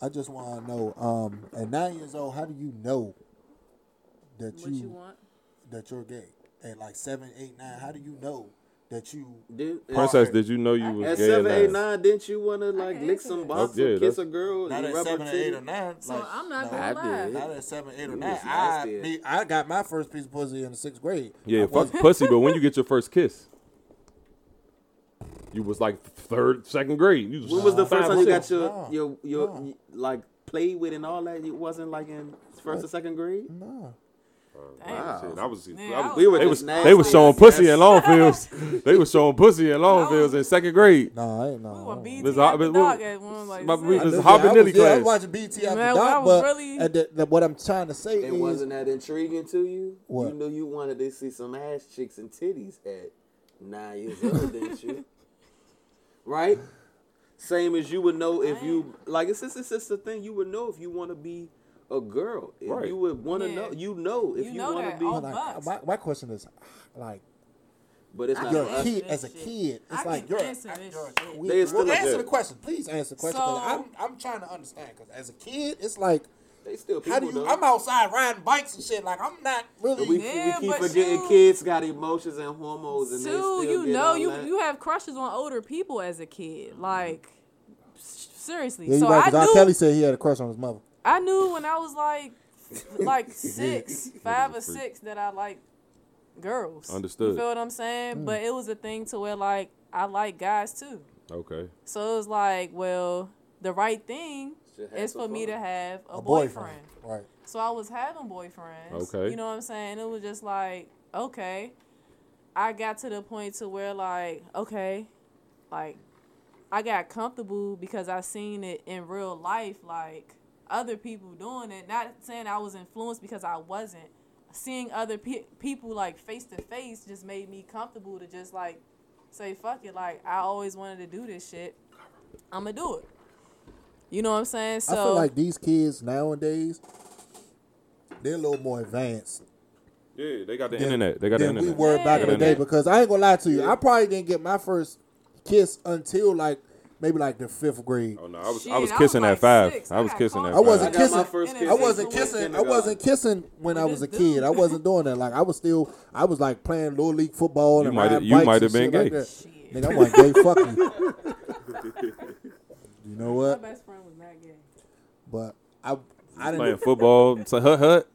[SPEAKER 1] I just want to know. Um, at nine years old, how do you know that
[SPEAKER 3] What you want?
[SPEAKER 1] that you're gay? At like seven, eight, nine, how do you know that you?
[SPEAKER 4] Did,
[SPEAKER 2] Princess,
[SPEAKER 4] at-
[SPEAKER 2] did you know you
[SPEAKER 4] At
[SPEAKER 2] was gay?
[SPEAKER 4] seven,
[SPEAKER 2] or
[SPEAKER 4] eight,
[SPEAKER 2] not?
[SPEAKER 4] nine, didn't you wanna like
[SPEAKER 3] can
[SPEAKER 4] lick
[SPEAKER 3] answer
[SPEAKER 4] some
[SPEAKER 3] that.
[SPEAKER 4] box
[SPEAKER 2] Okay,
[SPEAKER 4] or kiss
[SPEAKER 2] that's-
[SPEAKER 4] a girl?
[SPEAKER 1] Not
[SPEAKER 4] you
[SPEAKER 1] at
[SPEAKER 4] rub her
[SPEAKER 1] seven, or eight,
[SPEAKER 4] titty?
[SPEAKER 1] or nine.
[SPEAKER 3] So
[SPEAKER 1] like,
[SPEAKER 3] I'm not
[SPEAKER 1] no.
[SPEAKER 3] gonna
[SPEAKER 5] I
[SPEAKER 3] lie.
[SPEAKER 5] did.
[SPEAKER 1] Not at seven, eight, or
[SPEAKER 4] was
[SPEAKER 1] nine. I,
[SPEAKER 4] nasty.
[SPEAKER 1] me- I got my first piece of pussy in the sixth grade. I
[SPEAKER 2] Yeah, fuck
[SPEAKER 1] wasn't-
[SPEAKER 2] pussy, but when you get your first kiss, you was like third, second grade. You
[SPEAKER 4] When was the first
[SPEAKER 2] five
[SPEAKER 4] time you
[SPEAKER 2] or
[SPEAKER 4] got
[SPEAKER 2] six.
[SPEAKER 4] your
[SPEAKER 1] No,
[SPEAKER 4] your your
[SPEAKER 1] no.
[SPEAKER 4] like played with and all that? It wasn't like in first or second grade.
[SPEAKER 1] Nah.
[SPEAKER 3] Damn.
[SPEAKER 2] Shit, I was,
[SPEAKER 3] Man,
[SPEAKER 2] I
[SPEAKER 3] I
[SPEAKER 2] was-
[SPEAKER 3] was- We were
[SPEAKER 2] they
[SPEAKER 4] just
[SPEAKER 2] was,
[SPEAKER 4] nasty.
[SPEAKER 2] they was showing
[SPEAKER 4] That's-
[SPEAKER 2] pussy in Longfields. they was showing pussy in Longfields in second grade.
[SPEAKER 1] Nah, I ain't know.
[SPEAKER 3] We were BT
[SPEAKER 2] Miss
[SPEAKER 3] after
[SPEAKER 2] Hobbit-
[SPEAKER 3] dark
[SPEAKER 2] we-
[SPEAKER 3] at one like
[SPEAKER 2] my-
[SPEAKER 3] this.
[SPEAKER 2] we
[SPEAKER 1] I
[SPEAKER 2] was
[SPEAKER 1] know,
[SPEAKER 2] hopping
[SPEAKER 1] yeah, I
[SPEAKER 2] in the
[SPEAKER 1] yeah, I
[SPEAKER 2] class.
[SPEAKER 1] was watching BT after
[SPEAKER 3] Man, I
[SPEAKER 1] dark,
[SPEAKER 3] was
[SPEAKER 1] but
[SPEAKER 3] really-
[SPEAKER 1] at the, the- what I'm trying to say
[SPEAKER 4] It
[SPEAKER 1] is,
[SPEAKER 4] wasn't that intriguing to you.
[SPEAKER 1] What?
[SPEAKER 4] You knew you wanted to see some ass cheeks and titties at nine years old, didn't you? Right. Same as you would know if you like. It's just it's just a thing you would know if you want to be a girl. If
[SPEAKER 2] Right.
[SPEAKER 4] You would want to
[SPEAKER 3] Yeah.
[SPEAKER 4] know. You know if
[SPEAKER 3] You
[SPEAKER 4] you,
[SPEAKER 3] know
[SPEAKER 4] want
[SPEAKER 3] that.
[SPEAKER 4] to be.
[SPEAKER 3] All-
[SPEAKER 1] like,
[SPEAKER 3] Bucks.
[SPEAKER 1] my, my question is, like,
[SPEAKER 4] But it's not
[SPEAKER 1] you're
[SPEAKER 4] for
[SPEAKER 1] a
[SPEAKER 4] us.
[SPEAKER 1] kid
[SPEAKER 3] That
[SPEAKER 1] as a
[SPEAKER 3] shit.
[SPEAKER 1] kid.
[SPEAKER 3] I
[SPEAKER 1] It's like
[SPEAKER 3] can
[SPEAKER 1] you're,
[SPEAKER 3] answer
[SPEAKER 1] a,
[SPEAKER 3] this
[SPEAKER 1] you're
[SPEAKER 3] shit.
[SPEAKER 1] a kid.
[SPEAKER 4] They still
[SPEAKER 1] Well,
[SPEAKER 4] look
[SPEAKER 1] answer
[SPEAKER 4] good.
[SPEAKER 1] the question, please. Answer the question. 'cause
[SPEAKER 3] So-
[SPEAKER 1] I'm I'm trying to understand because as a kid, it's like,
[SPEAKER 4] They still people.
[SPEAKER 1] how do you?
[SPEAKER 4] though.
[SPEAKER 1] I'm outside riding bikes and shit. Like I'm not really.
[SPEAKER 4] We,
[SPEAKER 3] Yeah,
[SPEAKER 4] we keep
[SPEAKER 3] but
[SPEAKER 4] forgetting
[SPEAKER 3] you-
[SPEAKER 4] kids got emotions and hormones, and they
[SPEAKER 3] Sue,
[SPEAKER 4] still
[SPEAKER 3] you
[SPEAKER 4] get
[SPEAKER 3] know
[SPEAKER 4] all
[SPEAKER 3] you
[SPEAKER 4] that.
[SPEAKER 3] you have crushes on older people as a kid. Like s- seriously.
[SPEAKER 1] yeah, you
[SPEAKER 3] so
[SPEAKER 1] right. 'cause
[SPEAKER 3] I
[SPEAKER 1] R.
[SPEAKER 3] knew
[SPEAKER 1] Kelly said he had a crush on his mother.
[SPEAKER 3] I knew when I was like like six, five or six that I like girls.
[SPEAKER 2] Understood.
[SPEAKER 3] You feel what I'm saying? But it was a thing to where like I like guys too.
[SPEAKER 2] Okay,
[SPEAKER 3] So it was like, well, the right thing
[SPEAKER 4] Should have
[SPEAKER 3] is
[SPEAKER 4] some
[SPEAKER 3] for me
[SPEAKER 4] fun.
[SPEAKER 3] to have a,
[SPEAKER 1] A
[SPEAKER 3] boyfriend.
[SPEAKER 1] boyfriend. Right.
[SPEAKER 3] So I was having boyfriends.
[SPEAKER 2] Okay.
[SPEAKER 3] You know what I'm saying? It was just like, okay. I got to the point to where like, okay, like I got comfortable because I seen it in real life, like other people doing it. Not saying I was influenced because I wasn't. Seeing other pe- people like face to face just made me comfortable to just like say fuck it. Like I always wanted to do this shit. I'ma do it. You know what I'm saying? So
[SPEAKER 1] I feel like these kids nowadays, they're a little more advanced
[SPEAKER 2] yeah, they got the
[SPEAKER 1] than-
[SPEAKER 2] internet. They got the
[SPEAKER 1] than
[SPEAKER 2] internet.
[SPEAKER 1] we were back in the day
[SPEAKER 2] Internet.
[SPEAKER 1] because I ain't gonna lie to you, I probably didn't get my first kiss until like maybe like the fifth grade.
[SPEAKER 2] Oh no, I was
[SPEAKER 3] Shit,
[SPEAKER 2] I was
[SPEAKER 3] I was
[SPEAKER 2] kissing
[SPEAKER 3] like
[SPEAKER 2] at five.
[SPEAKER 3] six.
[SPEAKER 2] I was
[SPEAKER 3] I got
[SPEAKER 2] kissing
[SPEAKER 3] caught.
[SPEAKER 2] at
[SPEAKER 1] I wasn't
[SPEAKER 4] I
[SPEAKER 2] five.
[SPEAKER 4] got my
[SPEAKER 1] kissing-
[SPEAKER 4] first
[SPEAKER 3] I
[SPEAKER 4] kiss.
[SPEAKER 1] I
[SPEAKER 4] in
[SPEAKER 1] wasn't
[SPEAKER 4] kindergarten.
[SPEAKER 1] kissing. I wasn't kissing when I was a
[SPEAKER 3] this dude-
[SPEAKER 1] kid. I wasn't doing that. Like I was still. I was like playing little league football
[SPEAKER 2] You
[SPEAKER 1] and
[SPEAKER 2] mighta-
[SPEAKER 1] riding
[SPEAKER 2] you
[SPEAKER 1] bikes
[SPEAKER 2] mighta
[SPEAKER 1] and
[SPEAKER 2] been
[SPEAKER 1] shit like
[SPEAKER 2] gay.
[SPEAKER 1] that.
[SPEAKER 3] Shit.
[SPEAKER 1] Nigga, I'm like gay. Fuck you. You know
[SPEAKER 3] my
[SPEAKER 1] what?
[SPEAKER 3] best friend was not gay.
[SPEAKER 1] But I, I
[SPEAKER 2] Playing
[SPEAKER 1] didn't.
[SPEAKER 2] football, to hut hut,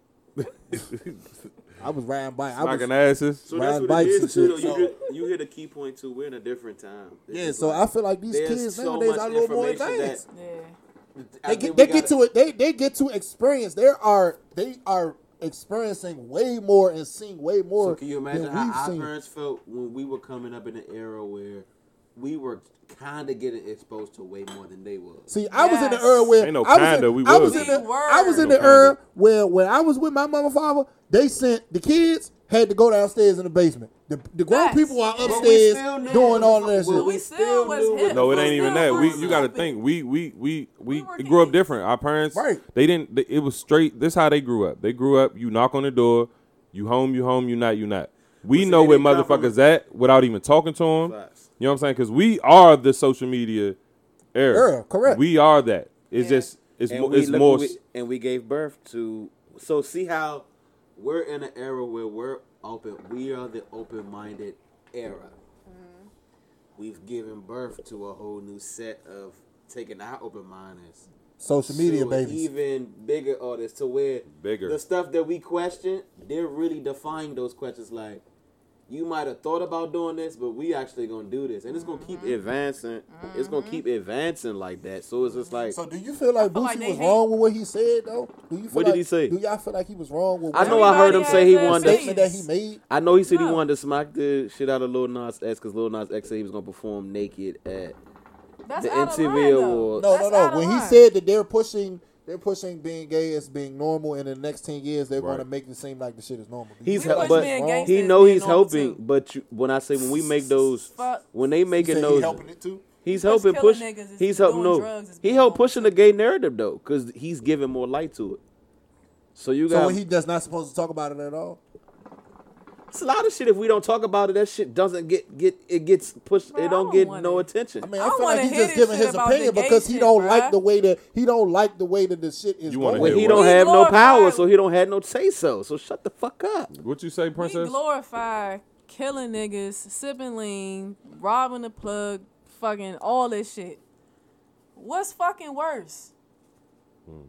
[SPEAKER 1] I was riding bike. I
[SPEAKER 2] knocking
[SPEAKER 1] was,
[SPEAKER 2] asses.
[SPEAKER 4] So
[SPEAKER 1] Riding
[SPEAKER 4] that's what
[SPEAKER 1] bikes
[SPEAKER 4] it
[SPEAKER 1] and
[SPEAKER 4] is too. Though.
[SPEAKER 1] shit,
[SPEAKER 4] You,
[SPEAKER 1] so-
[SPEAKER 4] hit, you hit a key point too. We're in a different time. It's
[SPEAKER 1] yeah.
[SPEAKER 4] just
[SPEAKER 1] So I
[SPEAKER 4] like,
[SPEAKER 1] feel like these
[SPEAKER 4] there's
[SPEAKER 1] kids
[SPEAKER 4] so
[SPEAKER 1] nowadays
[SPEAKER 4] much
[SPEAKER 1] are a little more
[SPEAKER 4] information that-
[SPEAKER 1] advanced.
[SPEAKER 3] Yeah.
[SPEAKER 4] I
[SPEAKER 1] They
[SPEAKER 4] think
[SPEAKER 1] get
[SPEAKER 4] we
[SPEAKER 1] they get
[SPEAKER 4] gotta-
[SPEAKER 1] to it. They they get to experience. There are they are experiencing way more and seeing way more.
[SPEAKER 4] So can you imagine
[SPEAKER 1] than
[SPEAKER 4] how
[SPEAKER 1] we've
[SPEAKER 4] our
[SPEAKER 1] seen.
[SPEAKER 4] parents felt when we were coming up in an era where we were kind of getting exposed to way more than they was?
[SPEAKER 1] See, I was in the
[SPEAKER 3] Yes.
[SPEAKER 1] era where
[SPEAKER 2] Ain't no
[SPEAKER 1] I was
[SPEAKER 2] kinda,
[SPEAKER 1] in,
[SPEAKER 2] we
[SPEAKER 1] I
[SPEAKER 2] was.
[SPEAKER 1] was in
[SPEAKER 3] We
[SPEAKER 1] the,
[SPEAKER 3] were.
[SPEAKER 1] I was in
[SPEAKER 2] No
[SPEAKER 1] the era
[SPEAKER 2] kinda.
[SPEAKER 1] where when I was with my mama and father, they sent the kids had to go downstairs in the basement. The, the grown
[SPEAKER 3] Facts.
[SPEAKER 1] people are
[SPEAKER 3] But we
[SPEAKER 1] upstairs
[SPEAKER 4] still knew
[SPEAKER 1] doing
[SPEAKER 4] what
[SPEAKER 1] all
[SPEAKER 4] the
[SPEAKER 1] of that
[SPEAKER 4] fuck-
[SPEAKER 1] shit.
[SPEAKER 4] what
[SPEAKER 3] we still was
[SPEAKER 4] knew what
[SPEAKER 3] hip.
[SPEAKER 4] the
[SPEAKER 2] No, it
[SPEAKER 4] fuck
[SPEAKER 2] ain't
[SPEAKER 3] Still
[SPEAKER 2] even that. We
[SPEAKER 3] was
[SPEAKER 2] you got to
[SPEAKER 3] stupid.
[SPEAKER 2] think. We we we we,
[SPEAKER 3] were
[SPEAKER 2] we grew up
[SPEAKER 3] kids.
[SPEAKER 2] different. Our parents,
[SPEAKER 1] Right.
[SPEAKER 2] They didn't. They, it was straight. This how they grew up. They grew up. You knock on the door. You home. You home. You not. You not. We
[SPEAKER 4] see,
[SPEAKER 2] know where
[SPEAKER 4] they didn't come
[SPEAKER 2] motherfuckers at without even talking to them.
[SPEAKER 4] Facts.
[SPEAKER 2] You know what I'm saying? Because we are the social media era.
[SPEAKER 1] Era, correct.
[SPEAKER 2] We are that. It's
[SPEAKER 3] Yeah.
[SPEAKER 2] just it's
[SPEAKER 4] and
[SPEAKER 2] more
[SPEAKER 4] we
[SPEAKER 2] it's
[SPEAKER 4] look
[SPEAKER 2] more
[SPEAKER 4] what
[SPEAKER 2] s-
[SPEAKER 4] we- and we gave birth to. So see how we're in an era where we're open. We are the open-minded era. We've given birth to a whole new set of taking our open minders
[SPEAKER 1] Social media,
[SPEAKER 4] to an
[SPEAKER 1] babies.
[SPEAKER 4] even bigger artists to where
[SPEAKER 2] Bigger.
[SPEAKER 4] the stuff that we question, they're really defying those questions. Like you might have thought about doing this, but we actually gonna do this, and it's gonna keep advancing. It's gonna keep advancing like that. So it's just like
[SPEAKER 1] So do you feel like
[SPEAKER 3] feel
[SPEAKER 1] Boosie
[SPEAKER 3] like they
[SPEAKER 1] was
[SPEAKER 3] hate-
[SPEAKER 1] wrong with what he said though? Do you feel
[SPEAKER 5] What did
[SPEAKER 1] like-
[SPEAKER 5] he say?
[SPEAKER 1] Do y'all feel like he was wrong with
[SPEAKER 4] I
[SPEAKER 1] what
[SPEAKER 4] know I heard him say he
[SPEAKER 3] Everybody
[SPEAKER 4] wanted
[SPEAKER 3] has
[SPEAKER 4] to-
[SPEAKER 3] their
[SPEAKER 1] statement that he made?
[SPEAKER 4] I know he said he
[SPEAKER 3] No.
[SPEAKER 4] wanted to smack the shit out of Lil Nas X because Lil Nas X said he was gonna perform naked at.
[SPEAKER 3] That's
[SPEAKER 4] The
[SPEAKER 3] out of
[SPEAKER 4] MTV
[SPEAKER 3] line, though.
[SPEAKER 4] Awards.
[SPEAKER 1] No,
[SPEAKER 3] That's
[SPEAKER 1] no,
[SPEAKER 3] out
[SPEAKER 1] no.
[SPEAKER 3] of
[SPEAKER 1] When he
[SPEAKER 3] line.
[SPEAKER 1] said that they're pushing, they're pushing being gay as being normal, and in the next ten years they want to
[SPEAKER 2] Right.
[SPEAKER 1] make it seem like the shit is normal. Do you
[SPEAKER 4] He's
[SPEAKER 1] feel
[SPEAKER 4] hel-
[SPEAKER 1] like
[SPEAKER 3] was
[SPEAKER 4] but
[SPEAKER 1] it's
[SPEAKER 3] being
[SPEAKER 1] wrong?
[SPEAKER 3] gangsta.
[SPEAKER 4] he
[SPEAKER 3] as
[SPEAKER 4] know
[SPEAKER 3] being
[SPEAKER 4] he's
[SPEAKER 3] normal,
[SPEAKER 4] helping,
[SPEAKER 3] too.
[SPEAKER 4] but you, when I say when we make those,
[SPEAKER 3] Fuck.
[SPEAKER 4] when they
[SPEAKER 1] You said
[SPEAKER 4] making
[SPEAKER 1] he
[SPEAKER 4] those,
[SPEAKER 1] helping it too.
[SPEAKER 4] He's
[SPEAKER 3] Because
[SPEAKER 4] helping
[SPEAKER 3] killing
[SPEAKER 4] push.
[SPEAKER 3] niggas is
[SPEAKER 4] He's helping
[SPEAKER 3] doing
[SPEAKER 4] no.
[SPEAKER 3] drugs is
[SPEAKER 4] He
[SPEAKER 3] being
[SPEAKER 4] helped
[SPEAKER 3] normal.
[SPEAKER 4] pushing the gay narrative though, because he's giving more light to it. So you
[SPEAKER 1] So
[SPEAKER 4] got
[SPEAKER 1] when he does not supposed to talk about it at all.
[SPEAKER 4] it's a lot of shit. If we don't talk about it, that shit doesn't get get it gets pushed.
[SPEAKER 3] Bro, I
[SPEAKER 4] it don't
[SPEAKER 3] don't
[SPEAKER 4] get
[SPEAKER 3] want
[SPEAKER 4] no
[SPEAKER 3] it.
[SPEAKER 4] attention.
[SPEAKER 1] I mean,
[SPEAKER 3] I
[SPEAKER 1] I, feel
[SPEAKER 3] wanna
[SPEAKER 1] like he's
[SPEAKER 3] hear
[SPEAKER 1] just
[SPEAKER 3] this
[SPEAKER 1] giving
[SPEAKER 3] shit
[SPEAKER 1] his
[SPEAKER 3] about the
[SPEAKER 1] opinion
[SPEAKER 3] gay
[SPEAKER 1] because he
[SPEAKER 3] shit,
[SPEAKER 1] don't
[SPEAKER 3] bruh.
[SPEAKER 1] like the way that he don't like the way that the shit is
[SPEAKER 2] You wanna
[SPEAKER 1] going.
[SPEAKER 4] when he
[SPEAKER 2] Yeah,
[SPEAKER 4] don't
[SPEAKER 2] we
[SPEAKER 4] have no
[SPEAKER 3] glorified-
[SPEAKER 4] power, so he don't have no say so. So shut the fuck up.
[SPEAKER 2] what you say,
[SPEAKER 3] We
[SPEAKER 2] princess?
[SPEAKER 3] glorify killing niggas, sipping lean, robbing the plug, fucking all this shit. What's fucking worse?
[SPEAKER 2] Hmm.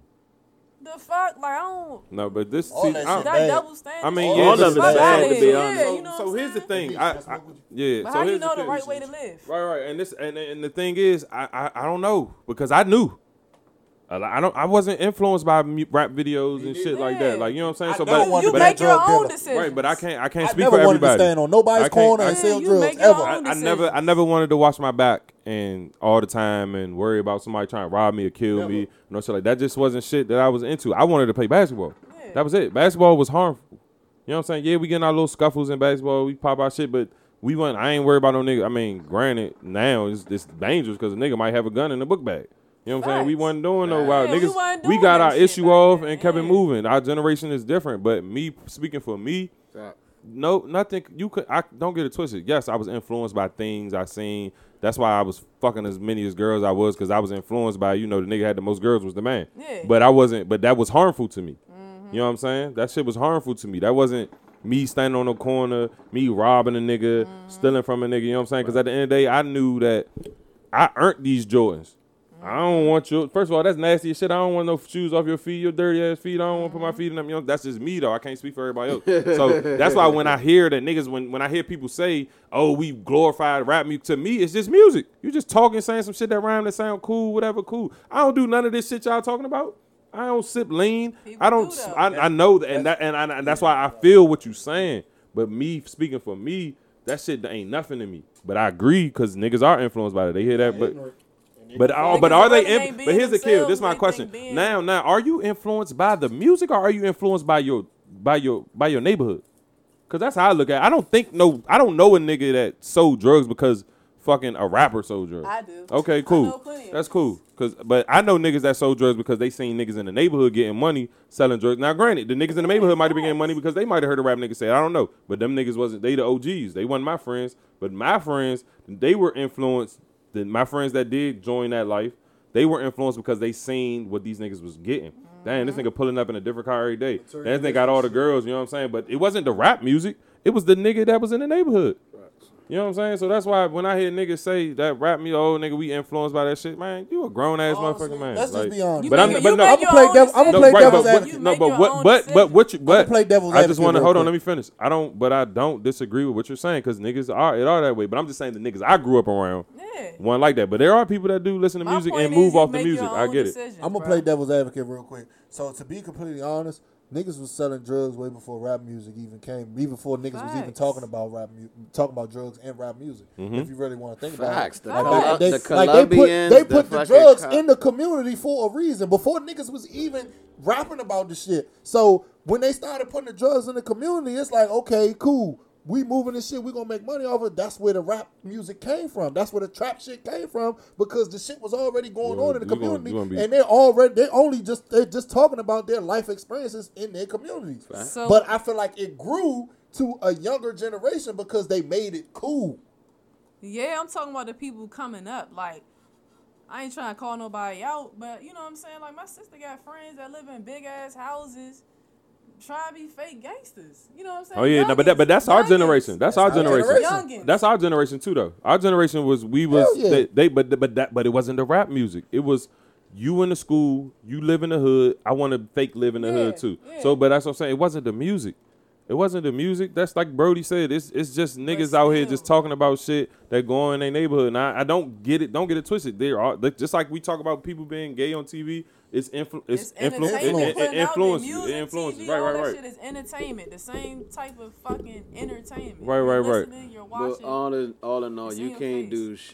[SPEAKER 3] The fuck, like I don't.
[SPEAKER 2] No, but this
[SPEAKER 1] All
[SPEAKER 2] see,
[SPEAKER 1] that
[SPEAKER 2] I,
[SPEAKER 1] shit
[SPEAKER 3] That
[SPEAKER 1] bad.
[SPEAKER 3] double standard.
[SPEAKER 2] I mean,
[SPEAKER 3] shit,
[SPEAKER 2] yeah,
[SPEAKER 3] get the
[SPEAKER 2] All of it's
[SPEAKER 3] fuck
[SPEAKER 2] bad,
[SPEAKER 3] outta
[SPEAKER 2] to be
[SPEAKER 3] here.
[SPEAKER 4] honest.
[SPEAKER 3] Yeah,
[SPEAKER 2] So-
[SPEAKER 3] you know
[SPEAKER 2] so
[SPEAKER 3] what I'm
[SPEAKER 2] here's the
[SPEAKER 3] saying?
[SPEAKER 2] thing. I, I yeah.
[SPEAKER 3] But
[SPEAKER 2] so
[SPEAKER 3] how you
[SPEAKER 2] here's
[SPEAKER 3] know the,
[SPEAKER 2] thing.
[SPEAKER 3] right way to live?
[SPEAKER 2] Right, right. And this and and the thing is, I I, I don't know because I knew. I I don't. I wasn't influenced by mu- rap videos and shit like that.
[SPEAKER 3] Yeah.
[SPEAKER 2] Like you know what I'm saying.
[SPEAKER 1] I
[SPEAKER 2] so,
[SPEAKER 1] never
[SPEAKER 2] but,
[SPEAKER 1] wanted to
[SPEAKER 3] You
[SPEAKER 2] but
[SPEAKER 1] be a
[SPEAKER 3] make your
[SPEAKER 1] drug
[SPEAKER 3] own
[SPEAKER 1] dealer.
[SPEAKER 3] decisions.
[SPEAKER 2] right, but I can't. I can't
[SPEAKER 1] I
[SPEAKER 2] speak
[SPEAKER 1] never
[SPEAKER 2] for
[SPEAKER 1] wanted to
[SPEAKER 2] everybody.
[SPEAKER 1] stand on
[SPEAKER 2] I
[SPEAKER 1] nobody's
[SPEAKER 2] can't-
[SPEAKER 1] corner
[SPEAKER 2] I
[SPEAKER 1] and
[SPEAKER 2] can't-
[SPEAKER 1] sell
[SPEAKER 3] you
[SPEAKER 1] drugs
[SPEAKER 3] make your
[SPEAKER 1] ever.
[SPEAKER 2] I,
[SPEAKER 3] own
[SPEAKER 2] I never
[SPEAKER 3] decisions.
[SPEAKER 2] I never wanted to watch my back and all the time and worry about somebody trying to rob me or kill me. You know, so like that just wasn't shit that I was into. I wanted to play basketball.
[SPEAKER 3] Yeah.
[SPEAKER 2] That was it. Basketball was harmful. You know what I'm saying? Yeah, we getting our little scuffles in basketball. We pop our shit, but we went. I ain't worried about no nigga. I mean, granted, now it's, it's dangerous because a nigga might have a gun in the book bag. You know what I'm saying? We
[SPEAKER 3] Facts.
[SPEAKER 2] wasn't doing no
[SPEAKER 4] Right.
[SPEAKER 2] wild
[SPEAKER 3] Yeah, we
[SPEAKER 2] niggas.
[SPEAKER 3] wasn't
[SPEAKER 2] We,
[SPEAKER 3] doing
[SPEAKER 2] got
[SPEAKER 3] that
[SPEAKER 2] our
[SPEAKER 3] shit
[SPEAKER 2] issue
[SPEAKER 3] back
[SPEAKER 2] off
[SPEAKER 3] then.
[SPEAKER 2] and kept it
[SPEAKER 3] Yeah.
[SPEAKER 2] moving. Our generation is different, but me speaking for me, no, nothing. You could. I don't get it twisted. Yes, I was influenced by things I seen. That's why I was fucking as many as girls I was because I was influenced by you know the nigga had the most girls was the man.
[SPEAKER 3] Yeah.
[SPEAKER 2] But I wasn't. But that was harmful to me. You know what I'm saying? That shit was harmful to me. That wasn't me standing on the corner, me robbing a nigga, stealing from a nigga. You know what I'm saying? Because at the end of the day, I knew that I earned these Jordans. I don't want your. First of all, that's nasty as shit. I don't want no shoes off your feet, your dirty ass feet. I don't want to
[SPEAKER 3] Mm-hmm.
[SPEAKER 2] put my feet in them. You know, that's just me though. I can't speak for everybody else. so that's why when I hear that niggas, when when I hear people say, "Oh, we glorified rap music," to me, it's just music. You just talking, saying some shit that rhyme, that sound cool, whatever, cool. I don't do none of this shit y'all talking about. I don't sip lean.
[SPEAKER 3] People
[SPEAKER 2] I don't.
[SPEAKER 3] do, though.
[SPEAKER 2] I, I know that, and that, and, I, and that's why I feel what you saying. But me speaking for me, that shit ain't nothing to me. But I agree because niggas are influenced by it. They hear that, but. But are,
[SPEAKER 3] Niggas
[SPEAKER 2] but are
[SPEAKER 3] really
[SPEAKER 2] they?
[SPEAKER 3] ain't
[SPEAKER 2] In, but
[SPEAKER 3] being
[SPEAKER 2] here's the kill. This is
[SPEAKER 3] themselves,
[SPEAKER 2] my
[SPEAKER 3] they
[SPEAKER 2] question.
[SPEAKER 3] think being-
[SPEAKER 2] Now, now, are you influenced by the music or are you influenced by your by your by your neighborhood? Cause that's how I look at. it. I don't think no. I don't know a nigga that sold drugs because fucking a rapper sold drugs.
[SPEAKER 3] I do.
[SPEAKER 2] Okay,
[SPEAKER 3] I know
[SPEAKER 2] cool.
[SPEAKER 3] plenty of
[SPEAKER 2] That's
[SPEAKER 3] niggas.
[SPEAKER 2] cool. Cause but I know niggas that sold drugs because they seen niggas in the neighborhood getting money selling drugs. Now, granted, the niggas in the neighborhood might have been getting money because they might have heard a rap nigga say, it. I don't know. But them niggas wasn't. They the OGs. They wasn't my friends. But my friends, they were influenced. The, my friends that did join that life, they were influenced because they seen what these niggas was getting. Damn, this nigga pulling up in a different car every day. That nigga got all the girls. You know what I'm saying? But it wasn't the rap music. It was the nigga that was in the neighborhood. You know what I'm saying? So that's why when I hear niggas say that rap me, oh nigga, we influenced by that shit, man. You a grown ass
[SPEAKER 3] Oh,
[SPEAKER 2] motherfucking man.
[SPEAKER 1] Let's just
[SPEAKER 2] Like,
[SPEAKER 1] be honest.
[SPEAKER 3] You
[SPEAKER 2] But I'm-
[SPEAKER 3] make-
[SPEAKER 2] but
[SPEAKER 3] you
[SPEAKER 2] no-
[SPEAKER 3] make
[SPEAKER 2] I'ma
[SPEAKER 3] your
[SPEAKER 1] play
[SPEAKER 3] own
[SPEAKER 1] dev- I'ma
[SPEAKER 3] decision.
[SPEAKER 1] play
[SPEAKER 2] right,
[SPEAKER 1] devil's
[SPEAKER 2] but what-
[SPEAKER 1] advocate.
[SPEAKER 2] no,
[SPEAKER 3] You
[SPEAKER 2] but
[SPEAKER 3] make your
[SPEAKER 2] what,
[SPEAKER 3] own
[SPEAKER 2] but but what you, but
[SPEAKER 1] play devil's
[SPEAKER 2] I just
[SPEAKER 1] advocate
[SPEAKER 2] want to
[SPEAKER 1] real
[SPEAKER 2] hold on.
[SPEAKER 1] quick.
[SPEAKER 2] Let me finish. I don't, but I don't disagree with what you're saying because niggas are it are that way. But I'm just saying the niggas I grew up around
[SPEAKER 3] Yeah.
[SPEAKER 2] one like that. But there are people that do listen to
[SPEAKER 3] My
[SPEAKER 2] music
[SPEAKER 3] point
[SPEAKER 2] and
[SPEAKER 3] is
[SPEAKER 2] move
[SPEAKER 3] you
[SPEAKER 2] off the
[SPEAKER 3] make your
[SPEAKER 2] music. I
[SPEAKER 3] own
[SPEAKER 2] get it.
[SPEAKER 3] decisions,
[SPEAKER 1] I'm gonna
[SPEAKER 3] bruh.
[SPEAKER 1] play devil's advocate real quick. So to be completely honest, niggas was selling drugs way before rap music even came, even before niggas was even
[SPEAKER 3] Facts.
[SPEAKER 1] talking about rap, mu- talking about drugs and rap music. If you really want to think
[SPEAKER 4] Facts. The
[SPEAKER 1] about it,
[SPEAKER 3] Col-
[SPEAKER 1] Like, they, they-
[SPEAKER 4] the
[SPEAKER 1] like, they put
[SPEAKER 4] Colombians,
[SPEAKER 1] they
[SPEAKER 4] the
[SPEAKER 1] put the,
[SPEAKER 4] fucking
[SPEAKER 1] drugs
[SPEAKER 4] Col-
[SPEAKER 1] in the community for a reason before niggas was even rapping about the shit. So when they started putting the drugs in the community, it's like okay, cool. We moving this shit, we gonna make money off it. That's where the rap music came from. That's where the trap shit came from because the shit was already going
[SPEAKER 2] Well,
[SPEAKER 1] on in the
[SPEAKER 2] you gonna-
[SPEAKER 1] community,
[SPEAKER 2] you gonna be-
[SPEAKER 1] and they're already they're only just they're just talking about their life experiences in their communities.
[SPEAKER 3] So-
[SPEAKER 1] but I feel like it grew to a younger generation because they made it cool.
[SPEAKER 3] Yeah, I'm talking about the people coming up. Like, I ain't trying to call nobody out, but you know what I'm saying? Like my sister got friends that live in big ass houses trying to be fake gangsters. You know what I'm saying?
[SPEAKER 2] Oh yeah, no, but that, but that's our
[SPEAKER 3] Youngins.
[SPEAKER 2] generation. That's, our
[SPEAKER 1] our
[SPEAKER 2] generation.
[SPEAKER 1] generation.
[SPEAKER 3] Youngins.
[SPEAKER 2] That's our generation too, though. Our generation was we was
[SPEAKER 1] Hell yeah.
[SPEAKER 2] they, they, but but that but it wasn't the rap music. It was you in the school, you live in the hood. I want to fake live in the hood
[SPEAKER 3] Yeah,
[SPEAKER 2] too.
[SPEAKER 3] yeah.
[SPEAKER 2] So, but that's what I'm saying. It wasn't the music. It wasn't the music. That's like Brody said. It's it's just niggas out here
[SPEAKER 3] still.
[SPEAKER 2] just talking about shit that go on in their neighborhood. And I, I don't get it. Don't get it twisted. There are like, just like we talk about people being gay on TV. It's influ- it's,
[SPEAKER 3] It's
[SPEAKER 2] influ-
[SPEAKER 3] entertainment.
[SPEAKER 2] it,
[SPEAKER 1] influence.
[SPEAKER 2] it, it
[SPEAKER 3] Putting out
[SPEAKER 2] influences.
[SPEAKER 3] the
[SPEAKER 2] you.
[SPEAKER 3] music,
[SPEAKER 2] It influences.
[SPEAKER 3] TV,
[SPEAKER 2] Right,
[SPEAKER 3] all
[SPEAKER 2] right,
[SPEAKER 3] that
[SPEAKER 2] right.
[SPEAKER 3] Shit is entertainment. The same type of fucking entertainment.
[SPEAKER 2] Right,
[SPEAKER 3] You're
[SPEAKER 2] right, right.
[SPEAKER 3] listening, You're watching.
[SPEAKER 4] But uh, all in all, in all
[SPEAKER 3] It's
[SPEAKER 4] you
[SPEAKER 3] in your face.
[SPEAKER 4] can't do. Sh-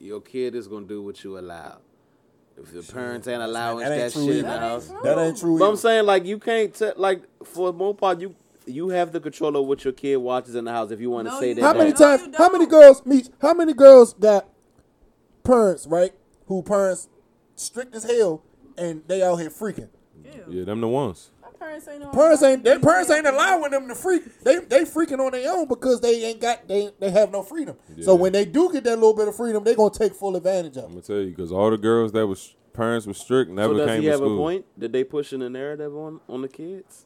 [SPEAKER 4] your kid is gonna do what you allow. If the parents ain't allowing
[SPEAKER 1] That
[SPEAKER 4] that,
[SPEAKER 1] ain't true
[SPEAKER 4] shit in
[SPEAKER 1] either.
[SPEAKER 3] That
[SPEAKER 4] the
[SPEAKER 3] ain't
[SPEAKER 4] house,
[SPEAKER 3] true.
[SPEAKER 1] That ain't true.
[SPEAKER 4] but I'm
[SPEAKER 1] either.
[SPEAKER 4] saying like you can't t- like for the most part you you have the control of what your kid watches in the house if you want to
[SPEAKER 3] No,
[SPEAKER 4] say
[SPEAKER 3] you
[SPEAKER 4] that.
[SPEAKER 1] How
[SPEAKER 3] No,
[SPEAKER 1] many
[SPEAKER 4] that-
[SPEAKER 1] times?
[SPEAKER 3] you
[SPEAKER 1] How many
[SPEAKER 3] don't.
[SPEAKER 1] girls meet? How many girls got parents right? Who parents strict as hell, and they out here freaking.
[SPEAKER 3] Ew.
[SPEAKER 2] Yeah, them the ones.
[SPEAKER 3] My parents ain't.
[SPEAKER 1] Parents ain't. Their parents ain't allowing them to freak. They they freaking on their own because they ain't got. They they have no freedom. So
[SPEAKER 2] Yeah.
[SPEAKER 1] when they do get that little bit of freedom, they gonna take full advantage of it.
[SPEAKER 2] I'm gonna tell you because all the girls that was parents were strict never
[SPEAKER 4] So does
[SPEAKER 2] came
[SPEAKER 4] he
[SPEAKER 2] to
[SPEAKER 4] have
[SPEAKER 2] school.
[SPEAKER 4] a point? Did they pushing a narrative on on the kids?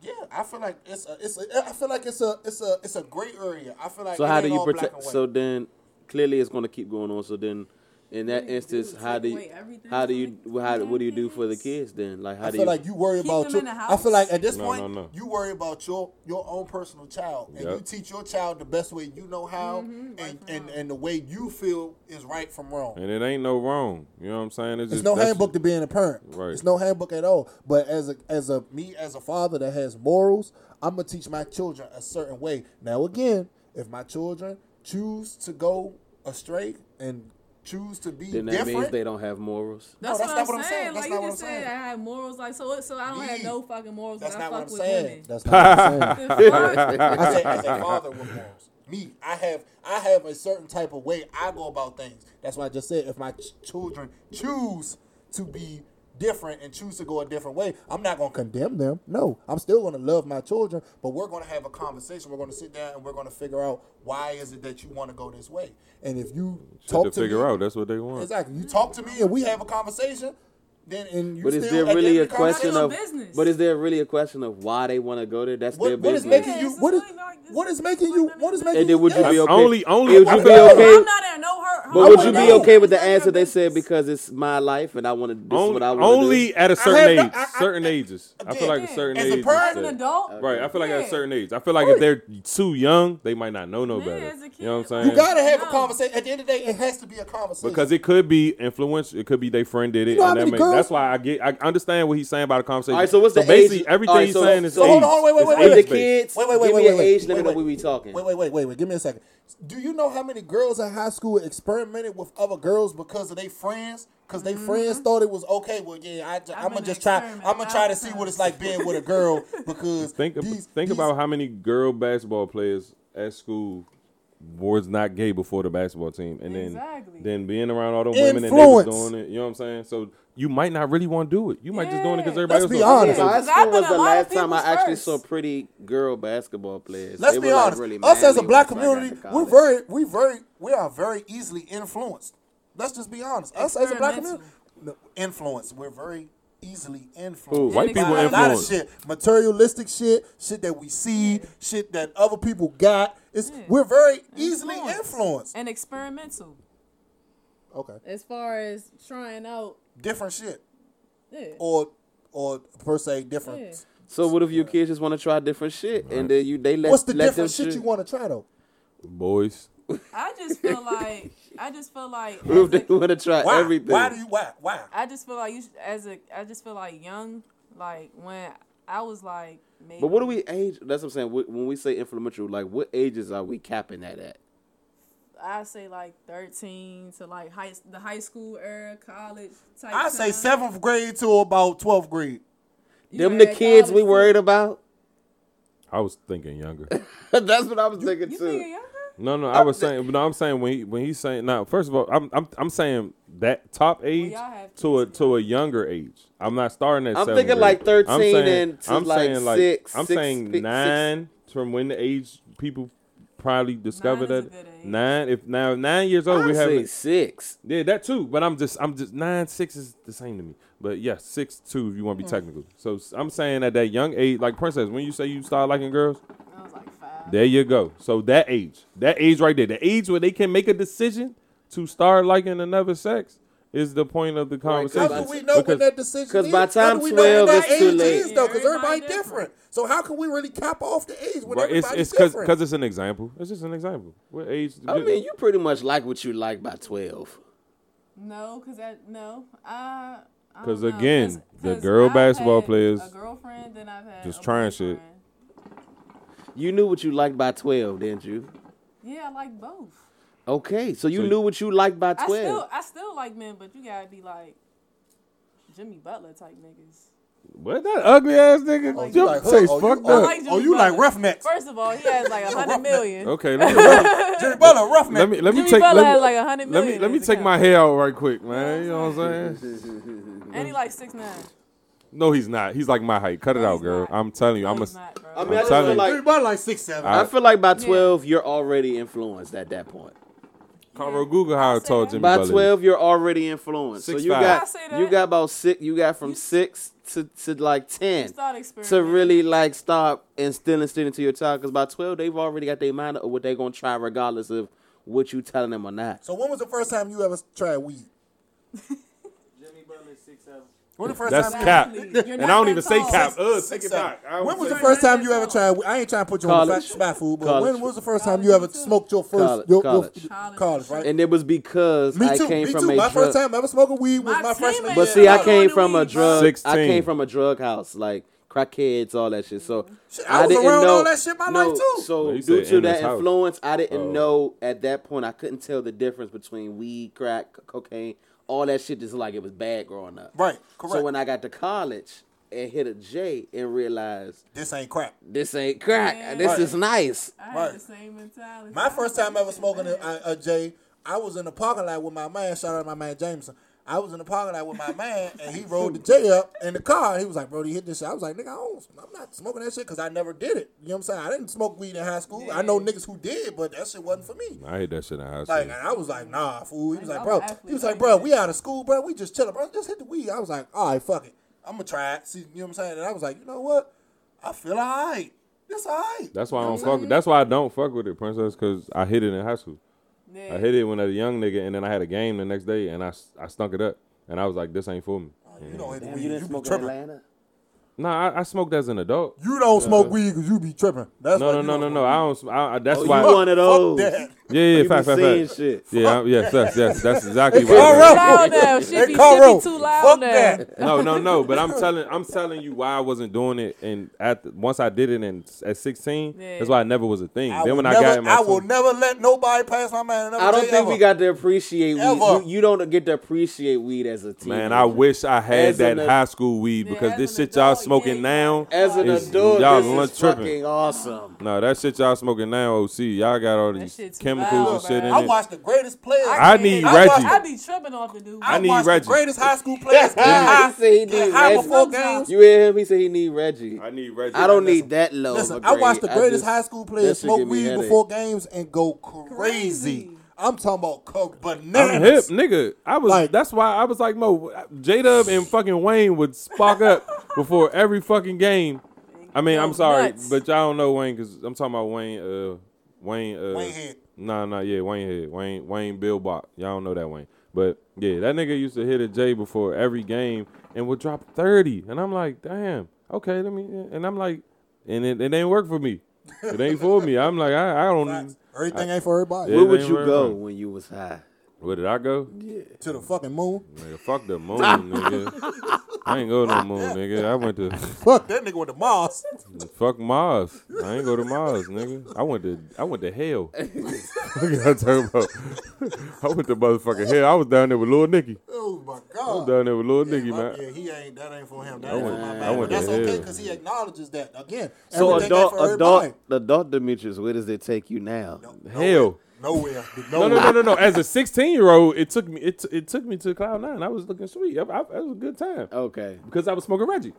[SPEAKER 1] Yeah, I feel like it's a, it's. A, I feel like it's a it's a it's a great area. I feel like.
[SPEAKER 4] So
[SPEAKER 1] it
[SPEAKER 4] how
[SPEAKER 1] ain't
[SPEAKER 4] do you
[SPEAKER 1] all black
[SPEAKER 4] protect?
[SPEAKER 1] and white.
[SPEAKER 4] So then, clearly it's going to keep going on. So then, in
[SPEAKER 3] do
[SPEAKER 4] that
[SPEAKER 3] you do?
[SPEAKER 4] instance, how
[SPEAKER 3] Take
[SPEAKER 4] do you,
[SPEAKER 3] away everything
[SPEAKER 4] how do
[SPEAKER 3] from
[SPEAKER 4] you
[SPEAKER 3] the-
[SPEAKER 4] how,
[SPEAKER 3] from
[SPEAKER 4] what do
[SPEAKER 3] their
[SPEAKER 4] you do for the
[SPEAKER 3] kids?
[SPEAKER 4] kids then? Like how
[SPEAKER 1] I
[SPEAKER 4] do
[SPEAKER 1] feel
[SPEAKER 4] you?
[SPEAKER 1] like you worry
[SPEAKER 3] Keep
[SPEAKER 1] about
[SPEAKER 3] them
[SPEAKER 1] your.
[SPEAKER 3] in the
[SPEAKER 1] I feel like at this
[SPEAKER 2] No,
[SPEAKER 1] point
[SPEAKER 2] no, no.
[SPEAKER 1] you worry about your your own personal child, and you
[SPEAKER 2] Yep.
[SPEAKER 1] teach your child the best way you know how,
[SPEAKER 3] Mm-hmm,
[SPEAKER 1] and, and and the way you feel is right from wrong.
[SPEAKER 2] And it ain't no wrong. You know what I'm saying? It's
[SPEAKER 1] It's
[SPEAKER 2] just
[SPEAKER 1] no
[SPEAKER 2] that's-
[SPEAKER 1] handbook to being a parent.
[SPEAKER 2] Right.
[SPEAKER 1] It's no handbook at all. But as a as a me as a father that has morals, I'm gonna teach my children a certain way. Now again, if my children choose to go astray and choose to be
[SPEAKER 4] Then that means
[SPEAKER 1] different,
[SPEAKER 4] they don't have morals.
[SPEAKER 3] That's,
[SPEAKER 1] No,
[SPEAKER 3] what, I'm saying.
[SPEAKER 1] That's
[SPEAKER 3] Like
[SPEAKER 1] not
[SPEAKER 3] you
[SPEAKER 1] what
[SPEAKER 3] just
[SPEAKER 1] I'm
[SPEAKER 3] said,
[SPEAKER 1] saying.
[SPEAKER 3] I have morals. Like so, it- so I don't have
[SPEAKER 1] Yeah.
[SPEAKER 3] no fucking morals.
[SPEAKER 1] that's
[SPEAKER 3] when I
[SPEAKER 1] not
[SPEAKER 3] fuck
[SPEAKER 1] what I'm
[SPEAKER 3] with
[SPEAKER 1] saying.
[SPEAKER 3] women.
[SPEAKER 1] That's not what I'm saying.
[SPEAKER 3] The fuck?
[SPEAKER 1] I say, as a father with morals. Me, I have I have a certain type of way I go about things. That's why I just said if my ch- children choose to be different and choose to go a different way, I'm not gonna condemn them. No, I'm still gonna love my children, but we're gonna have a conversation. We're gonna sit down and we're gonna figure out why is it that you want to go this way. And if you
[SPEAKER 2] Shit
[SPEAKER 1] talk
[SPEAKER 2] to
[SPEAKER 1] to me,
[SPEAKER 2] figure out. That's what they want.
[SPEAKER 1] exactly, you talk to me and we have a conversation. Then and you
[SPEAKER 4] But
[SPEAKER 1] still,
[SPEAKER 4] is there
[SPEAKER 1] at the end
[SPEAKER 4] really a
[SPEAKER 1] of the conversation-
[SPEAKER 4] question of?
[SPEAKER 3] business.
[SPEAKER 4] But is there really a question of why they want to go there? That's their
[SPEAKER 1] what, what is
[SPEAKER 4] business.
[SPEAKER 1] making
[SPEAKER 3] Yeah,
[SPEAKER 1] you
[SPEAKER 3] it's
[SPEAKER 1] what is
[SPEAKER 3] just like- it's
[SPEAKER 1] what is
[SPEAKER 3] just
[SPEAKER 1] making
[SPEAKER 3] like
[SPEAKER 1] you
[SPEAKER 3] nothing
[SPEAKER 1] what is
[SPEAKER 3] else.
[SPEAKER 1] making
[SPEAKER 4] And then would you
[SPEAKER 1] yes.
[SPEAKER 4] be okay?
[SPEAKER 2] Only- only
[SPEAKER 4] would
[SPEAKER 2] if
[SPEAKER 4] you
[SPEAKER 2] I-
[SPEAKER 4] be
[SPEAKER 2] I-
[SPEAKER 4] okay?
[SPEAKER 3] I'm not at no hurt.
[SPEAKER 4] But would
[SPEAKER 1] I
[SPEAKER 4] you
[SPEAKER 1] wouldn't
[SPEAKER 4] be
[SPEAKER 1] know.
[SPEAKER 4] okay with the
[SPEAKER 3] It's not
[SPEAKER 4] answer they
[SPEAKER 3] their
[SPEAKER 4] said
[SPEAKER 3] business.
[SPEAKER 4] because it's my life and I want to? This is
[SPEAKER 2] only
[SPEAKER 4] what I want
[SPEAKER 2] only at a
[SPEAKER 1] have
[SPEAKER 2] certain
[SPEAKER 1] no-
[SPEAKER 2] age.
[SPEAKER 1] I- I-
[SPEAKER 2] certain ages. I feel like a
[SPEAKER 1] Again,
[SPEAKER 2] certain
[SPEAKER 1] as a
[SPEAKER 2] age. is
[SPEAKER 1] person-
[SPEAKER 3] As an
[SPEAKER 2] that.
[SPEAKER 3] adult,
[SPEAKER 2] Right. I feel like at a
[SPEAKER 3] Yeah.
[SPEAKER 2] certain age. I feel like if they're too young, they might not know no
[SPEAKER 3] Yeah,
[SPEAKER 2] better.
[SPEAKER 3] as a kid,
[SPEAKER 2] You know what I'm
[SPEAKER 3] like-
[SPEAKER 2] saying?
[SPEAKER 1] You gotta have a
[SPEAKER 3] No.
[SPEAKER 1] conversation. At the end of the day, it has to be a conversation.
[SPEAKER 2] because it could be influential. It could be they friend did it,
[SPEAKER 1] know how
[SPEAKER 2] and that
[SPEAKER 1] many
[SPEAKER 2] may,
[SPEAKER 1] girls-
[SPEAKER 2] that's why I get. I understand what he's saying about a conversation.
[SPEAKER 4] All right, so what's the
[SPEAKER 2] basically
[SPEAKER 4] age-
[SPEAKER 2] everything
[SPEAKER 4] all right,
[SPEAKER 2] he's
[SPEAKER 4] so-
[SPEAKER 2] saying is
[SPEAKER 4] so
[SPEAKER 2] age.
[SPEAKER 1] hold on, hold on, wait,
[SPEAKER 2] It's
[SPEAKER 1] wait,
[SPEAKER 4] to do.
[SPEAKER 1] wait, wait.
[SPEAKER 4] If the
[SPEAKER 2] age-based.
[SPEAKER 4] kids
[SPEAKER 1] wait, wait, wait,
[SPEAKER 4] give
[SPEAKER 1] wait,
[SPEAKER 4] me an
[SPEAKER 1] wait,
[SPEAKER 4] age limit
[SPEAKER 1] wait,
[SPEAKER 4] on what we talking.
[SPEAKER 1] Wait, wait, wait, wait, wait. Give me a second. Do you know how many girls in high school experimented with other girls because of their friends? Because they friends thought it was okay. Well, yeah, I,
[SPEAKER 3] Mm-hmm. I've
[SPEAKER 1] am gonna
[SPEAKER 3] been
[SPEAKER 1] just try. I'm
[SPEAKER 3] experimenting
[SPEAKER 1] gonna try to
[SPEAKER 3] lots
[SPEAKER 1] see
[SPEAKER 3] of
[SPEAKER 1] what it's
[SPEAKER 3] times.
[SPEAKER 1] like being with a girl because
[SPEAKER 2] Think ab-
[SPEAKER 1] these,
[SPEAKER 2] think
[SPEAKER 1] these-
[SPEAKER 2] about how many girl basketball players at school was not gay before the basketball team, and
[SPEAKER 3] Exactly.
[SPEAKER 2] then then being around all the women and they was
[SPEAKER 1] Influence.
[SPEAKER 2] doing it. You know what I'm saying? So you might not really want to do it. You might just doing it because
[SPEAKER 3] Yeah.
[SPEAKER 2] everybody
[SPEAKER 1] Let's be
[SPEAKER 2] else. doing
[SPEAKER 1] honest.
[SPEAKER 2] it. So-
[SPEAKER 4] High
[SPEAKER 3] Because I've
[SPEAKER 4] school
[SPEAKER 3] been
[SPEAKER 4] was
[SPEAKER 3] a
[SPEAKER 4] the
[SPEAKER 3] lot of
[SPEAKER 4] last time I
[SPEAKER 3] people's
[SPEAKER 4] actually
[SPEAKER 3] first.
[SPEAKER 4] saw pretty girl basketball players.
[SPEAKER 1] Let's
[SPEAKER 4] They
[SPEAKER 1] be
[SPEAKER 4] were, like,
[SPEAKER 1] honest.
[SPEAKER 4] really
[SPEAKER 1] Us as a
[SPEAKER 4] manly
[SPEAKER 1] black
[SPEAKER 4] once I got
[SPEAKER 1] community,
[SPEAKER 4] to
[SPEAKER 1] we're
[SPEAKER 4] college.
[SPEAKER 1] very, we very, we are very easily influenced. Let's just be honest. Us as a black community,
[SPEAKER 3] Experimental.
[SPEAKER 1] no, influence. We're very easily influenced.
[SPEAKER 2] Who, white
[SPEAKER 1] by
[SPEAKER 2] people
[SPEAKER 1] a lot of
[SPEAKER 2] influence?
[SPEAKER 1] shit, materialistic shit, shit that we see, shit that other people got. It's we're very easily influenced.
[SPEAKER 3] and experimental
[SPEAKER 1] Okay,
[SPEAKER 3] as far as trying out.
[SPEAKER 1] different shit,
[SPEAKER 3] Yeah.
[SPEAKER 1] or or per se different.
[SPEAKER 4] So what if your kids just want to try different shit and then you they let
[SPEAKER 1] What's the
[SPEAKER 4] let
[SPEAKER 1] different
[SPEAKER 4] them
[SPEAKER 1] shit you want to try though?
[SPEAKER 2] Boys,
[SPEAKER 3] I just feel like I just feel like
[SPEAKER 4] What if
[SPEAKER 3] as a-
[SPEAKER 4] they want to try
[SPEAKER 1] Why?
[SPEAKER 4] Uh, everything?
[SPEAKER 1] Why do you? Why? Why?
[SPEAKER 3] I just feel like you should, as a I just feel like young like when I was like maybe
[SPEAKER 4] but what do we age? That's what I'm saying. Wh- When we say influential, like what ages are we capping that at?
[SPEAKER 3] I say like 13 to like high the high school era college type
[SPEAKER 1] I say
[SPEAKER 3] time.
[SPEAKER 1] seventh grade to about twelfth grade.
[SPEAKER 3] You
[SPEAKER 4] Them
[SPEAKER 3] were
[SPEAKER 4] the
[SPEAKER 3] at
[SPEAKER 4] kids we
[SPEAKER 3] college,
[SPEAKER 4] worried about.
[SPEAKER 2] I was thinking younger.
[SPEAKER 4] That's what I was thinking
[SPEAKER 3] You
[SPEAKER 4] too.
[SPEAKER 3] think younger?
[SPEAKER 2] No, no, I was saying, but no, I'm saying when he when he's saying now. First of all, I'm I'm I'm saying that top age
[SPEAKER 3] y'all have
[SPEAKER 2] to a
[SPEAKER 3] kids,
[SPEAKER 2] to a younger age. I'm not starting at.
[SPEAKER 4] I'm
[SPEAKER 2] seventh
[SPEAKER 4] thinking
[SPEAKER 2] grade.
[SPEAKER 4] like 13
[SPEAKER 2] I'm saying,
[SPEAKER 4] and to
[SPEAKER 2] I'm
[SPEAKER 4] like
[SPEAKER 2] saying
[SPEAKER 4] six-
[SPEAKER 2] I'm
[SPEAKER 4] six-
[SPEAKER 2] saying
[SPEAKER 4] six-
[SPEAKER 2] nine from when the age people probably discovered
[SPEAKER 3] is a
[SPEAKER 2] that
[SPEAKER 3] good age.
[SPEAKER 2] nine. If now nine years old,
[SPEAKER 4] I
[SPEAKER 2] we
[SPEAKER 4] say
[SPEAKER 2] have
[SPEAKER 4] six.
[SPEAKER 2] yeah that too. But I'm just I'm just nine six is the same to me. But yeah, six two if you
[SPEAKER 3] Hmm.
[SPEAKER 2] want to be technical. So s- I'm saying at that young age, like princess, when you say you start liking girls,
[SPEAKER 3] I was like five.
[SPEAKER 2] there you go. So that age, that age right there, the age where they can make a decision to start liking another sex is the point of the
[SPEAKER 4] Right, 'cause
[SPEAKER 2] conversation.
[SPEAKER 1] How can we know when
[SPEAKER 2] Because-
[SPEAKER 1] that decision
[SPEAKER 4] 'cause
[SPEAKER 1] is?
[SPEAKER 4] by
[SPEAKER 1] How
[SPEAKER 4] time
[SPEAKER 1] do we know when
[SPEAKER 4] 12
[SPEAKER 1] that
[SPEAKER 4] is too
[SPEAKER 1] age
[SPEAKER 4] late.
[SPEAKER 1] is, though? Because everybody
[SPEAKER 3] Everybody
[SPEAKER 1] different. So how can we really cap off the age when
[SPEAKER 2] Right, it's
[SPEAKER 1] everybody's
[SPEAKER 2] it's cause,
[SPEAKER 1] different?
[SPEAKER 2] 'cause it's an example. It's just an example. What age?
[SPEAKER 4] I mean, you pretty much like what you like by twelve.
[SPEAKER 3] No, because that no. I. I don't
[SPEAKER 2] 'Cause
[SPEAKER 3] know,
[SPEAKER 2] again,
[SPEAKER 3] 'cause-
[SPEAKER 2] the
[SPEAKER 3] 'cause
[SPEAKER 2] girl
[SPEAKER 3] I've
[SPEAKER 2] basketball
[SPEAKER 3] had
[SPEAKER 2] players
[SPEAKER 3] A girlfriend, then I've had
[SPEAKER 2] just
[SPEAKER 3] a
[SPEAKER 2] trying shit.
[SPEAKER 3] boyfriend.
[SPEAKER 4] You knew what you liked by twelve, didn't you?
[SPEAKER 3] Yeah, I like both.
[SPEAKER 4] Okay, so you
[SPEAKER 2] So-
[SPEAKER 4] knew what you liked by
[SPEAKER 3] I
[SPEAKER 4] twelve.
[SPEAKER 3] still, I still like men, but you gotta be like Jimmy Butler type niggas.
[SPEAKER 2] what that ugly ass nigga?
[SPEAKER 1] Oh, you
[SPEAKER 2] Jim
[SPEAKER 1] like her.
[SPEAKER 2] Tate's
[SPEAKER 1] Oh, you-
[SPEAKER 2] fucked
[SPEAKER 1] oh,
[SPEAKER 2] up.
[SPEAKER 3] I like
[SPEAKER 1] oh,
[SPEAKER 3] Jimmy
[SPEAKER 1] you like
[SPEAKER 3] Butler.
[SPEAKER 1] roughnecks.
[SPEAKER 3] First of all, he has like a hundred million.
[SPEAKER 2] Okay, let me
[SPEAKER 1] Jerry Butler, rough
[SPEAKER 2] let
[SPEAKER 1] man.
[SPEAKER 2] me let me
[SPEAKER 3] Jimmy
[SPEAKER 2] take
[SPEAKER 3] Butler
[SPEAKER 2] let
[SPEAKER 3] had
[SPEAKER 2] me,
[SPEAKER 3] like a hundred
[SPEAKER 2] let
[SPEAKER 3] million.
[SPEAKER 2] me
[SPEAKER 3] in
[SPEAKER 2] let me
[SPEAKER 3] his
[SPEAKER 2] take my
[SPEAKER 3] account.
[SPEAKER 2] hair out right quick, man. You know what I'm saying?
[SPEAKER 3] And he like six nine.
[SPEAKER 2] No, he's not. He's like my height. Cut it
[SPEAKER 3] No,
[SPEAKER 2] out,
[SPEAKER 3] he's
[SPEAKER 2] girl.
[SPEAKER 3] not.
[SPEAKER 2] I'm telling you,
[SPEAKER 3] No,
[SPEAKER 2] I'm a.
[SPEAKER 3] he's not, bro.
[SPEAKER 4] I
[SPEAKER 2] I'm
[SPEAKER 4] mean, I just
[SPEAKER 2] telling you.
[SPEAKER 4] feel
[SPEAKER 1] Jerry
[SPEAKER 4] like
[SPEAKER 1] Butler like six seven.
[SPEAKER 4] I
[SPEAKER 2] I-
[SPEAKER 4] feel like by
[SPEAKER 3] Yeah.
[SPEAKER 4] twelve you're already influenced at that point.
[SPEAKER 2] Conroe Google how
[SPEAKER 3] I'll say
[SPEAKER 2] tall
[SPEAKER 3] that.
[SPEAKER 2] Jimmy
[SPEAKER 4] By
[SPEAKER 2] Butler. is.
[SPEAKER 4] twelve you're already influenced.
[SPEAKER 2] Six,
[SPEAKER 4] so you
[SPEAKER 2] five.
[SPEAKER 3] I say
[SPEAKER 4] got
[SPEAKER 3] that.
[SPEAKER 4] you got about six. You got from
[SPEAKER 3] You-
[SPEAKER 4] six to to like ten.
[SPEAKER 3] Start experimenting.
[SPEAKER 4] to really like stop instilling shit into your child because by 12 they've already got their mind of what they're gonna try regardless of what you telling them or not
[SPEAKER 1] So when was the first time you ever tried weed? When the first
[SPEAKER 2] That's
[SPEAKER 1] time?
[SPEAKER 2] cap,
[SPEAKER 3] Please,
[SPEAKER 2] and
[SPEAKER 3] you're
[SPEAKER 2] I
[SPEAKER 3] not
[SPEAKER 2] don't even
[SPEAKER 3] that
[SPEAKER 2] say
[SPEAKER 3] tall.
[SPEAKER 2] cap. Ugh, take
[SPEAKER 1] Six,
[SPEAKER 2] it
[SPEAKER 1] seven.
[SPEAKER 2] back. I
[SPEAKER 1] When
[SPEAKER 2] don't
[SPEAKER 1] was the
[SPEAKER 2] say-
[SPEAKER 1] first time you ever tried? I ain't trying to put you on the
[SPEAKER 4] College.
[SPEAKER 1] fat, fat food, but
[SPEAKER 4] College.
[SPEAKER 1] when was the first time you ever smoked your first
[SPEAKER 4] College.
[SPEAKER 1] your,
[SPEAKER 4] College.
[SPEAKER 1] Your,
[SPEAKER 3] College.
[SPEAKER 1] college, right?
[SPEAKER 4] and it was because
[SPEAKER 1] me
[SPEAKER 4] i
[SPEAKER 1] too.
[SPEAKER 4] came
[SPEAKER 1] me
[SPEAKER 4] from
[SPEAKER 1] too.
[SPEAKER 4] a
[SPEAKER 1] my
[SPEAKER 4] drug
[SPEAKER 1] first time ever smoking weed was
[SPEAKER 3] My
[SPEAKER 1] my, freshman
[SPEAKER 3] teammate-
[SPEAKER 1] year.
[SPEAKER 4] but
[SPEAKER 3] Yeah,
[SPEAKER 4] see i
[SPEAKER 3] I
[SPEAKER 4] came
[SPEAKER 3] wanted
[SPEAKER 4] from a
[SPEAKER 3] weed,
[SPEAKER 4] drug i
[SPEAKER 2] 16.
[SPEAKER 4] came from a drug house like crackheads all that shit so
[SPEAKER 1] Shit, I was
[SPEAKER 4] didn't
[SPEAKER 1] around
[SPEAKER 4] know
[SPEAKER 1] all that shit my
[SPEAKER 4] no,
[SPEAKER 1] life too.
[SPEAKER 2] Well,
[SPEAKER 4] so
[SPEAKER 2] you
[SPEAKER 4] due
[SPEAKER 2] said
[SPEAKER 4] to
[SPEAKER 2] in
[SPEAKER 4] that
[SPEAKER 2] this house.
[SPEAKER 4] influence i didn't
[SPEAKER 2] Oh.
[SPEAKER 4] know at that point i couldn't tell the difference between weed crack c- cocaine all that shit just like it was bad growing up
[SPEAKER 1] Right, correct.
[SPEAKER 4] so when i got to college and hit a j and realized
[SPEAKER 1] this ain't crap.
[SPEAKER 4] this ain't crack.
[SPEAKER 3] Yeah.
[SPEAKER 4] This
[SPEAKER 1] Right.
[SPEAKER 4] is nice.
[SPEAKER 3] I had
[SPEAKER 1] Right.
[SPEAKER 3] the same mentality.
[SPEAKER 1] My first time ever smoking a,
[SPEAKER 3] it.
[SPEAKER 1] a, a J, I was in the parking lot with my man. Shout out to my man Jameson. I was in the parking lot with my man, and he rolled the J up in the car. He was like, "Bro, you hit this shit." I was like, "Nigga, I don't, I'm not smoking that shit because I never did it." You know what I'm saying? I didn't smoke weed in high school. I know niggas who did, but that shit wasn't for me.
[SPEAKER 2] I hate that shit in high school.
[SPEAKER 1] Like, and I was like, "Nah, fool." He was like,
[SPEAKER 3] I'm
[SPEAKER 1] "Bro,"
[SPEAKER 3] an athlete.
[SPEAKER 1] he was like, "Bro, we out of school, bro. We just chilling, bro. Just hit the weed." I was like, "All right, fuck it. I'm gonna try it." See, you know what I'm saying? And I was like, "You know what? I feel all right. It's all right."
[SPEAKER 2] That's why I don't fuck. That's why I don't fuck with it, princess, because I hit it in high school.
[SPEAKER 3] Yeah.
[SPEAKER 2] I hit it when I was a young nigga, and then I had a game the next day, and I, s- I stunk it up, and I was like, this ain't for me.
[SPEAKER 1] You don't hit the weed. You be tripping.
[SPEAKER 4] Atlanta?
[SPEAKER 2] Nah, I, I smoked as an adult.
[SPEAKER 1] You don't smoke weed because you be tripping. That's
[SPEAKER 2] No,
[SPEAKER 1] why
[SPEAKER 2] no,
[SPEAKER 1] you
[SPEAKER 2] no,
[SPEAKER 1] don't
[SPEAKER 2] no,
[SPEAKER 1] smoke
[SPEAKER 2] no.
[SPEAKER 1] weed.
[SPEAKER 2] I don't. sm- I, I- that's
[SPEAKER 4] Oh,
[SPEAKER 2] why.
[SPEAKER 4] you one of those.
[SPEAKER 1] Fuck that.
[SPEAKER 2] yeah, yeah,
[SPEAKER 4] You be
[SPEAKER 2] fact, fact,
[SPEAKER 4] seeing
[SPEAKER 2] fact.
[SPEAKER 4] shit.
[SPEAKER 2] Yeah, I, yes, yes, yes. That's exactly
[SPEAKER 1] Hey,
[SPEAKER 2] what. I-
[SPEAKER 1] Caro.
[SPEAKER 3] loud now. She
[SPEAKER 1] Hey,
[SPEAKER 3] be, she be
[SPEAKER 1] Caro,
[SPEAKER 3] too loud
[SPEAKER 1] fuck
[SPEAKER 3] now.
[SPEAKER 1] that.
[SPEAKER 2] no, no, no. But I'm telling, I'm telling you why I wasn't doing it. And at the, once I did it, in at 16,
[SPEAKER 3] Yeah.
[SPEAKER 2] that's why it never was a thing.
[SPEAKER 1] I
[SPEAKER 2] then
[SPEAKER 1] will
[SPEAKER 2] when
[SPEAKER 1] never,
[SPEAKER 2] I got in my,
[SPEAKER 1] I will
[SPEAKER 2] 20s
[SPEAKER 1] never let nobody pass my man.
[SPEAKER 4] I don't think we got to appreciate weed.
[SPEAKER 1] Ever.
[SPEAKER 4] You, you don't get to appreciate weed as a teen.
[SPEAKER 2] man, I wish I had
[SPEAKER 4] As
[SPEAKER 2] that
[SPEAKER 4] an ad-
[SPEAKER 2] high school weed
[SPEAKER 3] Yeah,
[SPEAKER 2] because
[SPEAKER 3] as
[SPEAKER 2] this
[SPEAKER 3] an
[SPEAKER 2] shit y'all
[SPEAKER 3] adult,
[SPEAKER 2] smoking
[SPEAKER 3] yeah,
[SPEAKER 2] now.
[SPEAKER 4] As an
[SPEAKER 2] It's-
[SPEAKER 4] adult,
[SPEAKER 2] y'all
[SPEAKER 4] this is
[SPEAKER 2] lunch tripping.
[SPEAKER 4] fucking awesome.
[SPEAKER 2] No, that shit y'all smoking now, OC. Y'all got all these
[SPEAKER 3] shit's
[SPEAKER 2] chemicals
[SPEAKER 3] wild,
[SPEAKER 2] and shit in
[SPEAKER 3] bruh.
[SPEAKER 1] I
[SPEAKER 2] it.
[SPEAKER 1] watched the greatest players.
[SPEAKER 2] I need
[SPEAKER 1] I watch-
[SPEAKER 2] Reggie.
[SPEAKER 3] I be tripping off the dude.
[SPEAKER 1] I,
[SPEAKER 2] need
[SPEAKER 1] watched
[SPEAKER 2] Reggie.
[SPEAKER 1] the greatest high school players. get
[SPEAKER 4] I
[SPEAKER 1] high,
[SPEAKER 4] said he
[SPEAKER 1] get
[SPEAKER 4] need
[SPEAKER 1] high
[SPEAKER 4] Reggie.
[SPEAKER 1] before games.
[SPEAKER 4] You hear him? He said he need Reggie.
[SPEAKER 2] I need Reggie.
[SPEAKER 4] I don't
[SPEAKER 2] Listen,
[SPEAKER 4] need that low.
[SPEAKER 1] Listen,
[SPEAKER 4] of a
[SPEAKER 1] I watched the
[SPEAKER 4] grade.
[SPEAKER 1] greatest
[SPEAKER 4] just-
[SPEAKER 1] high school
[SPEAKER 4] that
[SPEAKER 1] players
[SPEAKER 4] shit
[SPEAKER 1] smoke
[SPEAKER 4] give me
[SPEAKER 1] weed
[SPEAKER 4] headache.
[SPEAKER 1] before games and go crazy.
[SPEAKER 3] Crazy.
[SPEAKER 1] I'm talking about coke
[SPEAKER 2] I'm hip,
[SPEAKER 1] bananas.
[SPEAKER 2] nigga. I was.
[SPEAKER 1] Like-
[SPEAKER 2] that's why I was like, Mo, J Dub and fucking Wayne would spark up before every fucking game. I mean, I'm
[SPEAKER 3] Go
[SPEAKER 2] sorry,
[SPEAKER 3] nuts.
[SPEAKER 2] but y'all don't know Wayne because I'm talking about Wayne. Uh, Wayne. Uh,
[SPEAKER 1] Wayne Head.
[SPEAKER 2] Nah, nah, yeah, Wayne Head. Wayne. Wayne Billbot. Y'all don't know that Wayne, but yeah, that nigga used to hit a J before every game and would drop thirty, and I'm like, damn, okay, let me. And I'm like, and it, it ain't work for me. It ain't for me. I'm like, I, I don't.
[SPEAKER 1] Everything ain't for everybody.
[SPEAKER 2] Yeah.
[SPEAKER 4] Where would
[SPEAKER 2] ain't
[SPEAKER 4] you
[SPEAKER 2] worth
[SPEAKER 4] go
[SPEAKER 2] it.
[SPEAKER 4] when you was high?
[SPEAKER 2] Where did I go?
[SPEAKER 1] To the fucking moon.
[SPEAKER 2] Nigga, fuck the moon, nigga. I ain't go to the moon, nigga. I went to
[SPEAKER 1] Fuck that nigga with the Mars.
[SPEAKER 2] fuck Mars. I ain't go to Mars, nigga. I went to I went to hell. What you talking about? I went to motherfucking hell. I was down there with Lil Nicky.
[SPEAKER 1] Oh my
[SPEAKER 2] I was
[SPEAKER 1] god.
[SPEAKER 2] down there with Lil
[SPEAKER 1] Yeah,
[SPEAKER 2] Nicky,
[SPEAKER 1] my- yeah,
[SPEAKER 2] man.
[SPEAKER 1] he ain't. That ain't for him. That
[SPEAKER 2] I
[SPEAKER 1] ain't
[SPEAKER 2] went-
[SPEAKER 1] for
[SPEAKER 2] I
[SPEAKER 1] my man. But
[SPEAKER 2] went
[SPEAKER 1] that's
[SPEAKER 2] to
[SPEAKER 1] okay
[SPEAKER 2] hell.
[SPEAKER 1] because he acknowledges that again.
[SPEAKER 4] So
[SPEAKER 1] everything ain't
[SPEAKER 4] adult,
[SPEAKER 1] for
[SPEAKER 4] adult,
[SPEAKER 1] everybody.
[SPEAKER 4] adult Demetrius, where does it take you now?
[SPEAKER 2] Hell.
[SPEAKER 1] Nowhere.
[SPEAKER 2] No,
[SPEAKER 1] Nowhere.
[SPEAKER 2] no, no, no, no. As a 16 year old, it took me it, t- it took me to Cloud Nine. I was looking sweet. I, I, that was a good time
[SPEAKER 4] Okay.
[SPEAKER 2] because I was smoking Reggie.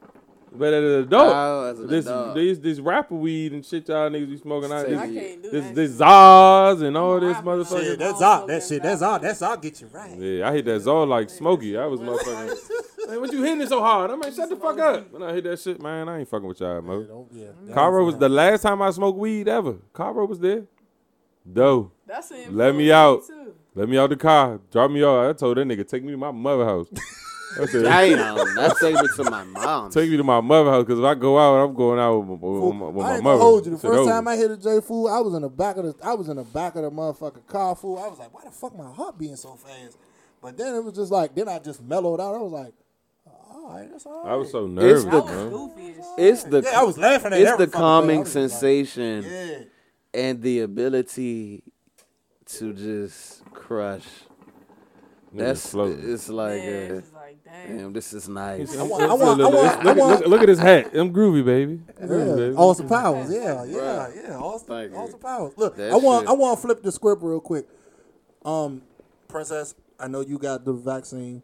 [SPEAKER 2] But as an adult,
[SPEAKER 4] Oh, as an
[SPEAKER 2] this
[SPEAKER 4] adult.
[SPEAKER 2] this this rapper weed and shit y'all niggas be smoking out
[SPEAKER 4] Say
[SPEAKER 2] this
[SPEAKER 3] I can't do
[SPEAKER 2] this
[SPEAKER 3] that.
[SPEAKER 2] this Zaz and all this
[SPEAKER 3] Rapper.
[SPEAKER 2] motherfucker.
[SPEAKER 3] Say
[SPEAKER 1] Shit,
[SPEAKER 3] it.
[SPEAKER 1] that's all. That shit, that's all. That's all. Get you right.
[SPEAKER 2] Yeah, I hit that Zaz like Smokey. I was motherfucking. Man, what you hitting it so hard? I mean, shut the fuck up. When I hit that shit, man, I ain't fucking with y'all,
[SPEAKER 1] Yeah,
[SPEAKER 2] mo.
[SPEAKER 1] don't- yeah, that
[SPEAKER 2] Cairo
[SPEAKER 1] was
[SPEAKER 2] was the last time I smoked weed ever. Cairo was there. Doe.
[SPEAKER 3] That's an
[SPEAKER 2] Let me
[SPEAKER 3] influence
[SPEAKER 2] out.
[SPEAKER 3] too.
[SPEAKER 2] Let me out the car. Drop me off. I told that nigga, take me to my mother house. I said,
[SPEAKER 4] Damn, that's taking me to my mom.
[SPEAKER 2] take me to my mother house because if I go out, I'm going out with my, with my, with
[SPEAKER 1] I
[SPEAKER 2] my
[SPEAKER 1] ain't
[SPEAKER 2] mother.
[SPEAKER 1] gonna
[SPEAKER 2] "Oh."
[SPEAKER 1] hold you. The
[SPEAKER 2] Shit
[SPEAKER 1] first
[SPEAKER 2] over.
[SPEAKER 1] time I hit a J fool, I was in the back of the I was in the back of the motherfucking car fool. I was like, why the fuck my heart beating so fast? But then it was just like then I just mellowed out. I was like, "Oh, all right, that's all right.
[SPEAKER 2] I was so
[SPEAKER 4] It's
[SPEAKER 2] nervous,
[SPEAKER 4] the-
[SPEAKER 3] I was
[SPEAKER 2] man.
[SPEAKER 3] goofy as shit.
[SPEAKER 4] It's the
[SPEAKER 1] yeah, I was laughing at
[SPEAKER 4] it's
[SPEAKER 1] every
[SPEAKER 4] the
[SPEAKER 1] fucking thing. I
[SPEAKER 4] calming
[SPEAKER 1] was just
[SPEAKER 4] sensation
[SPEAKER 1] Like, yeah.
[SPEAKER 4] and the ability to just crush. That's
[SPEAKER 2] That's floating.
[SPEAKER 4] it's like,
[SPEAKER 3] Yeah,
[SPEAKER 4] uh,
[SPEAKER 3] it's just like, damn.
[SPEAKER 4] damn, this is nice.
[SPEAKER 2] I'm-
[SPEAKER 1] want- I
[SPEAKER 2] I'm
[SPEAKER 1] want-
[SPEAKER 2] feeling
[SPEAKER 1] I
[SPEAKER 2] it.
[SPEAKER 1] want-
[SPEAKER 2] It's- look,
[SPEAKER 1] I
[SPEAKER 2] at-
[SPEAKER 1] want-
[SPEAKER 2] look- look at his hat. I'm groovy, baby. I'm groovy,
[SPEAKER 1] Yeah, Oh.
[SPEAKER 2] baby.
[SPEAKER 1] Austin Powers, yeah, yeah, yeah, Austin,
[SPEAKER 4] Thank you.
[SPEAKER 1] Austin Powers. Look,
[SPEAKER 4] That
[SPEAKER 1] I want,
[SPEAKER 4] shit.
[SPEAKER 1] I want to flip the script real quick. Um, Princess, I know you got the vaccine.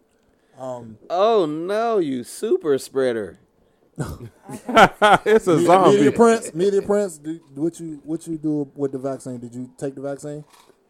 [SPEAKER 4] Oh no, you super spreader.
[SPEAKER 2] it's a
[SPEAKER 1] Media
[SPEAKER 2] zombie.
[SPEAKER 1] Prince, Media Prince, do, what you, what you do with the vaccine? Did you take the vaccine?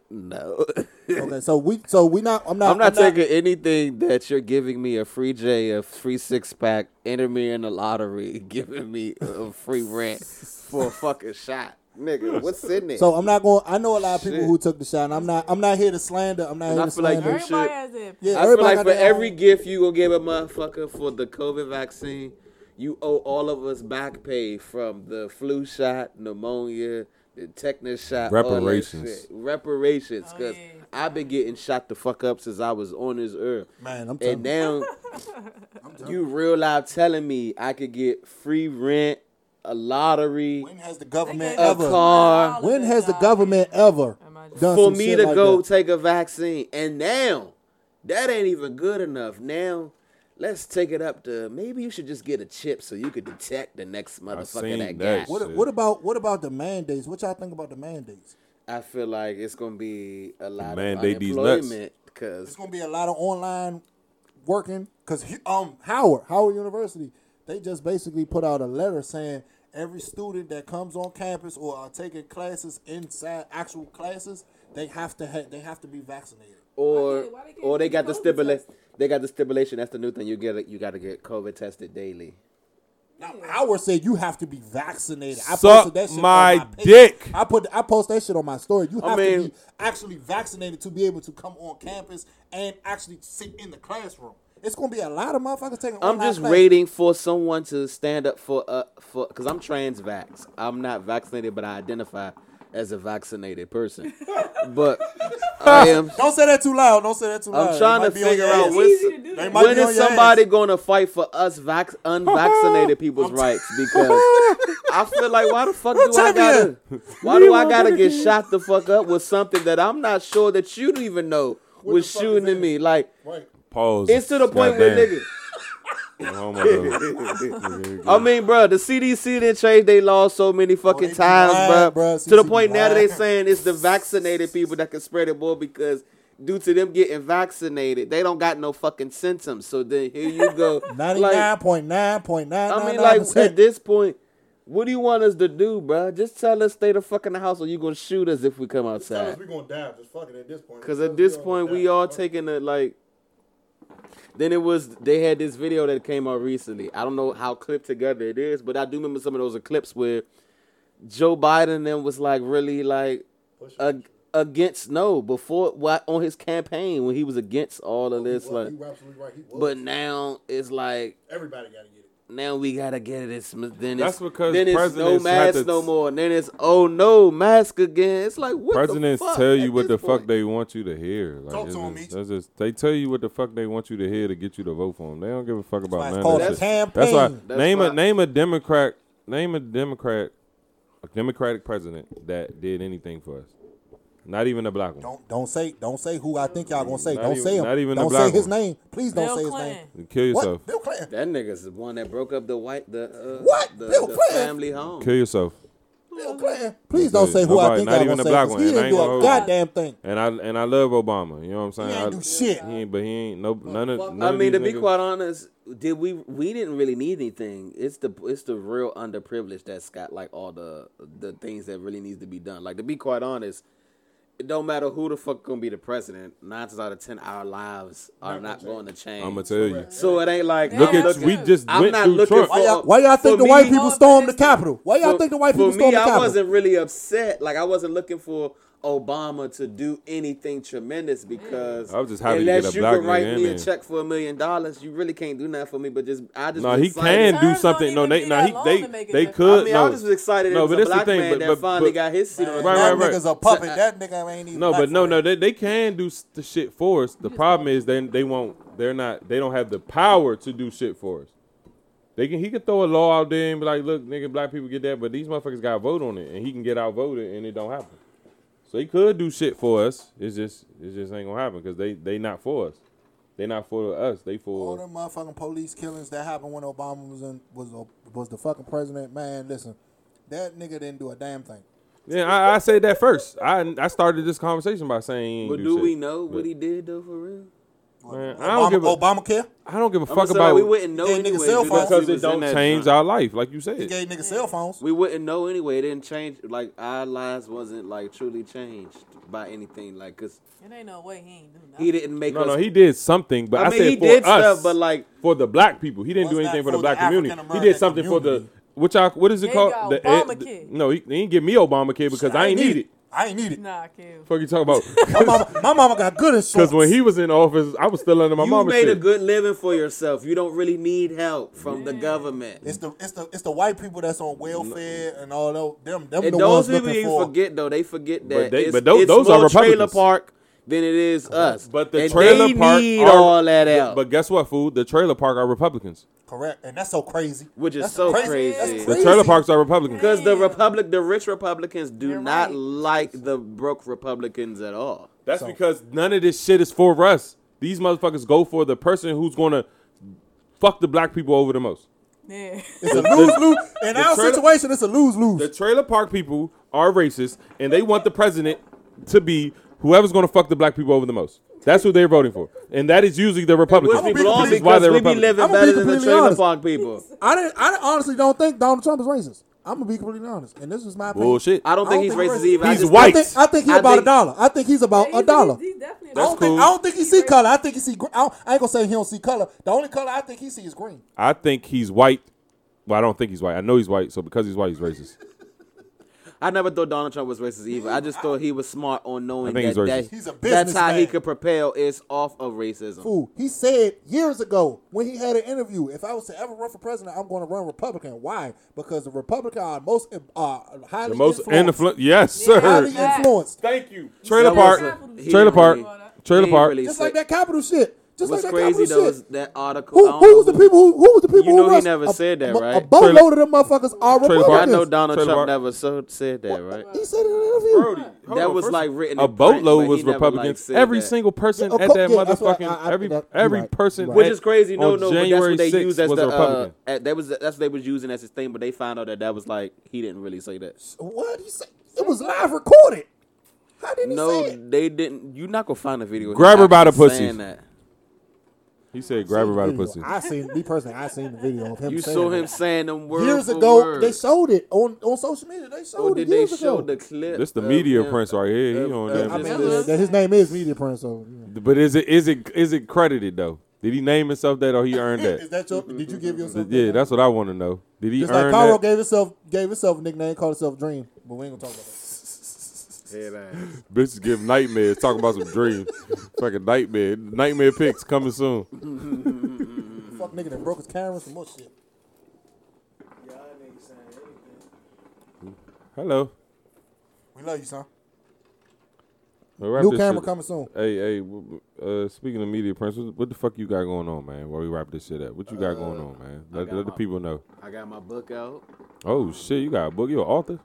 [SPEAKER 4] No.
[SPEAKER 1] Okay, so we, so we not, I'm not,
[SPEAKER 4] I'm not taking anything that you're giving me a free J, a free six pack, enter me in the lottery, giving me a free rent for a fucking shot. Nigga, what's in there?
[SPEAKER 1] So I'm not going. I know a lot of people
[SPEAKER 4] Shit.
[SPEAKER 1] who took the shot. And I'm not, I'm not here to slander. I'm not here
[SPEAKER 4] I
[SPEAKER 1] to
[SPEAKER 4] feel like
[SPEAKER 1] slander.
[SPEAKER 4] you should-
[SPEAKER 3] Everybody has it.
[SPEAKER 1] yeah,
[SPEAKER 4] I feel
[SPEAKER 1] everybody
[SPEAKER 4] like
[SPEAKER 1] got
[SPEAKER 4] for
[SPEAKER 1] their
[SPEAKER 4] every
[SPEAKER 1] own-
[SPEAKER 4] gift you gonna give a motherfucker for the COVID vaccine, you owe all of us back pay from the flu shot, pneumonia, the tetanus shot, all that
[SPEAKER 2] Reparations.
[SPEAKER 4] shit. reparations.
[SPEAKER 3] Oh,
[SPEAKER 4] Cause
[SPEAKER 3] yeah.
[SPEAKER 4] I've been getting shot the fuck up since I was on this earth.
[SPEAKER 1] man, I'm
[SPEAKER 4] And
[SPEAKER 1] telling you,
[SPEAKER 4] now you real live telling me I could get free rent, a lottery,
[SPEAKER 1] when has the
[SPEAKER 3] They
[SPEAKER 1] government
[SPEAKER 3] gave
[SPEAKER 4] a
[SPEAKER 3] us
[SPEAKER 1] ever?
[SPEAKER 4] car.
[SPEAKER 3] all of
[SPEAKER 1] When
[SPEAKER 3] that
[SPEAKER 1] has the
[SPEAKER 3] job.
[SPEAKER 1] government ever
[SPEAKER 3] Am I just-
[SPEAKER 1] done
[SPEAKER 4] for
[SPEAKER 1] some
[SPEAKER 4] me
[SPEAKER 1] shit
[SPEAKER 4] to
[SPEAKER 1] like
[SPEAKER 4] go
[SPEAKER 1] that?
[SPEAKER 4] take a vaccine. And now, that ain't even good enough. Now, let's take it up to maybe you should just get a chip so you could detect the next motherfucker
[SPEAKER 2] seen
[SPEAKER 4] that
[SPEAKER 2] that
[SPEAKER 4] got.
[SPEAKER 1] What,
[SPEAKER 2] Shit.
[SPEAKER 1] what about what about the mandates? What y'all think about the mandates?
[SPEAKER 4] I feel like it's gonna be a lot
[SPEAKER 2] Mandate
[SPEAKER 4] of
[SPEAKER 2] these nuts.
[SPEAKER 4] unemployment
[SPEAKER 1] It's
[SPEAKER 4] because
[SPEAKER 1] gonna be a lot of online working because um Howard Howard University they just basically put out a letter saying every student that comes on campus or are taking classes inside actual classes they have to ha- they have to be vaccinated.
[SPEAKER 4] or
[SPEAKER 3] they- why they can't
[SPEAKER 4] or they
[SPEAKER 3] get
[SPEAKER 4] got the
[SPEAKER 3] COVID
[SPEAKER 4] stipulation.
[SPEAKER 3] tested?
[SPEAKER 4] They got the stipulation. That's the new thing. You get it. You got to get COVID tested daily.
[SPEAKER 1] Now Howard said you have to be vaccinated. I
[SPEAKER 2] Suck
[SPEAKER 1] posted that shit
[SPEAKER 2] my
[SPEAKER 1] on my page.
[SPEAKER 2] dick.
[SPEAKER 1] I put I post that shit on my story. You
[SPEAKER 4] I
[SPEAKER 1] have to
[SPEAKER 4] mean-
[SPEAKER 1] be actually vaccinated to be able to come on campus and actually sit in the classroom. It's gonna be a lot of motherfuckers taking.
[SPEAKER 4] I'm
[SPEAKER 1] online
[SPEAKER 4] just
[SPEAKER 1] classes.
[SPEAKER 4] waiting for someone to stand up for uh for because I'm trans vax. I'm not vaccinated, but I identify as a vaccinated person. but I am.
[SPEAKER 1] Don't say that too loud. Don't say that too loud.
[SPEAKER 4] I'm trying
[SPEAKER 1] They
[SPEAKER 4] to
[SPEAKER 1] might be on
[SPEAKER 4] figure
[SPEAKER 1] your
[SPEAKER 4] out
[SPEAKER 1] ass.
[SPEAKER 3] what's-
[SPEAKER 4] when,
[SPEAKER 3] Easy to do
[SPEAKER 1] They
[SPEAKER 3] that.
[SPEAKER 1] might
[SPEAKER 4] when
[SPEAKER 1] be on
[SPEAKER 4] is
[SPEAKER 1] your
[SPEAKER 4] somebody
[SPEAKER 1] ass.
[SPEAKER 4] gonna fight for us vax unvaccinated people's rights because I feel like why the fuck do I
[SPEAKER 1] telling
[SPEAKER 4] gotta why
[SPEAKER 2] We
[SPEAKER 4] do I
[SPEAKER 2] want
[SPEAKER 4] gotta get
[SPEAKER 2] everything.
[SPEAKER 4] shot the fuck up with something that I'm not sure that you don't even know was
[SPEAKER 1] fuck is
[SPEAKER 4] shooting at
[SPEAKER 1] it?
[SPEAKER 4] me like
[SPEAKER 1] Right.
[SPEAKER 2] Pause.
[SPEAKER 4] it's to the point where nigga.
[SPEAKER 2] nigga.
[SPEAKER 4] I mean, bro, the CDC didn't change they laws so many fucking
[SPEAKER 1] Oh, they be
[SPEAKER 4] times,
[SPEAKER 1] lying,
[SPEAKER 4] bro.
[SPEAKER 1] bruh.
[SPEAKER 4] To the
[SPEAKER 1] CDC
[SPEAKER 4] point now that they
[SPEAKER 1] lying.
[SPEAKER 4] saying it's the vaccinated people that can spread it more because due to them getting vaccinated, they don't got no fucking symptoms. So then here you go.
[SPEAKER 1] Ninety-nine
[SPEAKER 4] like,
[SPEAKER 1] point nine point nine.
[SPEAKER 4] I mean, like at this point, what do you want us to do, bro? Just tell us stay the fuck in the house, or you gonna shoot us if we come outside.
[SPEAKER 1] we gonna die. Just fuck it at this point.
[SPEAKER 4] Because at this point, we all taking it like. Then it was they had this video that came out recently. I don't know how clipped together it is, but I do remember some of those clips where Joe Biden then was like really like ag- against no before what on his campaign when he was against all of this like.
[SPEAKER 1] absolutely right. He was.
[SPEAKER 4] But now it's like
[SPEAKER 1] everybody gotta get it.
[SPEAKER 4] now we gotta get it. It's then it's,
[SPEAKER 2] That's because
[SPEAKER 4] then it's no
[SPEAKER 2] presidents have
[SPEAKER 4] mask
[SPEAKER 2] to-
[SPEAKER 4] no more. And then it's oh no mask again. It's like what the
[SPEAKER 2] Presidents
[SPEAKER 4] fuck
[SPEAKER 2] tell
[SPEAKER 4] at
[SPEAKER 2] you what
[SPEAKER 4] this
[SPEAKER 2] the fuck
[SPEAKER 4] point?
[SPEAKER 2] they want you to hear. Like,
[SPEAKER 1] Talk
[SPEAKER 2] it's
[SPEAKER 1] to 'em, E
[SPEAKER 2] just-
[SPEAKER 1] Meech.
[SPEAKER 2] that's just- they tell you what the fuck they want you to hear to get you to vote for them. They don't give a fuck about
[SPEAKER 1] why it's
[SPEAKER 2] none of
[SPEAKER 1] called
[SPEAKER 2] that.
[SPEAKER 1] a
[SPEAKER 2] shit. Oh, That's why.
[SPEAKER 1] campaign.
[SPEAKER 4] That's
[SPEAKER 2] name
[SPEAKER 4] why-
[SPEAKER 2] a name a Democrat. Name a Democrat. A Democratic president that did anything for us. Not even a black one.
[SPEAKER 1] Don't don't say don't say who I think y'all gonna say.
[SPEAKER 2] Not
[SPEAKER 1] don't
[SPEAKER 2] even-
[SPEAKER 1] say him.
[SPEAKER 2] not even the
[SPEAKER 1] don't say
[SPEAKER 2] black
[SPEAKER 1] his
[SPEAKER 2] one.
[SPEAKER 1] name. Please don't
[SPEAKER 3] Bill
[SPEAKER 1] say his
[SPEAKER 3] Clinton.
[SPEAKER 1] name.
[SPEAKER 2] Kill yourself.
[SPEAKER 1] What? Bill Clinton.
[SPEAKER 4] That nigga's the one that broke up the white the uh,
[SPEAKER 1] What?
[SPEAKER 4] the,
[SPEAKER 1] Bill
[SPEAKER 4] the
[SPEAKER 1] Clinton?
[SPEAKER 4] family home.
[SPEAKER 2] Kill yourself.
[SPEAKER 1] Bill Clinton. Please don't
[SPEAKER 2] Nobody-
[SPEAKER 1] say who I think
[SPEAKER 2] not
[SPEAKER 1] y'all
[SPEAKER 2] even
[SPEAKER 1] gonna
[SPEAKER 2] the
[SPEAKER 1] say.
[SPEAKER 2] black
[SPEAKER 1] 'cause
[SPEAKER 2] one.
[SPEAKER 1] He
[SPEAKER 2] And I
[SPEAKER 1] didn't do
[SPEAKER 2] ain't
[SPEAKER 1] a
[SPEAKER 2] gonna-
[SPEAKER 1] goddamn thing.
[SPEAKER 2] And I and I love Obama. You know what I'm saying?
[SPEAKER 1] ain't
[SPEAKER 2] I,
[SPEAKER 1] do shit.
[SPEAKER 2] He ain't, but he ain't no none of. None
[SPEAKER 4] I
[SPEAKER 2] of
[SPEAKER 4] mean, to
[SPEAKER 2] these
[SPEAKER 4] be
[SPEAKER 2] niggas-
[SPEAKER 4] quite honest, did we we didn't really need anything. It's the it's the real underprivileged that's got like all the the things that really needs to be done. Like to be quite honest, it don't matter who the fuck gonna be the president. Nine times out of ten, our lives are not going to change.
[SPEAKER 2] I'm gonna tell you.
[SPEAKER 4] so it ain't like
[SPEAKER 2] Look
[SPEAKER 3] Yeah,
[SPEAKER 2] at
[SPEAKER 3] that's
[SPEAKER 2] we
[SPEAKER 3] good.
[SPEAKER 2] just
[SPEAKER 4] I'm
[SPEAKER 2] went
[SPEAKER 4] not
[SPEAKER 2] through
[SPEAKER 4] looking
[SPEAKER 2] Trump.
[SPEAKER 1] Why y'all,
[SPEAKER 4] For-
[SPEAKER 1] why y'all think
[SPEAKER 4] for
[SPEAKER 1] the white
[SPEAKER 4] me-
[SPEAKER 1] people stormed the
[SPEAKER 3] For-
[SPEAKER 1] Capitol? Why y'all
[SPEAKER 4] for-
[SPEAKER 1] think the white people
[SPEAKER 4] For
[SPEAKER 1] stormed
[SPEAKER 4] me,
[SPEAKER 1] the
[SPEAKER 4] I
[SPEAKER 1] Capitol?
[SPEAKER 4] wasn't really upset. Like I wasn't looking for Obama to do anything tremendous because
[SPEAKER 2] I was just happy to get
[SPEAKER 4] unless
[SPEAKER 2] a
[SPEAKER 4] you
[SPEAKER 2] black
[SPEAKER 4] can write
[SPEAKER 2] nigga
[SPEAKER 4] me
[SPEAKER 2] in
[SPEAKER 4] a
[SPEAKER 2] there.
[SPEAKER 4] check for a million dollars, you really can't do nothing for me. But just I just
[SPEAKER 2] No,
[SPEAKER 4] was
[SPEAKER 2] he
[SPEAKER 4] excited.
[SPEAKER 2] can
[SPEAKER 3] Terms
[SPEAKER 2] do
[SPEAKER 3] don't
[SPEAKER 2] something. No,
[SPEAKER 3] even
[SPEAKER 2] they
[SPEAKER 3] be
[SPEAKER 2] no
[SPEAKER 3] that
[SPEAKER 2] he
[SPEAKER 3] long
[SPEAKER 2] they
[SPEAKER 3] to make a
[SPEAKER 2] they
[SPEAKER 3] difference.
[SPEAKER 2] could
[SPEAKER 4] I mean,
[SPEAKER 2] no.
[SPEAKER 4] I just was excited.
[SPEAKER 2] No,
[SPEAKER 4] No,
[SPEAKER 2] but
[SPEAKER 4] but a
[SPEAKER 2] that's the
[SPEAKER 4] black
[SPEAKER 2] thing,
[SPEAKER 4] man
[SPEAKER 2] but-
[SPEAKER 4] that
[SPEAKER 2] but-
[SPEAKER 4] finally
[SPEAKER 2] but-
[SPEAKER 4] got his seat on the
[SPEAKER 2] Right,
[SPEAKER 1] that
[SPEAKER 2] right, right.
[SPEAKER 1] nigga's a puppet. that nigga ain't even.
[SPEAKER 2] No,
[SPEAKER 1] black
[SPEAKER 2] but no,
[SPEAKER 1] for
[SPEAKER 2] no,
[SPEAKER 1] that.
[SPEAKER 2] they, they can do s- the shit for us. The problem is then they won't. They're not. They don't have the power to do shit for us. They can. He could throw a law out there and be like, "Look, nigga, black people get that," but these motherfuckers got a vote on it, and he can get outvoted, and it don't happen. So he could do shit for us. It's just, it just ain't gonna happen because they, they not for us. They not for us. They
[SPEAKER 1] All
[SPEAKER 2] for.
[SPEAKER 1] them motherfucking police killings that happened when Obama was in was was the fucking president. Man, listen, that nigga didn't do a damn thing.
[SPEAKER 2] Yeah, I, I said that first. I I started this conversation by saying. he ain't
[SPEAKER 4] But
[SPEAKER 2] do,
[SPEAKER 4] do
[SPEAKER 2] shit.
[SPEAKER 4] we know
[SPEAKER 2] But-
[SPEAKER 4] what he did though for real?
[SPEAKER 2] Man, I
[SPEAKER 1] Obama,
[SPEAKER 2] don't give a.
[SPEAKER 1] Obamacare.
[SPEAKER 2] I don't give a
[SPEAKER 4] I'm
[SPEAKER 2] fuck
[SPEAKER 4] sorry,
[SPEAKER 2] about.
[SPEAKER 4] we wouldn't know
[SPEAKER 1] Gave niggas
[SPEAKER 4] anyway
[SPEAKER 1] cell phones.
[SPEAKER 2] because
[SPEAKER 4] we
[SPEAKER 2] it
[SPEAKER 4] was in
[SPEAKER 2] don't
[SPEAKER 4] that
[SPEAKER 2] change
[SPEAKER 4] joint.
[SPEAKER 2] our life, like you said.
[SPEAKER 1] He gave niggas cell phones.
[SPEAKER 4] We wouldn't know anyway. It didn't change. Like our lives wasn't like truly changed by anything. Like cause
[SPEAKER 3] It ain't no way he ain't do nothing.
[SPEAKER 4] he didn't make
[SPEAKER 2] No,
[SPEAKER 4] us.
[SPEAKER 2] no, he did something, but I,
[SPEAKER 4] I mean,
[SPEAKER 2] said
[SPEAKER 4] he
[SPEAKER 2] for
[SPEAKER 4] did
[SPEAKER 2] us,
[SPEAKER 4] stuff, but like
[SPEAKER 2] for the black people, he didn't
[SPEAKER 1] Was
[SPEAKER 2] do
[SPEAKER 1] not
[SPEAKER 2] anything for
[SPEAKER 1] for
[SPEAKER 2] the
[SPEAKER 1] the
[SPEAKER 2] black community. He
[SPEAKER 1] African-American
[SPEAKER 2] did something
[SPEAKER 1] community.
[SPEAKER 2] for the what y'all what is it
[SPEAKER 3] They
[SPEAKER 2] called?
[SPEAKER 3] got
[SPEAKER 2] The ed-
[SPEAKER 3] Obamacare.
[SPEAKER 2] no, he, he didn't give me Obamacare because I ain't need it.
[SPEAKER 1] I ain't need it.
[SPEAKER 3] Nah, Kim.
[SPEAKER 2] Fuck you talking about?
[SPEAKER 1] My mama, my mama got good insurance.
[SPEAKER 2] Because when he was in office, I was still under my
[SPEAKER 4] you
[SPEAKER 2] mama's
[SPEAKER 4] made a
[SPEAKER 2] shit.
[SPEAKER 4] good living for yourself. You don't really need help from the government.
[SPEAKER 1] it's the it's the it's the white people that's on welfare and all tho- them them
[SPEAKER 4] and
[SPEAKER 1] the
[SPEAKER 4] those
[SPEAKER 1] ones
[SPEAKER 4] people
[SPEAKER 1] looking
[SPEAKER 4] you
[SPEAKER 1] for.
[SPEAKER 4] forget though, they forget that.
[SPEAKER 2] But they-
[SPEAKER 4] it's,
[SPEAKER 2] but tho-
[SPEAKER 4] it's
[SPEAKER 2] those are
[SPEAKER 4] more trailer
[SPEAKER 2] Republicans.
[SPEAKER 4] park than it is us.
[SPEAKER 2] But the
[SPEAKER 4] And
[SPEAKER 2] trailer
[SPEAKER 4] they
[SPEAKER 2] park
[SPEAKER 4] need
[SPEAKER 2] are-
[SPEAKER 4] all that out.
[SPEAKER 2] But guess what, fool? The trailer park are Republicans.
[SPEAKER 1] correct, and that's so crazy.
[SPEAKER 4] Which is
[SPEAKER 1] That's
[SPEAKER 4] so
[SPEAKER 1] That's
[SPEAKER 4] crazy. The
[SPEAKER 2] The
[SPEAKER 1] crazy.
[SPEAKER 2] trailer parks are Republicans.
[SPEAKER 4] Because the
[SPEAKER 3] Damn.
[SPEAKER 4] Republic, the rich Republicans do
[SPEAKER 3] You're
[SPEAKER 4] not
[SPEAKER 3] right.
[SPEAKER 4] like the broke Republicans at all.
[SPEAKER 2] That's
[SPEAKER 1] So-
[SPEAKER 2] because none of this shit is for us. These motherfuckers go for the person who's gonna fuck the black people over the most.
[SPEAKER 3] Yeah.
[SPEAKER 1] It's a lose lose. In our
[SPEAKER 2] trailer-
[SPEAKER 1] situation, it's a lose
[SPEAKER 2] The
[SPEAKER 1] lose.
[SPEAKER 2] trailer park people are racist, and they want the president to be whoever's going to fuck the black people over the most. That's who they're voting for, and that is usually the Republicans.
[SPEAKER 1] gonna
[SPEAKER 4] Which we
[SPEAKER 1] be
[SPEAKER 4] belong
[SPEAKER 1] completely-
[SPEAKER 4] because we be
[SPEAKER 2] Republicans.
[SPEAKER 4] living
[SPEAKER 1] I'ma be
[SPEAKER 4] better than the
[SPEAKER 1] completely
[SPEAKER 4] trailer
[SPEAKER 1] honest.
[SPEAKER 4] park people.
[SPEAKER 1] I didn't. I honestly don't think Donald Trump is racist. I'm gonna be completely honest, and this is my opinion.
[SPEAKER 2] Bullshit.
[SPEAKER 4] I don't think he's
[SPEAKER 1] think
[SPEAKER 4] racist
[SPEAKER 1] he
[SPEAKER 4] either. I
[SPEAKER 2] He's
[SPEAKER 4] just
[SPEAKER 2] white.
[SPEAKER 1] I think, I think he's
[SPEAKER 4] I
[SPEAKER 1] about
[SPEAKER 4] think-
[SPEAKER 1] a dollar. I think he's about
[SPEAKER 3] Yeah,
[SPEAKER 1] a dollar.
[SPEAKER 3] He's, he's definitely
[SPEAKER 1] I don't, think, I don't think he see color. I think he see. gr- I, don't- I ain't gonna say he don't see color. The only color I think he see is green.
[SPEAKER 2] I think he's white. Well, I don't think he's white. I know he's white. So because he's white, he's racist.
[SPEAKER 4] I never thought Donald Trump was racist either. I just thought he was smart on knowing
[SPEAKER 2] think
[SPEAKER 4] that,
[SPEAKER 2] he's racist.
[SPEAKER 4] that
[SPEAKER 1] He's a
[SPEAKER 4] that's how he
[SPEAKER 1] businessman.
[SPEAKER 4] could propel is off of racism.
[SPEAKER 1] Fool. He said years ago when he had an interview, if I was to ever run for president, I'm going to run Republican. Why? Because the Republican are most uh, highly
[SPEAKER 2] The most
[SPEAKER 1] influenced.
[SPEAKER 2] influ- Yes,
[SPEAKER 3] Yeah.
[SPEAKER 2] sir.
[SPEAKER 1] highly
[SPEAKER 3] Facts.
[SPEAKER 1] influenced.
[SPEAKER 2] Thank you. Trailer
[SPEAKER 4] That was
[SPEAKER 2] park.
[SPEAKER 4] a- he
[SPEAKER 2] Trailer park.
[SPEAKER 4] really-
[SPEAKER 2] Trailer
[SPEAKER 4] he
[SPEAKER 2] park.
[SPEAKER 4] really
[SPEAKER 1] Just
[SPEAKER 4] said-
[SPEAKER 1] like that capital shit. Just like
[SPEAKER 4] What's
[SPEAKER 1] that
[SPEAKER 4] crazy
[SPEAKER 1] capital
[SPEAKER 4] though is
[SPEAKER 1] shit.
[SPEAKER 4] that article. I
[SPEAKER 1] Who,
[SPEAKER 4] don't
[SPEAKER 1] who was
[SPEAKER 4] know
[SPEAKER 1] the people? Who, who was the people?
[SPEAKER 4] You know
[SPEAKER 1] who
[SPEAKER 4] he
[SPEAKER 1] was-
[SPEAKER 4] never
[SPEAKER 1] a-
[SPEAKER 4] said that,
[SPEAKER 1] a- A
[SPEAKER 4] right?
[SPEAKER 1] boatload of them motherfuckers are
[SPEAKER 2] Trailer park.
[SPEAKER 4] who- I
[SPEAKER 1] Republicans.
[SPEAKER 4] know Donald
[SPEAKER 2] Trailer
[SPEAKER 4] Trump
[SPEAKER 2] park.
[SPEAKER 4] never so, said that, right?
[SPEAKER 1] He said it in an interview.
[SPEAKER 4] That was like written.
[SPEAKER 2] a
[SPEAKER 4] in print,
[SPEAKER 2] boatload
[SPEAKER 4] but
[SPEAKER 2] was
[SPEAKER 4] he never, like,
[SPEAKER 2] Republicans.
[SPEAKER 4] said
[SPEAKER 2] every
[SPEAKER 4] that.
[SPEAKER 2] single person
[SPEAKER 1] Yeah, of
[SPEAKER 2] at
[SPEAKER 1] course-
[SPEAKER 2] that
[SPEAKER 1] yeah, that's what
[SPEAKER 2] motherfucking
[SPEAKER 1] I- I-
[SPEAKER 2] every
[SPEAKER 1] that- you're
[SPEAKER 2] every
[SPEAKER 1] right,
[SPEAKER 2] person,
[SPEAKER 1] you're right.
[SPEAKER 4] Which
[SPEAKER 2] at-
[SPEAKER 4] is crazy.
[SPEAKER 2] on
[SPEAKER 4] No, no, but that's
[SPEAKER 2] January
[SPEAKER 4] what they
[SPEAKER 2] 6th
[SPEAKER 4] used as
[SPEAKER 2] was
[SPEAKER 4] the.
[SPEAKER 2] a
[SPEAKER 4] Uh,
[SPEAKER 2] Republican.
[SPEAKER 4] at- that was that's what they was using as his thing, but they found out that that was like he didn't really say that.
[SPEAKER 1] What he said? It was live recorded. How did he
[SPEAKER 4] No,
[SPEAKER 1] say it?
[SPEAKER 4] they didn't. You're not gonna find a video. of him
[SPEAKER 2] Grab her by the
[SPEAKER 4] actually
[SPEAKER 2] pussy.
[SPEAKER 4] saying that.
[SPEAKER 2] he said, "Grab her by the
[SPEAKER 4] uh,
[SPEAKER 2] pussy."
[SPEAKER 1] I seen me personally. I seen the video of him.
[SPEAKER 4] You
[SPEAKER 1] saying
[SPEAKER 4] saw
[SPEAKER 1] that.
[SPEAKER 4] him saying them words
[SPEAKER 1] years
[SPEAKER 4] for
[SPEAKER 1] ago.
[SPEAKER 4] word.
[SPEAKER 1] They showed it on, on social media. They showed
[SPEAKER 4] Or
[SPEAKER 1] it
[SPEAKER 4] did they
[SPEAKER 1] Oh, years
[SPEAKER 4] show
[SPEAKER 1] ago.
[SPEAKER 4] the clip?
[SPEAKER 2] This the
[SPEAKER 4] of
[SPEAKER 2] media
[SPEAKER 4] him?
[SPEAKER 2] prince right here. He
[SPEAKER 4] of-
[SPEAKER 2] on
[SPEAKER 4] of
[SPEAKER 2] there.
[SPEAKER 1] I mean,
[SPEAKER 4] just-
[SPEAKER 1] yeah, that his name is Media Prince. So yeah.
[SPEAKER 2] But is it is it is it credited though? Did he name himself that or he earned
[SPEAKER 1] is
[SPEAKER 2] that?
[SPEAKER 1] that your? Did you give yourself?
[SPEAKER 2] yeah, that's what I want to know. Did he
[SPEAKER 1] just like
[SPEAKER 2] earn
[SPEAKER 1] Cairo
[SPEAKER 2] that?
[SPEAKER 1] gave himself gave himself a nickname, called himself Dream. But we ain't gonna talk about that.
[SPEAKER 2] Bitches give nightmares. Talking about some dreams. Fucking nightmare. Nightmare pics coming soon.
[SPEAKER 1] Fuck nigga that broke his camera, some more shit.
[SPEAKER 2] Hello.
[SPEAKER 1] We love you, son.
[SPEAKER 2] We'll wrap
[SPEAKER 1] New
[SPEAKER 2] this
[SPEAKER 1] camera
[SPEAKER 2] shit-
[SPEAKER 1] coming soon.
[SPEAKER 2] Hey, hey. w- w- Uh, speaking of media prints, what, what the fuck you got going on, man? While we wrap this shit up, what you got going on, man? Let,
[SPEAKER 4] got
[SPEAKER 2] let the
[SPEAKER 4] my-
[SPEAKER 2] people know.
[SPEAKER 4] I got my book out.
[SPEAKER 2] Oh shit, you got a book. You an author?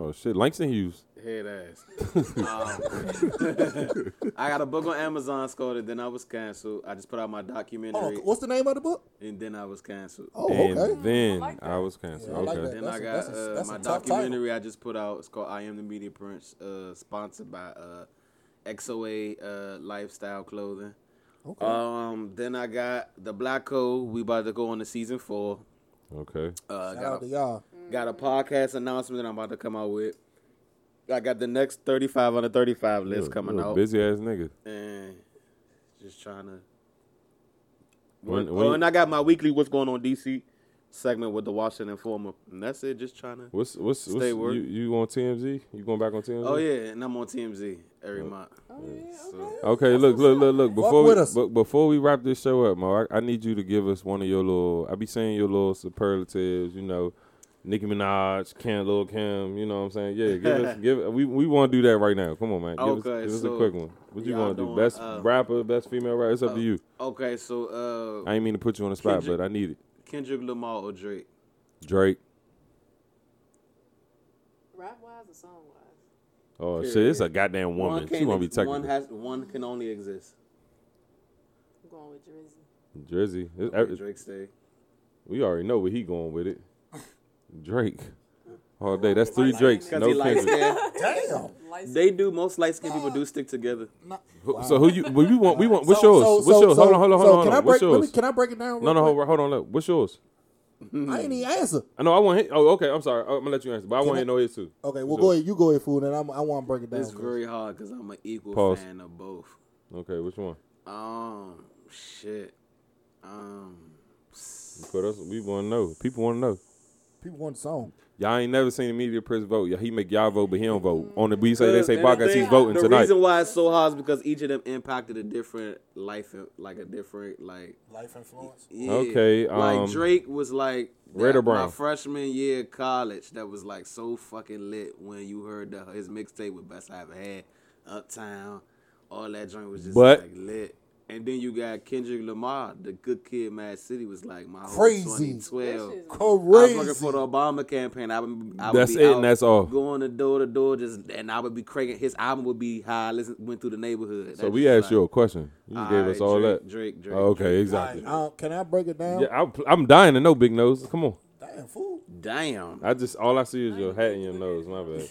[SPEAKER 2] Oh shit, Langston Hughes.
[SPEAKER 4] Head ass. Um, I got a book on Amazon it's called and Then I Was Cancelled. I just put out my
[SPEAKER 1] Hold on,
[SPEAKER 4] documentary
[SPEAKER 1] what's the name of the book?
[SPEAKER 4] and then I was cancelled.
[SPEAKER 1] Oh,
[SPEAKER 2] and
[SPEAKER 1] okay.
[SPEAKER 2] then I,
[SPEAKER 3] like that.
[SPEAKER 2] was canceled.
[SPEAKER 1] Yeah, I like
[SPEAKER 2] okay.
[SPEAKER 1] that.
[SPEAKER 4] Then
[SPEAKER 1] That's
[SPEAKER 4] I
[SPEAKER 1] a-
[SPEAKER 4] got
[SPEAKER 1] that's a-
[SPEAKER 4] uh,
[SPEAKER 1] that's a
[SPEAKER 4] my
[SPEAKER 1] tough
[SPEAKER 4] documentary I just put out. It's called I Am the Media Prince, uh, sponsored by uh, XOA uh, Lifestyle Clothing.
[SPEAKER 1] Okay.
[SPEAKER 4] Um, then I got the Black Code. We about to go on to season four.
[SPEAKER 2] Okay.
[SPEAKER 4] Uh,
[SPEAKER 1] Shout
[SPEAKER 4] got,
[SPEAKER 1] out to
[SPEAKER 4] a,
[SPEAKER 1] y'all.
[SPEAKER 4] got a podcast announcement that I'm about to come out with. I got the next 35 under 35 list
[SPEAKER 2] You a-
[SPEAKER 4] coming
[SPEAKER 2] you a
[SPEAKER 4] out.
[SPEAKER 2] Busy ass nigga.
[SPEAKER 4] And just trying to.
[SPEAKER 2] When-
[SPEAKER 4] oh,
[SPEAKER 2] when-
[SPEAKER 4] and I got my weekly What's Going On DC segment with the Washington Informer. And that's it. Just trying to.
[SPEAKER 2] What's what's, what's
[SPEAKER 4] Stay work.
[SPEAKER 2] you, you on TMZ? You going back on TMZ?
[SPEAKER 4] Oh, yeah. And I'm on TMZ every month.
[SPEAKER 2] Okay, look, look, look, look. Before we,
[SPEAKER 1] with us.
[SPEAKER 2] bu- before we wrap this show up, Mark, I need you to give us one of your little. I be saying your little superlatives. You know, Nicki Minaj, Kim, Lil Kim. You know what I'm saying? Yeah, give us, give. We we want to do that right now. Come on, man. Give us,
[SPEAKER 4] Okay,
[SPEAKER 2] give us a
[SPEAKER 4] so
[SPEAKER 2] quick one. What you
[SPEAKER 4] y'all
[SPEAKER 2] want to do?
[SPEAKER 4] doing,
[SPEAKER 2] Best
[SPEAKER 4] uh,
[SPEAKER 2] rapper, best female rapper. It's up to you.
[SPEAKER 4] Okay, so uh,
[SPEAKER 2] I ain't mean to put you on the spot,
[SPEAKER 4] Kendrick-
[SPEAKER 2] but I need it.
[SPEAKER 4] Kendrick Lamar or Drake?
[SPEAKER 2] Drake.
[SPEAKER 3] Rap wise or song wise?
[SPEAKER 2] Oh
[SPEAKER 4] Period.
[SPEAKER 2] shit, it's a goddamn woman.
[SPEAKER 4] One
[SPEAKER 2] she
[SPEAKER 4] can't
[SPEAKER 2] want to be
[SPEAKER 4] ex- One,
[SPEAKER 2] technical.
[SPEAKER 4] has, one can only exist.
[SPEAKER 3] I'm going with Drizzy.
[SPEAKER 2] Drizzy. It's-
[SPEAKER 4] Okay,
[SPEAKER 2] it-
[SPEAKER 4] Drake stay.
[SPEAKER 2] We already know where he going with it. Drake. All day. That's three Drakes.
[SPEAKER 4] Because
[SPEAKER 2] No
[SPEAKER 4] he likes
[SPEAKER 2] Kendrick.
[SPEAKER 4] skin.
[SPEAKER 1] Damn.
[SPEAKER 3] Lights
[SPEAKER 4] They do. Most light skinned people do stick together.
[SPEAKER 2] Who- So who you? Well, we want. We want. What's
[SPEAKER 1] So-
[SPEAKER 2] yours?
[SPEAKER 1] so-
[SPEAKER 2] what's
[SPEAKER 1] so-
[SPEAKER 2] yours?
[SPEAKER 1] so-
[SPEAKER 2] hold on. Hold on.
[SPEAKER 1] so
[SPEAKER 2] Hold on.
[SPEAKER 1] Can I
[SPEAKER 2] hold on.
[SPEAKER 1] break?
[SPEAKER 2] What's
[SPEAKER 1] Let me,
[SPEAKER 2] yours?
[SPEAKER 1] can I break it down?
[SPEAKER 2] no,
[SPEAKER 1] real
[SPEAKER 2] no. Hold,
[SPEAKER 1] quick?
[SPEAKER 2] on, hold on. Look. What's yours?
[SPEAKER 1] I ain't even answer.
[SPEAKER 2] I know. I want. His, oh, okay. I'm sorry. I'm gonna let you answer, but I want
[SPEAKER 1] I- Oh.
[SPEAKER 2] to know his too.
[SPEAKER 1] Okay, well, go ahead. You go ahead, fool, and I'm, I want to break it down.
[SPEAKER 4] It's
[SPEAKER 1] Chris.
[SPEAKER 4] very hard because I'm an equal
[SPEAKER 2] Pause.
[SPEAKER 4] fan of both.
[SPEAKER 2] Okay. Which one?
[SPEAKER 4] Um, shit. Um, s-
[SPEAKER 2] Put us. We want to know. People want to know.
[SPEAKER 1] People want the song.
[SPEAKER 2] Y'all ain't never seen the media press vote. Yeah, he make y'all vote, but he don't vote. On the we say they
[SPEAKER 4] Because-
[SPEAKER 2] say
[SPEAKER 4] Mm. and the
[SPEAKER 2] podcast, he's
[SPEAKER 4] thing-
[SPEAKER 2] voting
[SPEAKER 4] the
[SPEAKER 2] tonight.
[SPEAKER 4] reason why it's so hard is because each of them impacted a different life, like a different like.
[SPEAKER 1] Life influence.
[SPEAKER 4] Yeah.
[SPEAKER 2] Okay, um,
[SPEAKER 4] like Drake was like
[SPEAKER 2] Red or
[SPEAKER 4] that-
[SPEAKER 2] brown?
[SPEAKER 4] My freshman year of college, that was like so fucking lit when you heard the, his mixtape with Best I Ever Had, Uptown, all that joint was just
[SPEAKER 2] But-
[SPEAKER 4] like lit. And then you got Kendrick Lamar, the Good Kid, Mad City was like my whole
[SPEAKER 1] Crazy.
[SPEAKER 4] 2012.
[SPEAKER 3] That shit's
[SPEAKER 4] I was
[SPEAKER 1] Crazy.
[SPEAKER 4] working for the Obama campaign. I would, I would
[SPEAKER 2] That's
[SPEAKER 4] be
[SPEAKER 2] it,
[SPEAKER 4] out
[SPEAKER 2] and that's all.
[SPEAKER 4] Going to door to door, just and I would be cranking. His album would be how I listen, went through the neighborhood.
[SPEAKER 2] So we asked you a question. You gave us all
[SPEAKER 4] Drake,
[SPEAKER 2] that. Oh,
[SPEAKER 4] Drake, Drake.
[SPEAKER 2] Okay.
[SPEAKER 4] Drake.
[SPEAKER 2] Exactly.
[SPEAKER 1] Uh, can I break it down?
[SPEAKER 2] Yeah, I'm, I'm dying to know, Big Nose. Come on.
[SPEAKER 1] Damn, fool.
[SPEAKER 4] Damn.
[SPEAKER 2] I just all I see is your hat and your nose. My bad.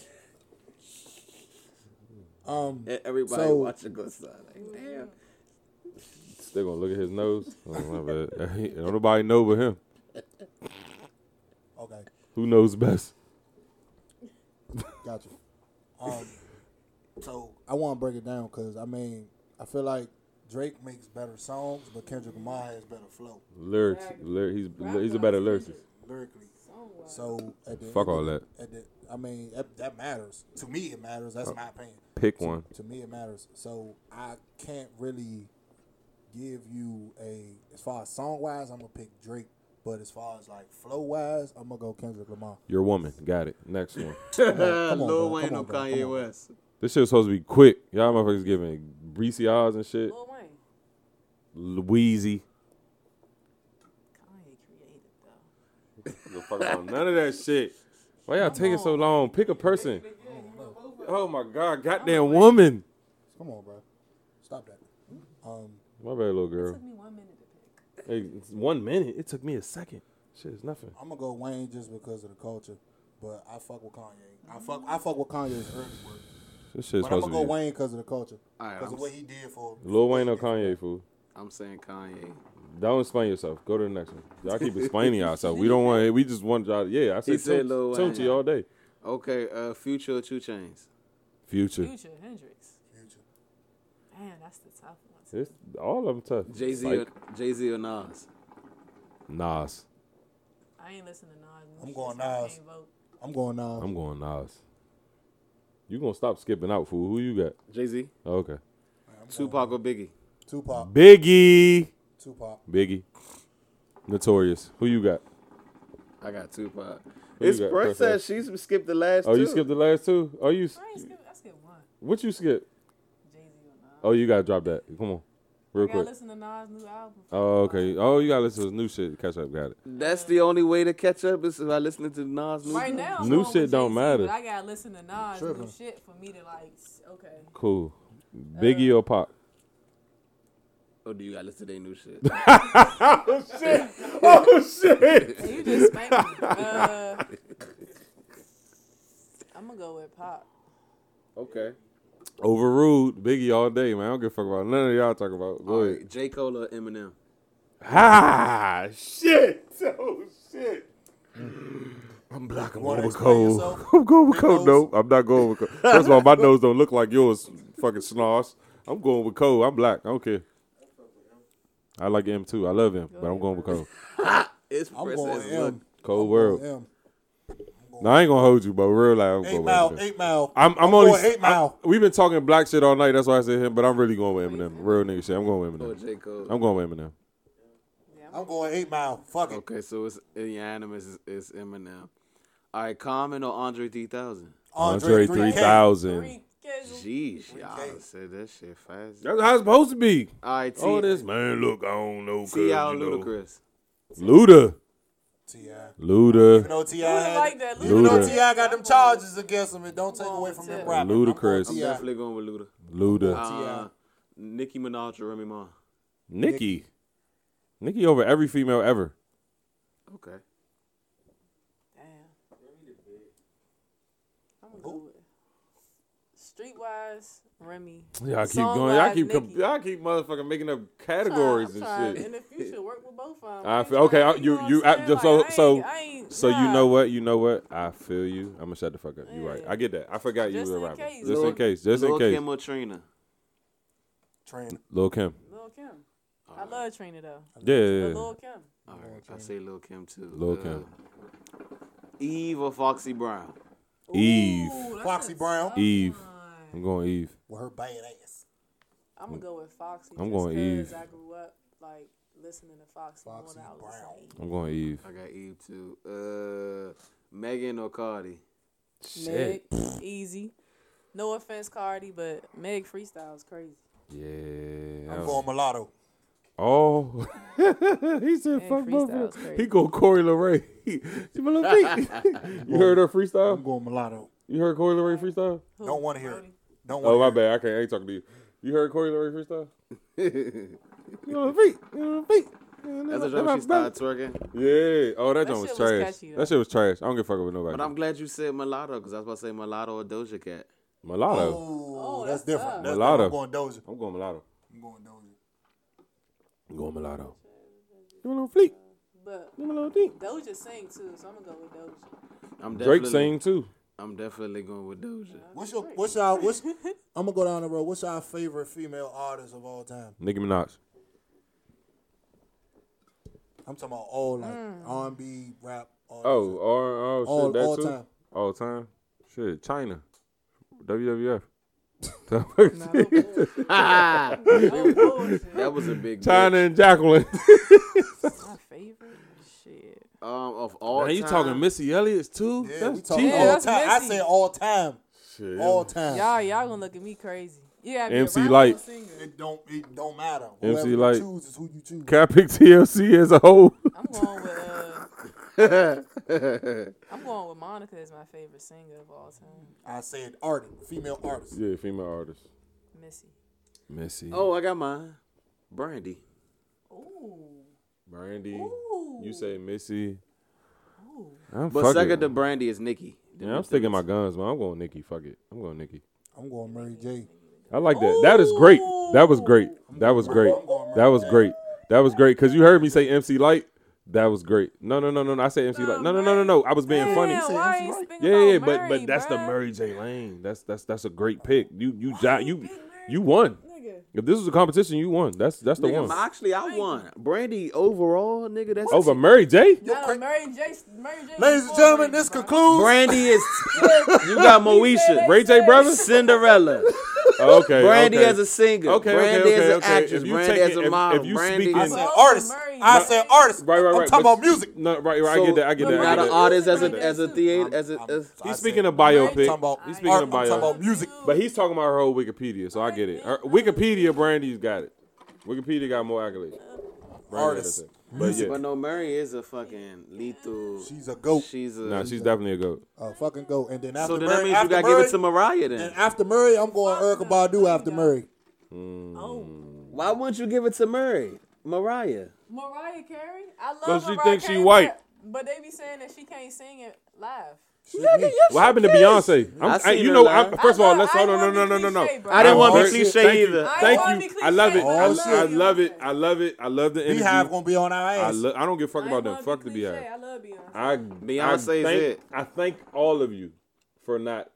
[SPEAKER 1] Um,
[SPEAKER 4] E- Everybody
[SPEAKER 1] So-
[SPEAKER 4] watching good side. Like, damn.
[SPEAKER 2] They're gonna look at his nose. Oh, my bad. Don't nobody know but him.
[SPEAKER 1] okay,
[SPEAKER 2] Who knows best?
[SPEAKER 1] gotcha. Um, so I want to break it down because I mean I feel like Drake makes better songs, but Kendrick Lamar has better flow
[SPEAKER 2] Lyrics. Lyric, he's he's a better lyricist.
[SPEAKER 1] lyrically. So at the
[SPEAKER 2] Fuck all that.
[SPEAKER 1] At the, I mean that, that matters to me. It matters. That's my opinion.
[SPEAKER 2] Pick one.
[SPEAKER 1] To me, it matters. So I can't really give you a as far as song wise, I'm gonna pick Drake. But as far as like flow wise, I'm gonna go Kendrick Lamar.
[SPEAKER 2] Your woman. Got it. Next one.
[SPEAKER 1] on,
[SPEAKER 4] Lil
[SPEAKER 1] bro.
[SPEAKER 4] Wayne
[SPEAKER 1] Come
[SPEAKER 4] no
[SPEAKER 1] on, bro.
[SPEAKER 4] Kanye
[SPEAKER 1] Come on.
[SPEAKER 4] West.
[SPEAKER 2] This shit's supposed to be quick. Y'all motherfuckers giving greasy eyes and shit.
[SPEAKER 3] Lil Wayne.
[SPEAKER 2] Wheezy.
[SPEAKER 3] Kanye created though.
[SPEAKER 2] None of that shit. Why y'all taking so long? Pick a person. Oh my god, goddamn woman.
[SPEAKER 1] Come on, bro. Stop that. Um,
[SPEAKER 2] My bad, little
[SPEAKER 3] It
[SPEAKER 2] girl.
[SPEAKER 3] took me one minute to pick.
[SPEAKER 2] Hey, it's one minute. It took me a second. Shit, it's nothing.
[SPEAKER 1] I'm gonna go Wayne just because of the culture, but I fuck with Kanye. I fuck I fuck with Kanye's early work,
[SPEAKER 2] This shit's
[SPEAKER 1] but I'm
[SPEAKER 2] supposed to
[SPEAKER 1] gonna go
[SPEAKER 2] be.
[SPEAKER 1] Wayne because of the culture,
[SPEAKER 4] Alright,
[SPEAKER 1] because
[SPEAKER 4] I'm
[SPEAKER 1] of what
[SPEAKER 4] s-
[SPEAKER 1] he did for.
[SPEAKER 2] Lil Wayne or Kanye, fool.
[SPEAKER 4] I'm saying Kanye.
[SPEAKER 2] Don't explain yourself. Go to the next one. Y'all keep explaining yourself. We don't want. We just want y'all. Yeah, I said,
[SPEAKER 4] said
[SPEAKER 2] said
[SPEAKER 4] Lil
[SPEAKER 2] tune
[SPEAKER 4] Wayne.
[SPEAKER 2] to you all day.
[SPEAKER 4] Okay, uh, Future or Two Chains?
[SPEAKER 2] Future.
[SPEAKER 3] Future Hendrix.
[SPEAKER 1] Future.
[SPEAKER 3] Man, that's the tough one.
[SPEAKER 2] It's, all of them tough.
[SPEAKER 4] Jay Z or
[SPEAKER 2] Like,
[SPEAKER 4] Jay Z or Nas?
[SPEAKER 2] Nas.
[SPEAKER 3] I ain't listening to Nas.
[SPEAKER 1] I'm going
[SPEAKER 3] That's why I
[SPEAKER 1] Nas.
[SPEAKER 3] can't vote.
[SPEAKER 1] I'm going uh,
[SPEAKER 2] I'm going Nas. You gonna stop skipping out, fool? Who you got? Oh,
[SPEAKER 4] Jay Z,
[SPEAKER 2] Okay.
[SPEAKER 4] Tupac or Biggie?
[SPEAKER 1] Tupac.
[SPEAKER 2] Biggie.
[SPEAKER 1] Tupac.
[SPEAKER 2] Biggie. Notorious. Who you got?
[SPEAKER 4] I got Tupac.
[SPEAKER 2] Who you
[SPEAKER 4] it's
[SPEAKER 2] got,
[SPEAKER 4] Princess.
[SPEAKER 2] Princess?
[SPEAKER 4] She skipped the last.
[SPEAKER 2] Oh, you
[SPEAKER 4] two.
[SPEAKER 2] skipped the last two. Oh, you.
[SPEAKER 3] I ain't skip. I skipped one.
[SPEAKER 2] What you skip?
[SPEAKER 3] Jay Z or Nas.
[SPEAKER 2] Oh, you gotta drop that. Come on, real
[SPEAKER 3] I gotta
[SPEAKER 2] quick.
[SPEAKER 3] listen to Nas' new album.
[SPEAKER 2] Oh, okay. Oh, you gotta listen to this new shit. to Catch up. Got it.
[SPEAKER 4] That's the only way to catch up is by listening to Nas music.
[SPEAKER 3] Right now, I'm
[SPEAKER 2] New
[SPEAKER 3] going
[SPEAKER 2] shit
[SPEAKER 3] with
[SPEAKER 2] don't
[SPEAKER 3] Jay-Z,
[SPEAKER 2] matter.
[SPEAKER 3] But I gotta listen to Nas new
[SPEAKER 1] Tripping.
[SPEAKER 3] shit for me to like. s- Okay.
[SPEAKER 2] Cool.
[SPEAKER 3] Uh,
[SPEAKER 2] Biggie or Pop?
[SPEAKER 4] Oh, do you gotta listen to their new shit?
[SPEAKER 2] Oh shit.
[SPEAKER 3] Hey, you just spanked me. Uh, I'm gonna go with Pop.
[SPEAKER 4] okay.
[SPEAKER 2] Overruled Biggie all day, man. I don't give a fuck about none of y'all talking about. Go
[SPEAKER 4] All
[SPEAKER 2] ahead.
[SPEAKER 4] right, J. Cole or Eminem?
[SPEAKER 2] Ah, shit. Oh, shit.
[SPEAKER 1] I'm black and
[SPEAKER 2] Going with Cole. I'm going with Cole. No, I'm not going with Cole. First of all, my nose don't look like yours, fucking snarls. I'm going with Cole. I'm black. I don't care. I like him too. I love him, but I'm going with Cole.
[SPEAKER 4] It's
[SPEAKER 1] I'm
[SPEAKER 4] press
[SPEAKER 1] going
[SPEAKER 4] as look.
[SPEAKER 1] M.
[SPEAKER 2] Cold
[SPEAKER 1] I'm
[SPEAKER 2] world.
[SPEAKER 1] going M.
[SPEAKER 2] No, I ain't gonna hold you, but real life, I'm
[SPEAKER 1] Eight
[SPEAKER 2] going
[SPEAKER 1] mile,
[SPEAKER 2] with him.
[SPEAKER 1] eight mile.
[SPEAKER 2] I'm, I'm,
[SPEAKER 1] I'm
[SPEAKER 2] only
[SPEAKER 1] going eight
[SPEAKER 2] I-
[SPEAKER 1] mile.
[SPEAKER 2] we've been talking black shit all night. That's why I said him, but I'm really going with Eminem. Real nigga shit. I'm going with
[SPEAKER 4] Or
[SPEAKER 2] Eminem.
[SPEAKER 4] J. Cole.
[SPEAKER 2] I'm going with Eminem.
[SPEAKER 1] I'm going eight mile. Fuck it.
[SPEAKER 4] Okay, so it's unanimous. It's, it's Eminem. All right, Common or Andre 3000?
[SPEAKER 2] Andre 3000.
[SPEAKER 3] Reschedule.
[SPEAKER 4] Jeez, y'all said that shit fast.
[SPEAKER 2] That's how it's supposed to be.
[SPEAKER 4] All right, T.
[SPEAKER 2] Oh, this man, look, I don't know. cuz,
[SPEAKER 4] T. L.
[SPEAKER 2] you know.
[SPEAKER 4] Ludacris.
[SPEAKER 2] Luda.
[SPEAKER 1] T.I.
[SPEAKER 2] Luda.
[SPEAKER 1] Even though T.I.
[SPEAKER 3] Luda
[SPEAKER 1] had,
[SPEAKER 3] like that.
[SPEAKER 1] even though
[SPEAKER 2] Luda.
[SPEAKER 1] T.I. got them charges against him, it don't take
[SPEAKER 3] Come on,
[SPEAKER 1] away from
[SPEAKER 3] Tip.
[SPEAKER 1] him rapping. I'm going
[SPEAKER 2] Ludacris. T.I.
[SPEAKER 4] I'm
[SPEAKER 1] T.I.
[SPEAKER 4] definitely going with Luda.
[SPEAKER 2] Luda.
[SPEAKER 4] Uh, Nicki Minaj or Remy Ma?
[SPEAKER 2] Nikki. Nikki over every female ever.
[SPEAKER 4] Okay.
[SPEAKER 3] Damn. I'm gonna go with Streetwise, Remy.
[SPEAKER 2] Y'all keep
[SPEAKER 3] Song
[SPEAKER 2] going. Y'all
[SPEAKER 3] wise,
[SPEAKER 2] keep com-
[SPEAKER 3] Nicki.
[SPEAKER 2] y'all keep motherfucking making up
[SPEAKER 3] I'm
[SPEAKER 2] categories
[SPEAKER 3] trying-
[SPEAKER 2] and
[SPEAKER 3] I'm
[SPEAKER 2] shit.
[SPEAKER 3] trying In the future, work with both of them.
[SPEAKER 2] I feel okay. I, you you I, just so so so you know what you know what I feel you. I'm gonna shut the fuck up. You right.
[SPEAKER 3] Yeah.
[SPEAKER 2] I get that. I forgot you
[SPEAKER 3] Just
[SPEAKER 2] were
[SPEAKER 3] in
[SPEAKER 2] rapping.
[SPEAKER 3] case.
[SPEAKER 2] Just in
[SPEAKER 4] Lil-
[SPEAKER 2] case. Just
[SPEAKER 4] Lil
[SPEAKER 2] in case.
[SPEAKER 4] Kim or Trina?
[SPEAKER 1] Train.
[SPEAKER 2] Lil Kim.
[SPEAKER 3] Lil Kim. I love Trina though.
[SPEAKER 2] Yeah.
[SPEAKER 3] But
[SPEAKER 2] yeah, yeah.
[SPEAKER 3] Lil Kim.
[SPEAKER 4] All right, I say Lil Kim too.
[SPEAKER 2] Lil
[SPEAKER 4] Uh,
[SPEAKER 2] Kim.
[SPEAKER 4] Eve or Foxy Brown?
[SPEAKER 2] Eve.
[SPEAKER 3] Ooh, that's
[SPEAKER 1] Foxy
[SPEAKER 3] a
[SPEAKER 1] Brown.
[SPEAKER 2] Eve.
[SPEAKER 3] sign.
[SPEAKER 2] I'm going Eve.
[SPEAKER 1] With her bad ass.
[SPEAKER 3] I'm gonna go with Foxy.
[SPEAKER 2] I'm
[SPEAKER 3] just
[SPEAKER 2] going
[SPEAKER 3] 'cause
[SPEAKER 2] Eve.
[SPEAKER 3] I grew up like listening to Foxy. more
[SPEAKER 1] Foxy
[SPEAKER 3] than I was listening
[SPEAKER 1] Brown.
[SPEAKER 3] to Eve.
[SPEAKER 2] I'm going Eve.
[SPEAKER 4] I got Eve too. Uh, Megan or Cardi?
[SPEAKER 2] Shit.
[SPEAKER 3] Meg, easy. No offense, Cardi, but Meg freestyle is crazy.
[SPEAKER 2] Yeah.
[SPEAKER 1] I'm going mulatto.
[SPEAKER 2] Oh, he said,
[SPEAKER 3] Hey,
[SPEAKER 2] "Fuck both."
[SPEAKER 3] freestyle
[SPEAKER 2] of
[SPEAKER 3] was
[SPEAKER 2] them."
[SPEAKER 3] crazy.
[SPEAKER 2] He go Corey LeRae. She my little feet. you heard her freestyle?
[SPEAKER 1] I'm going mulatto.
[SPEAKER 2] You heard Corey LeRae freestyle?
[SPEAKER 3] Who?
[SPEAKER 1] Don't wanna hear it.
[SPEAKER 3] Cardi?
[SPEAKER 1] Don't want
[SPEAKER 2] Oh my bad, I can't. I ain't talking to you. You heard Corey LeRae freestyle? You know the feet. You know the feet. You know
[SPEAKER 4] That's
[SPEAKER 2] the-
[SPEAKER 4] the time
[SPEAKER 2] my
[SPEAKER 4] she started
[SPEAKER 2] brother.
[SPEAKER 4] twerking.
[SPEAKER 2] Yeah. Oh, that,
[SPEAKER 3] That
[SPEAKER 2] joint was
[SPEAKER 3] shit was
[SPEAKER 2] trash.
[SPEAKER 3] catchy, though.
[SPEAKER 2] that shit was trash. I don't give a fuck with nobody.
[SPEAKER 4] But I'm glad you said mulatto because I was about to say mulatto or Doja Cat.
[SPEAKER 2] mulatto.
[SPEAKER 1] Oh,
[SPEAKER 3] Oh,
[SPEAKER 1] that's
[SPEAKER 3] that's
[SPEAKER 1] different.
[SPEAKER 3] tough.
[SPEAKER 1] That's different.
[SPEAKER 2] Mulatto.
[SPEAKER 1] I'm going Doja.
[SPEAKER 2] I'm going mulatto.
[SPEAKER 1] I'm going Doja.
[SPEAKER 2] I'm going mulatto. You my little feet.
[SPEAKER 3] But
[SPEAKER 2] You my little feet.
[SPEAKER 3] Doja sing too, so I'm gonna go with Doja.
[SPEAKER 4] I'm
[SPEAKER 2] Drake
[SPEAKER 4] definitely-
[SPEAKER 2] sing too.
[SPEAKER 4] I'm definitely going with Doja.
[SPEAKER 1] What's your what's y'all what's I'm gonna go down the road. What's our favorite female artist of all time?
[SPEAKER 2] Nicki Minaj.
[SPEAKER 1] I'm talking about all like
[SPEAKER 3] Mm.
[SPEAKER 1] R and B, rap, all
[SPEAKER 2] Oh, or, oh, shit,
[SPEAKER 1] All-
[SPEAKER 2] that
[SPEAKER 1] all
[SPEAKER 2] too?
[SPEAKER 1] time.
[SPEAKER 2] All time. Shit, China. WWF.
[SPEAKER 3] No bullshit.
[SPEAKER 4] That was a big
[SPEAKER 2] China and Jacqueline.
[SPEAKER 3] My favorite shit.
[SPEAKER 4] bitch. Um, of all
[SPEAKER 2] Are you
[SPEAKER 4] time,
[SPEAKER 2] talking Missy Elliott's too?
[SPEAKER 1] Yeah, we
[SPEAKER 2] That's
[SPEAKER 1] talking
[SPEAKER 2] cheating.
[SPEAKER 1] all
[SPEAKER 3] Yeah, that's
[SPEAKER 1] time. I
[SPEAKER 3] messy.
[SPEAKER 1] said all time.
[SPEAKER 2] Shit.
[SPEAKER 1] All time.
[SPEAKER 3] Y'all, y'all gonna look at me crazy. Yeah,
[SPEAKER 2] MC Lyte.
[SPEAKER 3] Light.
[SPEAKER 1] It don't it don't matter.
[SPEAKER 2] MC
[SPEAKER 1] Whoever you
[SPEAKER 2] Lyte.
[SPEAKER 1] choose is who you choose.
[SPEAKER 2] Can I pick TLC as a whole?
[SPEAKER 3] I'm going with. Uh, I'm going with Monica as my favorite singer of all time.
[SPEAKER 1] I said artist, female artist.
[SPEAKER 2] yeah, female artist.
[SPEAKER 3] Missy.
[SPEAKER 2] Missy.
[SPEAKER 4] Oh, I got mine. Brandy.
[SPEAKER 3] Ooh.
[SPEAKER 2] Brandy.
[SPEAKER 3] Ooh.
[SPEAKER 2] You say Missy.
[SPEAKER 3] Ooh.
[SPEAKER 2] I'm
[SPEAKER 4] But
[SPEAKER 2] fucking-
[SPEAKER 4] second to Brandy is Nikki.
[SPEAKER 2] yeah, I'm sticking my guns, man. I'm going Nikki. Fuck it. I'm going Nikki.
[SPEAKER 1] I'm going Mary J.
[SPEAKER 2] I like that. That is great. That was great. That was great. That was great. That was great. Cause you heard me say MC Light. That was great. No, no, no, no, no. I said MC Light. No, no, no, no, no. I was being
[SPEAKER 3] Damn,
[SPEAKER 2] funny.
[SPEAKER 3] why
[SPEAKER 1] MC
[SPEAKER 3] ain't
[SPEAKER 1] Lyte.
[SPEAKER 3] speaking
[SPEAKER 2] Yeah, yeah,
[SPEAKER 3] about
[SPEAKER 2] but but
[SPEAKER 3] Murray,
[SPEAKER 2] that's the
[SPEAKER 3] bruh?
[SPEAKER 2] Murray J. Lane. That's that's that's a great pick. You you jo- you
[SPEAKER 3] Big Murray.
[SPEAKER 2] you won.
[SPEAKER 3] Nigga.
[SPEAKER 2] If this was a competition, you won. That's that's the
[SPEAKER 4] Nigga,
[SPEAKER 2] one.
[SPEAKER 4] my- actually, I won. Brandy overall, nigga. That's
[SPEAKER 2] Over Murray J.
[SPEAKER 3] Nah, Mary J. Mary J.
[SPEAKER 1] Ladies and gentlemen, this concludes
[SPEAKER 4] Brandy is. you got Moesha.
[SPEAKER 2] Ray J. Brothers.
[SPEAKER 4] Cinderella.
[SPEAKER 2] Okay.
[SPEAKER 4] Brandy
[SPEAKER 2] okay.
[SPEAKER 4] as a singer.
[SPEAKER 2] Okay,
[SPEAKER 4] Brandy
[SPEAKER 2] okay,
[SPEAKER 4] as
[SPEAKER 2] okay,
[SPEAKER 4] an
[SPEAKER 2] okay.
[SPEAKER 4] actress.
[SPEAKER 2] If you
[SPEAKER 4] Brandy
[SPEAKER 2] take
[SPEAKER 4] as a
[SPEAKER 2] it- if-
[SPEAKER 4] mom.
[SPEAKER 2] if you
[SPEAKER 4] Brandy.
[SPEAKER 2] speaking-
[SPEAKER 1] I
[SPEAKER 4] is
[SPEAKER 1] said
[SPEAKER 3] Oh,
[SPEAKER 1] artist.
[SPEAKER 3] Mary
[SPEAKER 1] I
[SPEAKER 3] J.
[SPEAKER 1] said artist.
[SPEAKER 2] Right, right, right.
[SPEAKER 1] I'm talking
[SPEAKER 2] But-
[SPEAKER 1] about music.
[SPEAKER 2] No, right, right. I get that. I get
[SPEAKER 3] So-
[SPEAKER 2] that. I
[SPEAKER 4] Not
[SPEAKER 2] get
[SPEAKER 4] an
[SPEAKER 2] that.
[SPEAKER 4] artist as
[SPEAKER 3] I'm-
[SPEAKER 4] a as a theater as a as.
[SPEAKER 1] I'm- I
[SPEAKER 2] He's speaking
[SPEAKER 1] said-
[SPEAKER 2] of
[SPEAKER 1] I'm
[SPEAKER 2] biopic.
[SPEAKER 1] talking about,
[SPEAKER 2] He's speaking of
[SPEAKER 1] art- I'm talking about
[SPEAKER 2] biopic.
[SPEAKER 1] music.
[SPEAKER 2] But he's talking about her whole Wikipedia, so I get it. Her- Wikipedia, Brandy's got it. Wikipedia got more accolades. Brandy has
[SPEAKER 1] Artist.
[SPEAKER 2] it. But yeah,
[SPEAKER 4] But no, Mary is a fucking lethal.
[SPEAKER 1] She's a goat.
[SPEAKER 4] She's a.
[SPEAKER 2] nah, she's definitely a goat.
[SPEAKER 1] Uh, fucking goat. And then after
[SPEAKER 4] so then
[SPEAKER 1] Murray,
[SPEAKER 4] that means you
[SPEAKER 1] after
[SPEAKER 4] gotta
[SPEAKER 1] Murray,
[SPEAKER 4] give it to Mariah then.
[SPEAKER 1] And after Murray, I'm going Erica Badu after Murray.
[SPEAKER 3] Oh,
[SPEAKER 4] Why wouldn't you give it to Murray? Mariah.
[SPEAKER 3] Mariah Carey. I love.
[SPEAKER 2] Cause she
[SPEAKER 3] Mariah
[SPEAKER 2] thinks she
[SPEAKER 3] Carey,
[SPEAKER 2] white.
[SPEAKER 3] But, but they be saying that she can't sing it live.
[SPEAKER 2] What happened to Beyonce?
[SPEAKER 4] I
[SPEAKER 2] I'm, I,
[SPEAKER 4] seen
[SPEAKER 2] you
[SPEAKER 4] her
[SPEAKER 2] know, I,
[SPEAKER 4] live.
[SPEAKER 2] first of
[SPEAKER 3] I
[SPEAKER 2] all,
[SPEAKER 3] love-
[SPEAKER 2] let's
[SPEAKER 3] I
[SPEAKER 2] hold on. No,
[SPEAKER 3] wanna
[SPEAKER 2] no,
[SPEAKER 3] be
[SPEAKER 2] no, no, no.
[SPEAKER 3] cliche, bro.
[SPEAKER 5] I didn't wanna be
[SPEAKER 2] Alright,
[SPEAKER 5] cliche
[SPEAKER 2] thank you.
[SPEAKER 5] either. I
[SPEAKER 3] wanna
[SPEAKER 2] Thank
[SPEAKER 3] be
[SPEAKER 2] you.
[SPEAKER 3] cliche,
[SPEAKER 2] I love it.
[SPEAKER 3] but
[SPEAKER 2] I,
[SPEAKER 1] I
[SPEAKER 2] I
[SPEAKER 1] love
[SPEAKER 2] love
[SPEAKER 3] Beyonce.
[SPEAKER 2] it. I love it. I love the energy.
[SPEAKER 1] Beehive gonna be on our
[SPEAKER 2] I
[SPEAKER 1] ass.
[SPEAKER 2] lo- I don't give a fuck
[SPEAKER 3] I
[SPEAKER 2] about
[SPEAKER 3] ain't
[SPEAKER 2] them.
[SPEAKER 3] wanna
[SPEAKER 2] Fuck
[SPEAKER 3] be
[SPEAKER 2] the
[SPEAKER 3] cliche.
[SPEAKER 2] Beehive.
[SPEAKER 3] I love Beyonce.
[SPEAKER 2] I
[SPEAKER 5] Beyonce's
[SPEAKER 2] I thank,
[SPEAKER 5] it.
[SPEAKER 2] I thank all of you for not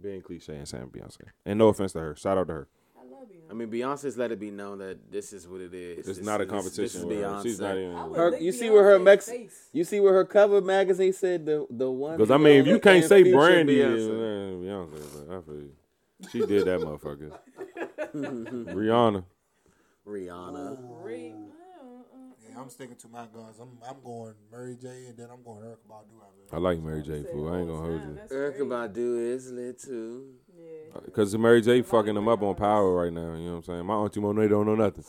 [SPEAKER 2] being cliche and saying Beyonce. And no offense to her. Shout out to her.
[SPEAKER 3] I love Beyonce.
[SPEAKER 4] I mean, Beyonce's let it be known that this is what it is.
[SPEAKER 2] It's
[SPEAKER 4] This
[SPEAKER 2] not a
[SPEAKER 4] is- This is
[SPEAKER 2] competition. with her.
[SPEAKER 4] Beyonce.
[SPEAKER 2] She's not
[SPEAKER 3] I
[SPEAKER 2] even.
[SPEAKER 3] would
[SPEAKER 4] Her-
[SPEAKER 3] lick
[SPEAKER 4] you see where her
[SPEAKER 3] Beyonce's
[SPEAKER 4] Mex-
[SPEAKER 3] face.
[SPEAKER 4] You see where her cover magazine said the the one.
[SPEAKER 2] Because I mean, if you can't say
[SPEAKER 4] Future
[SPEAKER 2] Brandy,
[SPEAKER 4] Beyonce.
[SPEAKER 2] Beyonce, Beyonce but I feel you. she did that motherfucker. Rihanna,
[SPEAKER 4] Rihanna.
[SPEAKER 3] Re- Mm-mm.
[SPEAKER 1] Yeah, I'm sticking to my guns. I'm I'm going Mary J. and then I'm going Erica Badu.
[SPEAKER 2] I like Mary
[SPEAKER 3] uh,
[SPEAKER 2] J. Fool. I ain't gonna hold you.
[SPEAKER 3] "Oh, That's
[SPEAKER 4] Erica
[SPEAKER 3] crazy.
[SPEAKER 4] Badu is lit too.
[SPEAKER 3] Yeah.
[SPEAKER 2] Because Mary J. fucking them up on power right now. You know what I'm saying? My auntie Monet don't know nothing.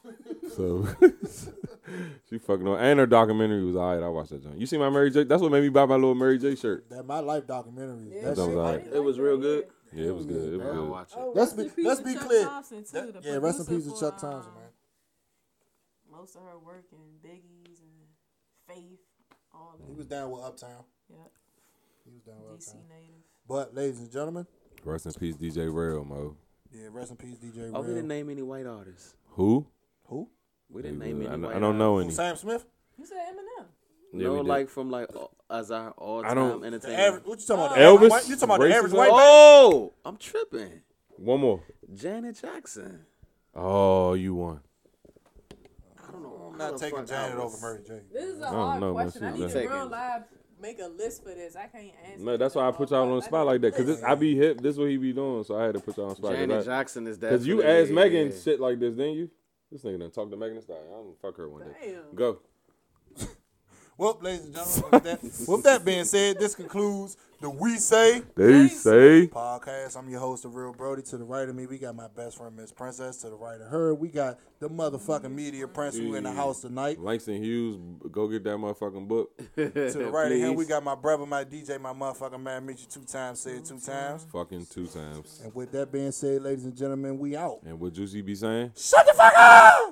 [SPEAKER 2] So she fucking on. And her documentary was alright. I watched that joint. You see my Mary J. That's what made me buy my little Mary J. shirt.
[SPEAKER 1] That my life documentary.
[SPEAKER 3] Yeah,
[SPEAKER 1] that
[SPEAKER 2] that was
[SPEAKER 1] shit,
[SPEAKER 3] I
[SPEAKER 2] alright.
[SPEAKER 3] didn't
[SPEAKER 4] It
[SPEAKER 3] like
[SPEAKER 4] was
[SPEAKER 3] that
[SPEAKER 4] real
[SPEAKER 3] either.
[SPEAKER 4] good.
[SPEAKER 2] Yeah, it was good. It was
[SPEAKER 4] I gotta
[SPEAKER 2] good.
[SPEAKER 4] watch it.
[SPEAKER 3] Oh,
[SPEAKER 1] Let's
[SPEAKER 3] rest
[SPEAKER 1] be-
[SPEAKER 3] in peace
[SPEAKER 1] let's
[SPEAKER 3] to
[SPEAKER 1] be
[SPEAKER 3] Chuck
[SPEAKER 1] clear.
[SPEAKER 3] Thompson, too, the
[SPEAKER 1] yeah, rest in
[SPEAKER 3] producer
[SPEAKER 1] peace to
[SPEAKER 3] for,
[SPEAKER 1] Chuck Thompson,
[SPEAKER 3] um,
[SPEAKER 1] man.
[SPEAKER 3] Most of her work in Biggie's and Faith, all
[SPEAKER 1] He
[SPEAKER 3] that.
[SPEAKER 1] was down with Uptown.
[SPEAKER 3] Yep.
[SPEAKER 1] He was down with
[SPEAKER 3] DC
[SPEAKER 1] Uptown.
[SPEAKER 3] native.
[SPEAKER 1] But ladies and gentlemen,
[SPEAKER 2] Rest in peace, DJ Rail, Mo.
[SPEAKER 1] yeah, rest in peace, DJ
[SPEAKER 4] Oh, we
[SPEAKER 1] Real.
[SPEAKER 4] didn't name any white artists.
[SPEAKER 2] Who?
[SPEAKER 1] Who?
[SPEAKER 4] We
[SPEAKER 2] I,
[SPEAKER 4] didn't name any.
[SPEAKER 2] I
[SPEAKER 4] white
[SPEAKER 2] don't know any.
[SPEAKER 4] artists.
[SPEAKER 1] Sam Smith.
[SPEAKER 3] You said Eminem.
[SPEAKER 2] Yeah, we
[SPEAKER 4] no,
[SPEAKER 2] did.
[SPEAKER 4] like from like all- as our all
[SPEAKER 2] I don't-
[SPEAKER 4] time
[SPEAKER 1] The average.
[SPEAKER 4] entertainment.
[SPEAKER 1] What you talking about? The
[SPEAKER 2] Elvis?
[SPEAKER 1] average white- You talking about the
[SPEAKER 2] Racist
[SPEAKER 1] average
[SPEAKER 2] ass-
[SPEAKER 1] white? man?
[SPEAKER 4] Oh, I'm tripping.
[SPEAKER 2] One more.
[SPEAKER 4] Janet Jackson.
[SPEAKER 2] Oh, you won.
[SPEAKER 4] I don't know.
[SPEAKER 1] I'm not taking Janet over Mary J.
[SPEAKER 3] This is a
[SPEAKER 2] don't
[SPEAKER 3] hard
[SPEAKER 2] know, man.
[SPEAKER 3] question. I
[SPEAKER 2] She's
[SPEAKER 3] need
[SPEAKER 4] taking
[SPEAKER 3] to real
[SPEAKER 4] it.
[SPEAKER 3] live make a list for this. I can't answer.
[SPEAKER 2] No, that's why I put y'all on the spot like that. Cause this, I be hip. This what he be doing. So I had to put y'all on the spot.
[SPEAKER 4] Janet
[SPEAKER 2] Cause, I-
[SPEAKER 4] Jackson is that.
[SPEAKER 2] 'cause you asked Megan shit like this, didn't you? This nigga done talked to Megan and stuff. I'm gonna fuck her one day.
[SPEAKER 3] Damn.
[SPEAKER 2] Go.
[SPEAKER 1] Well, ladies and gentlemen, with that, with that being said, this concludes the We Say
[SPEAKER 2] They say.
[SPEAKER 1] podcast. I'm your host, The Real Brody. To the right of me, we got my best friend, Miss Princess. To the right of her, we got the motherfucking media prince who in the house tonight.
[SPEAKER 2] Langston Hughes, go get that motherfucking book.
[SPEAKER 1] To the right of him, we got my brother, my DJ, my motherfucking man. Meet you two times, say it two times.
[SPEAKER 2] Fucking two times.
[SPEAKER 1] And with that being said, ladies and gentlemen, we out.
[SPEAKER 2] And what Juicy be saying?
[SPEAKER 1] Shut the fuck up!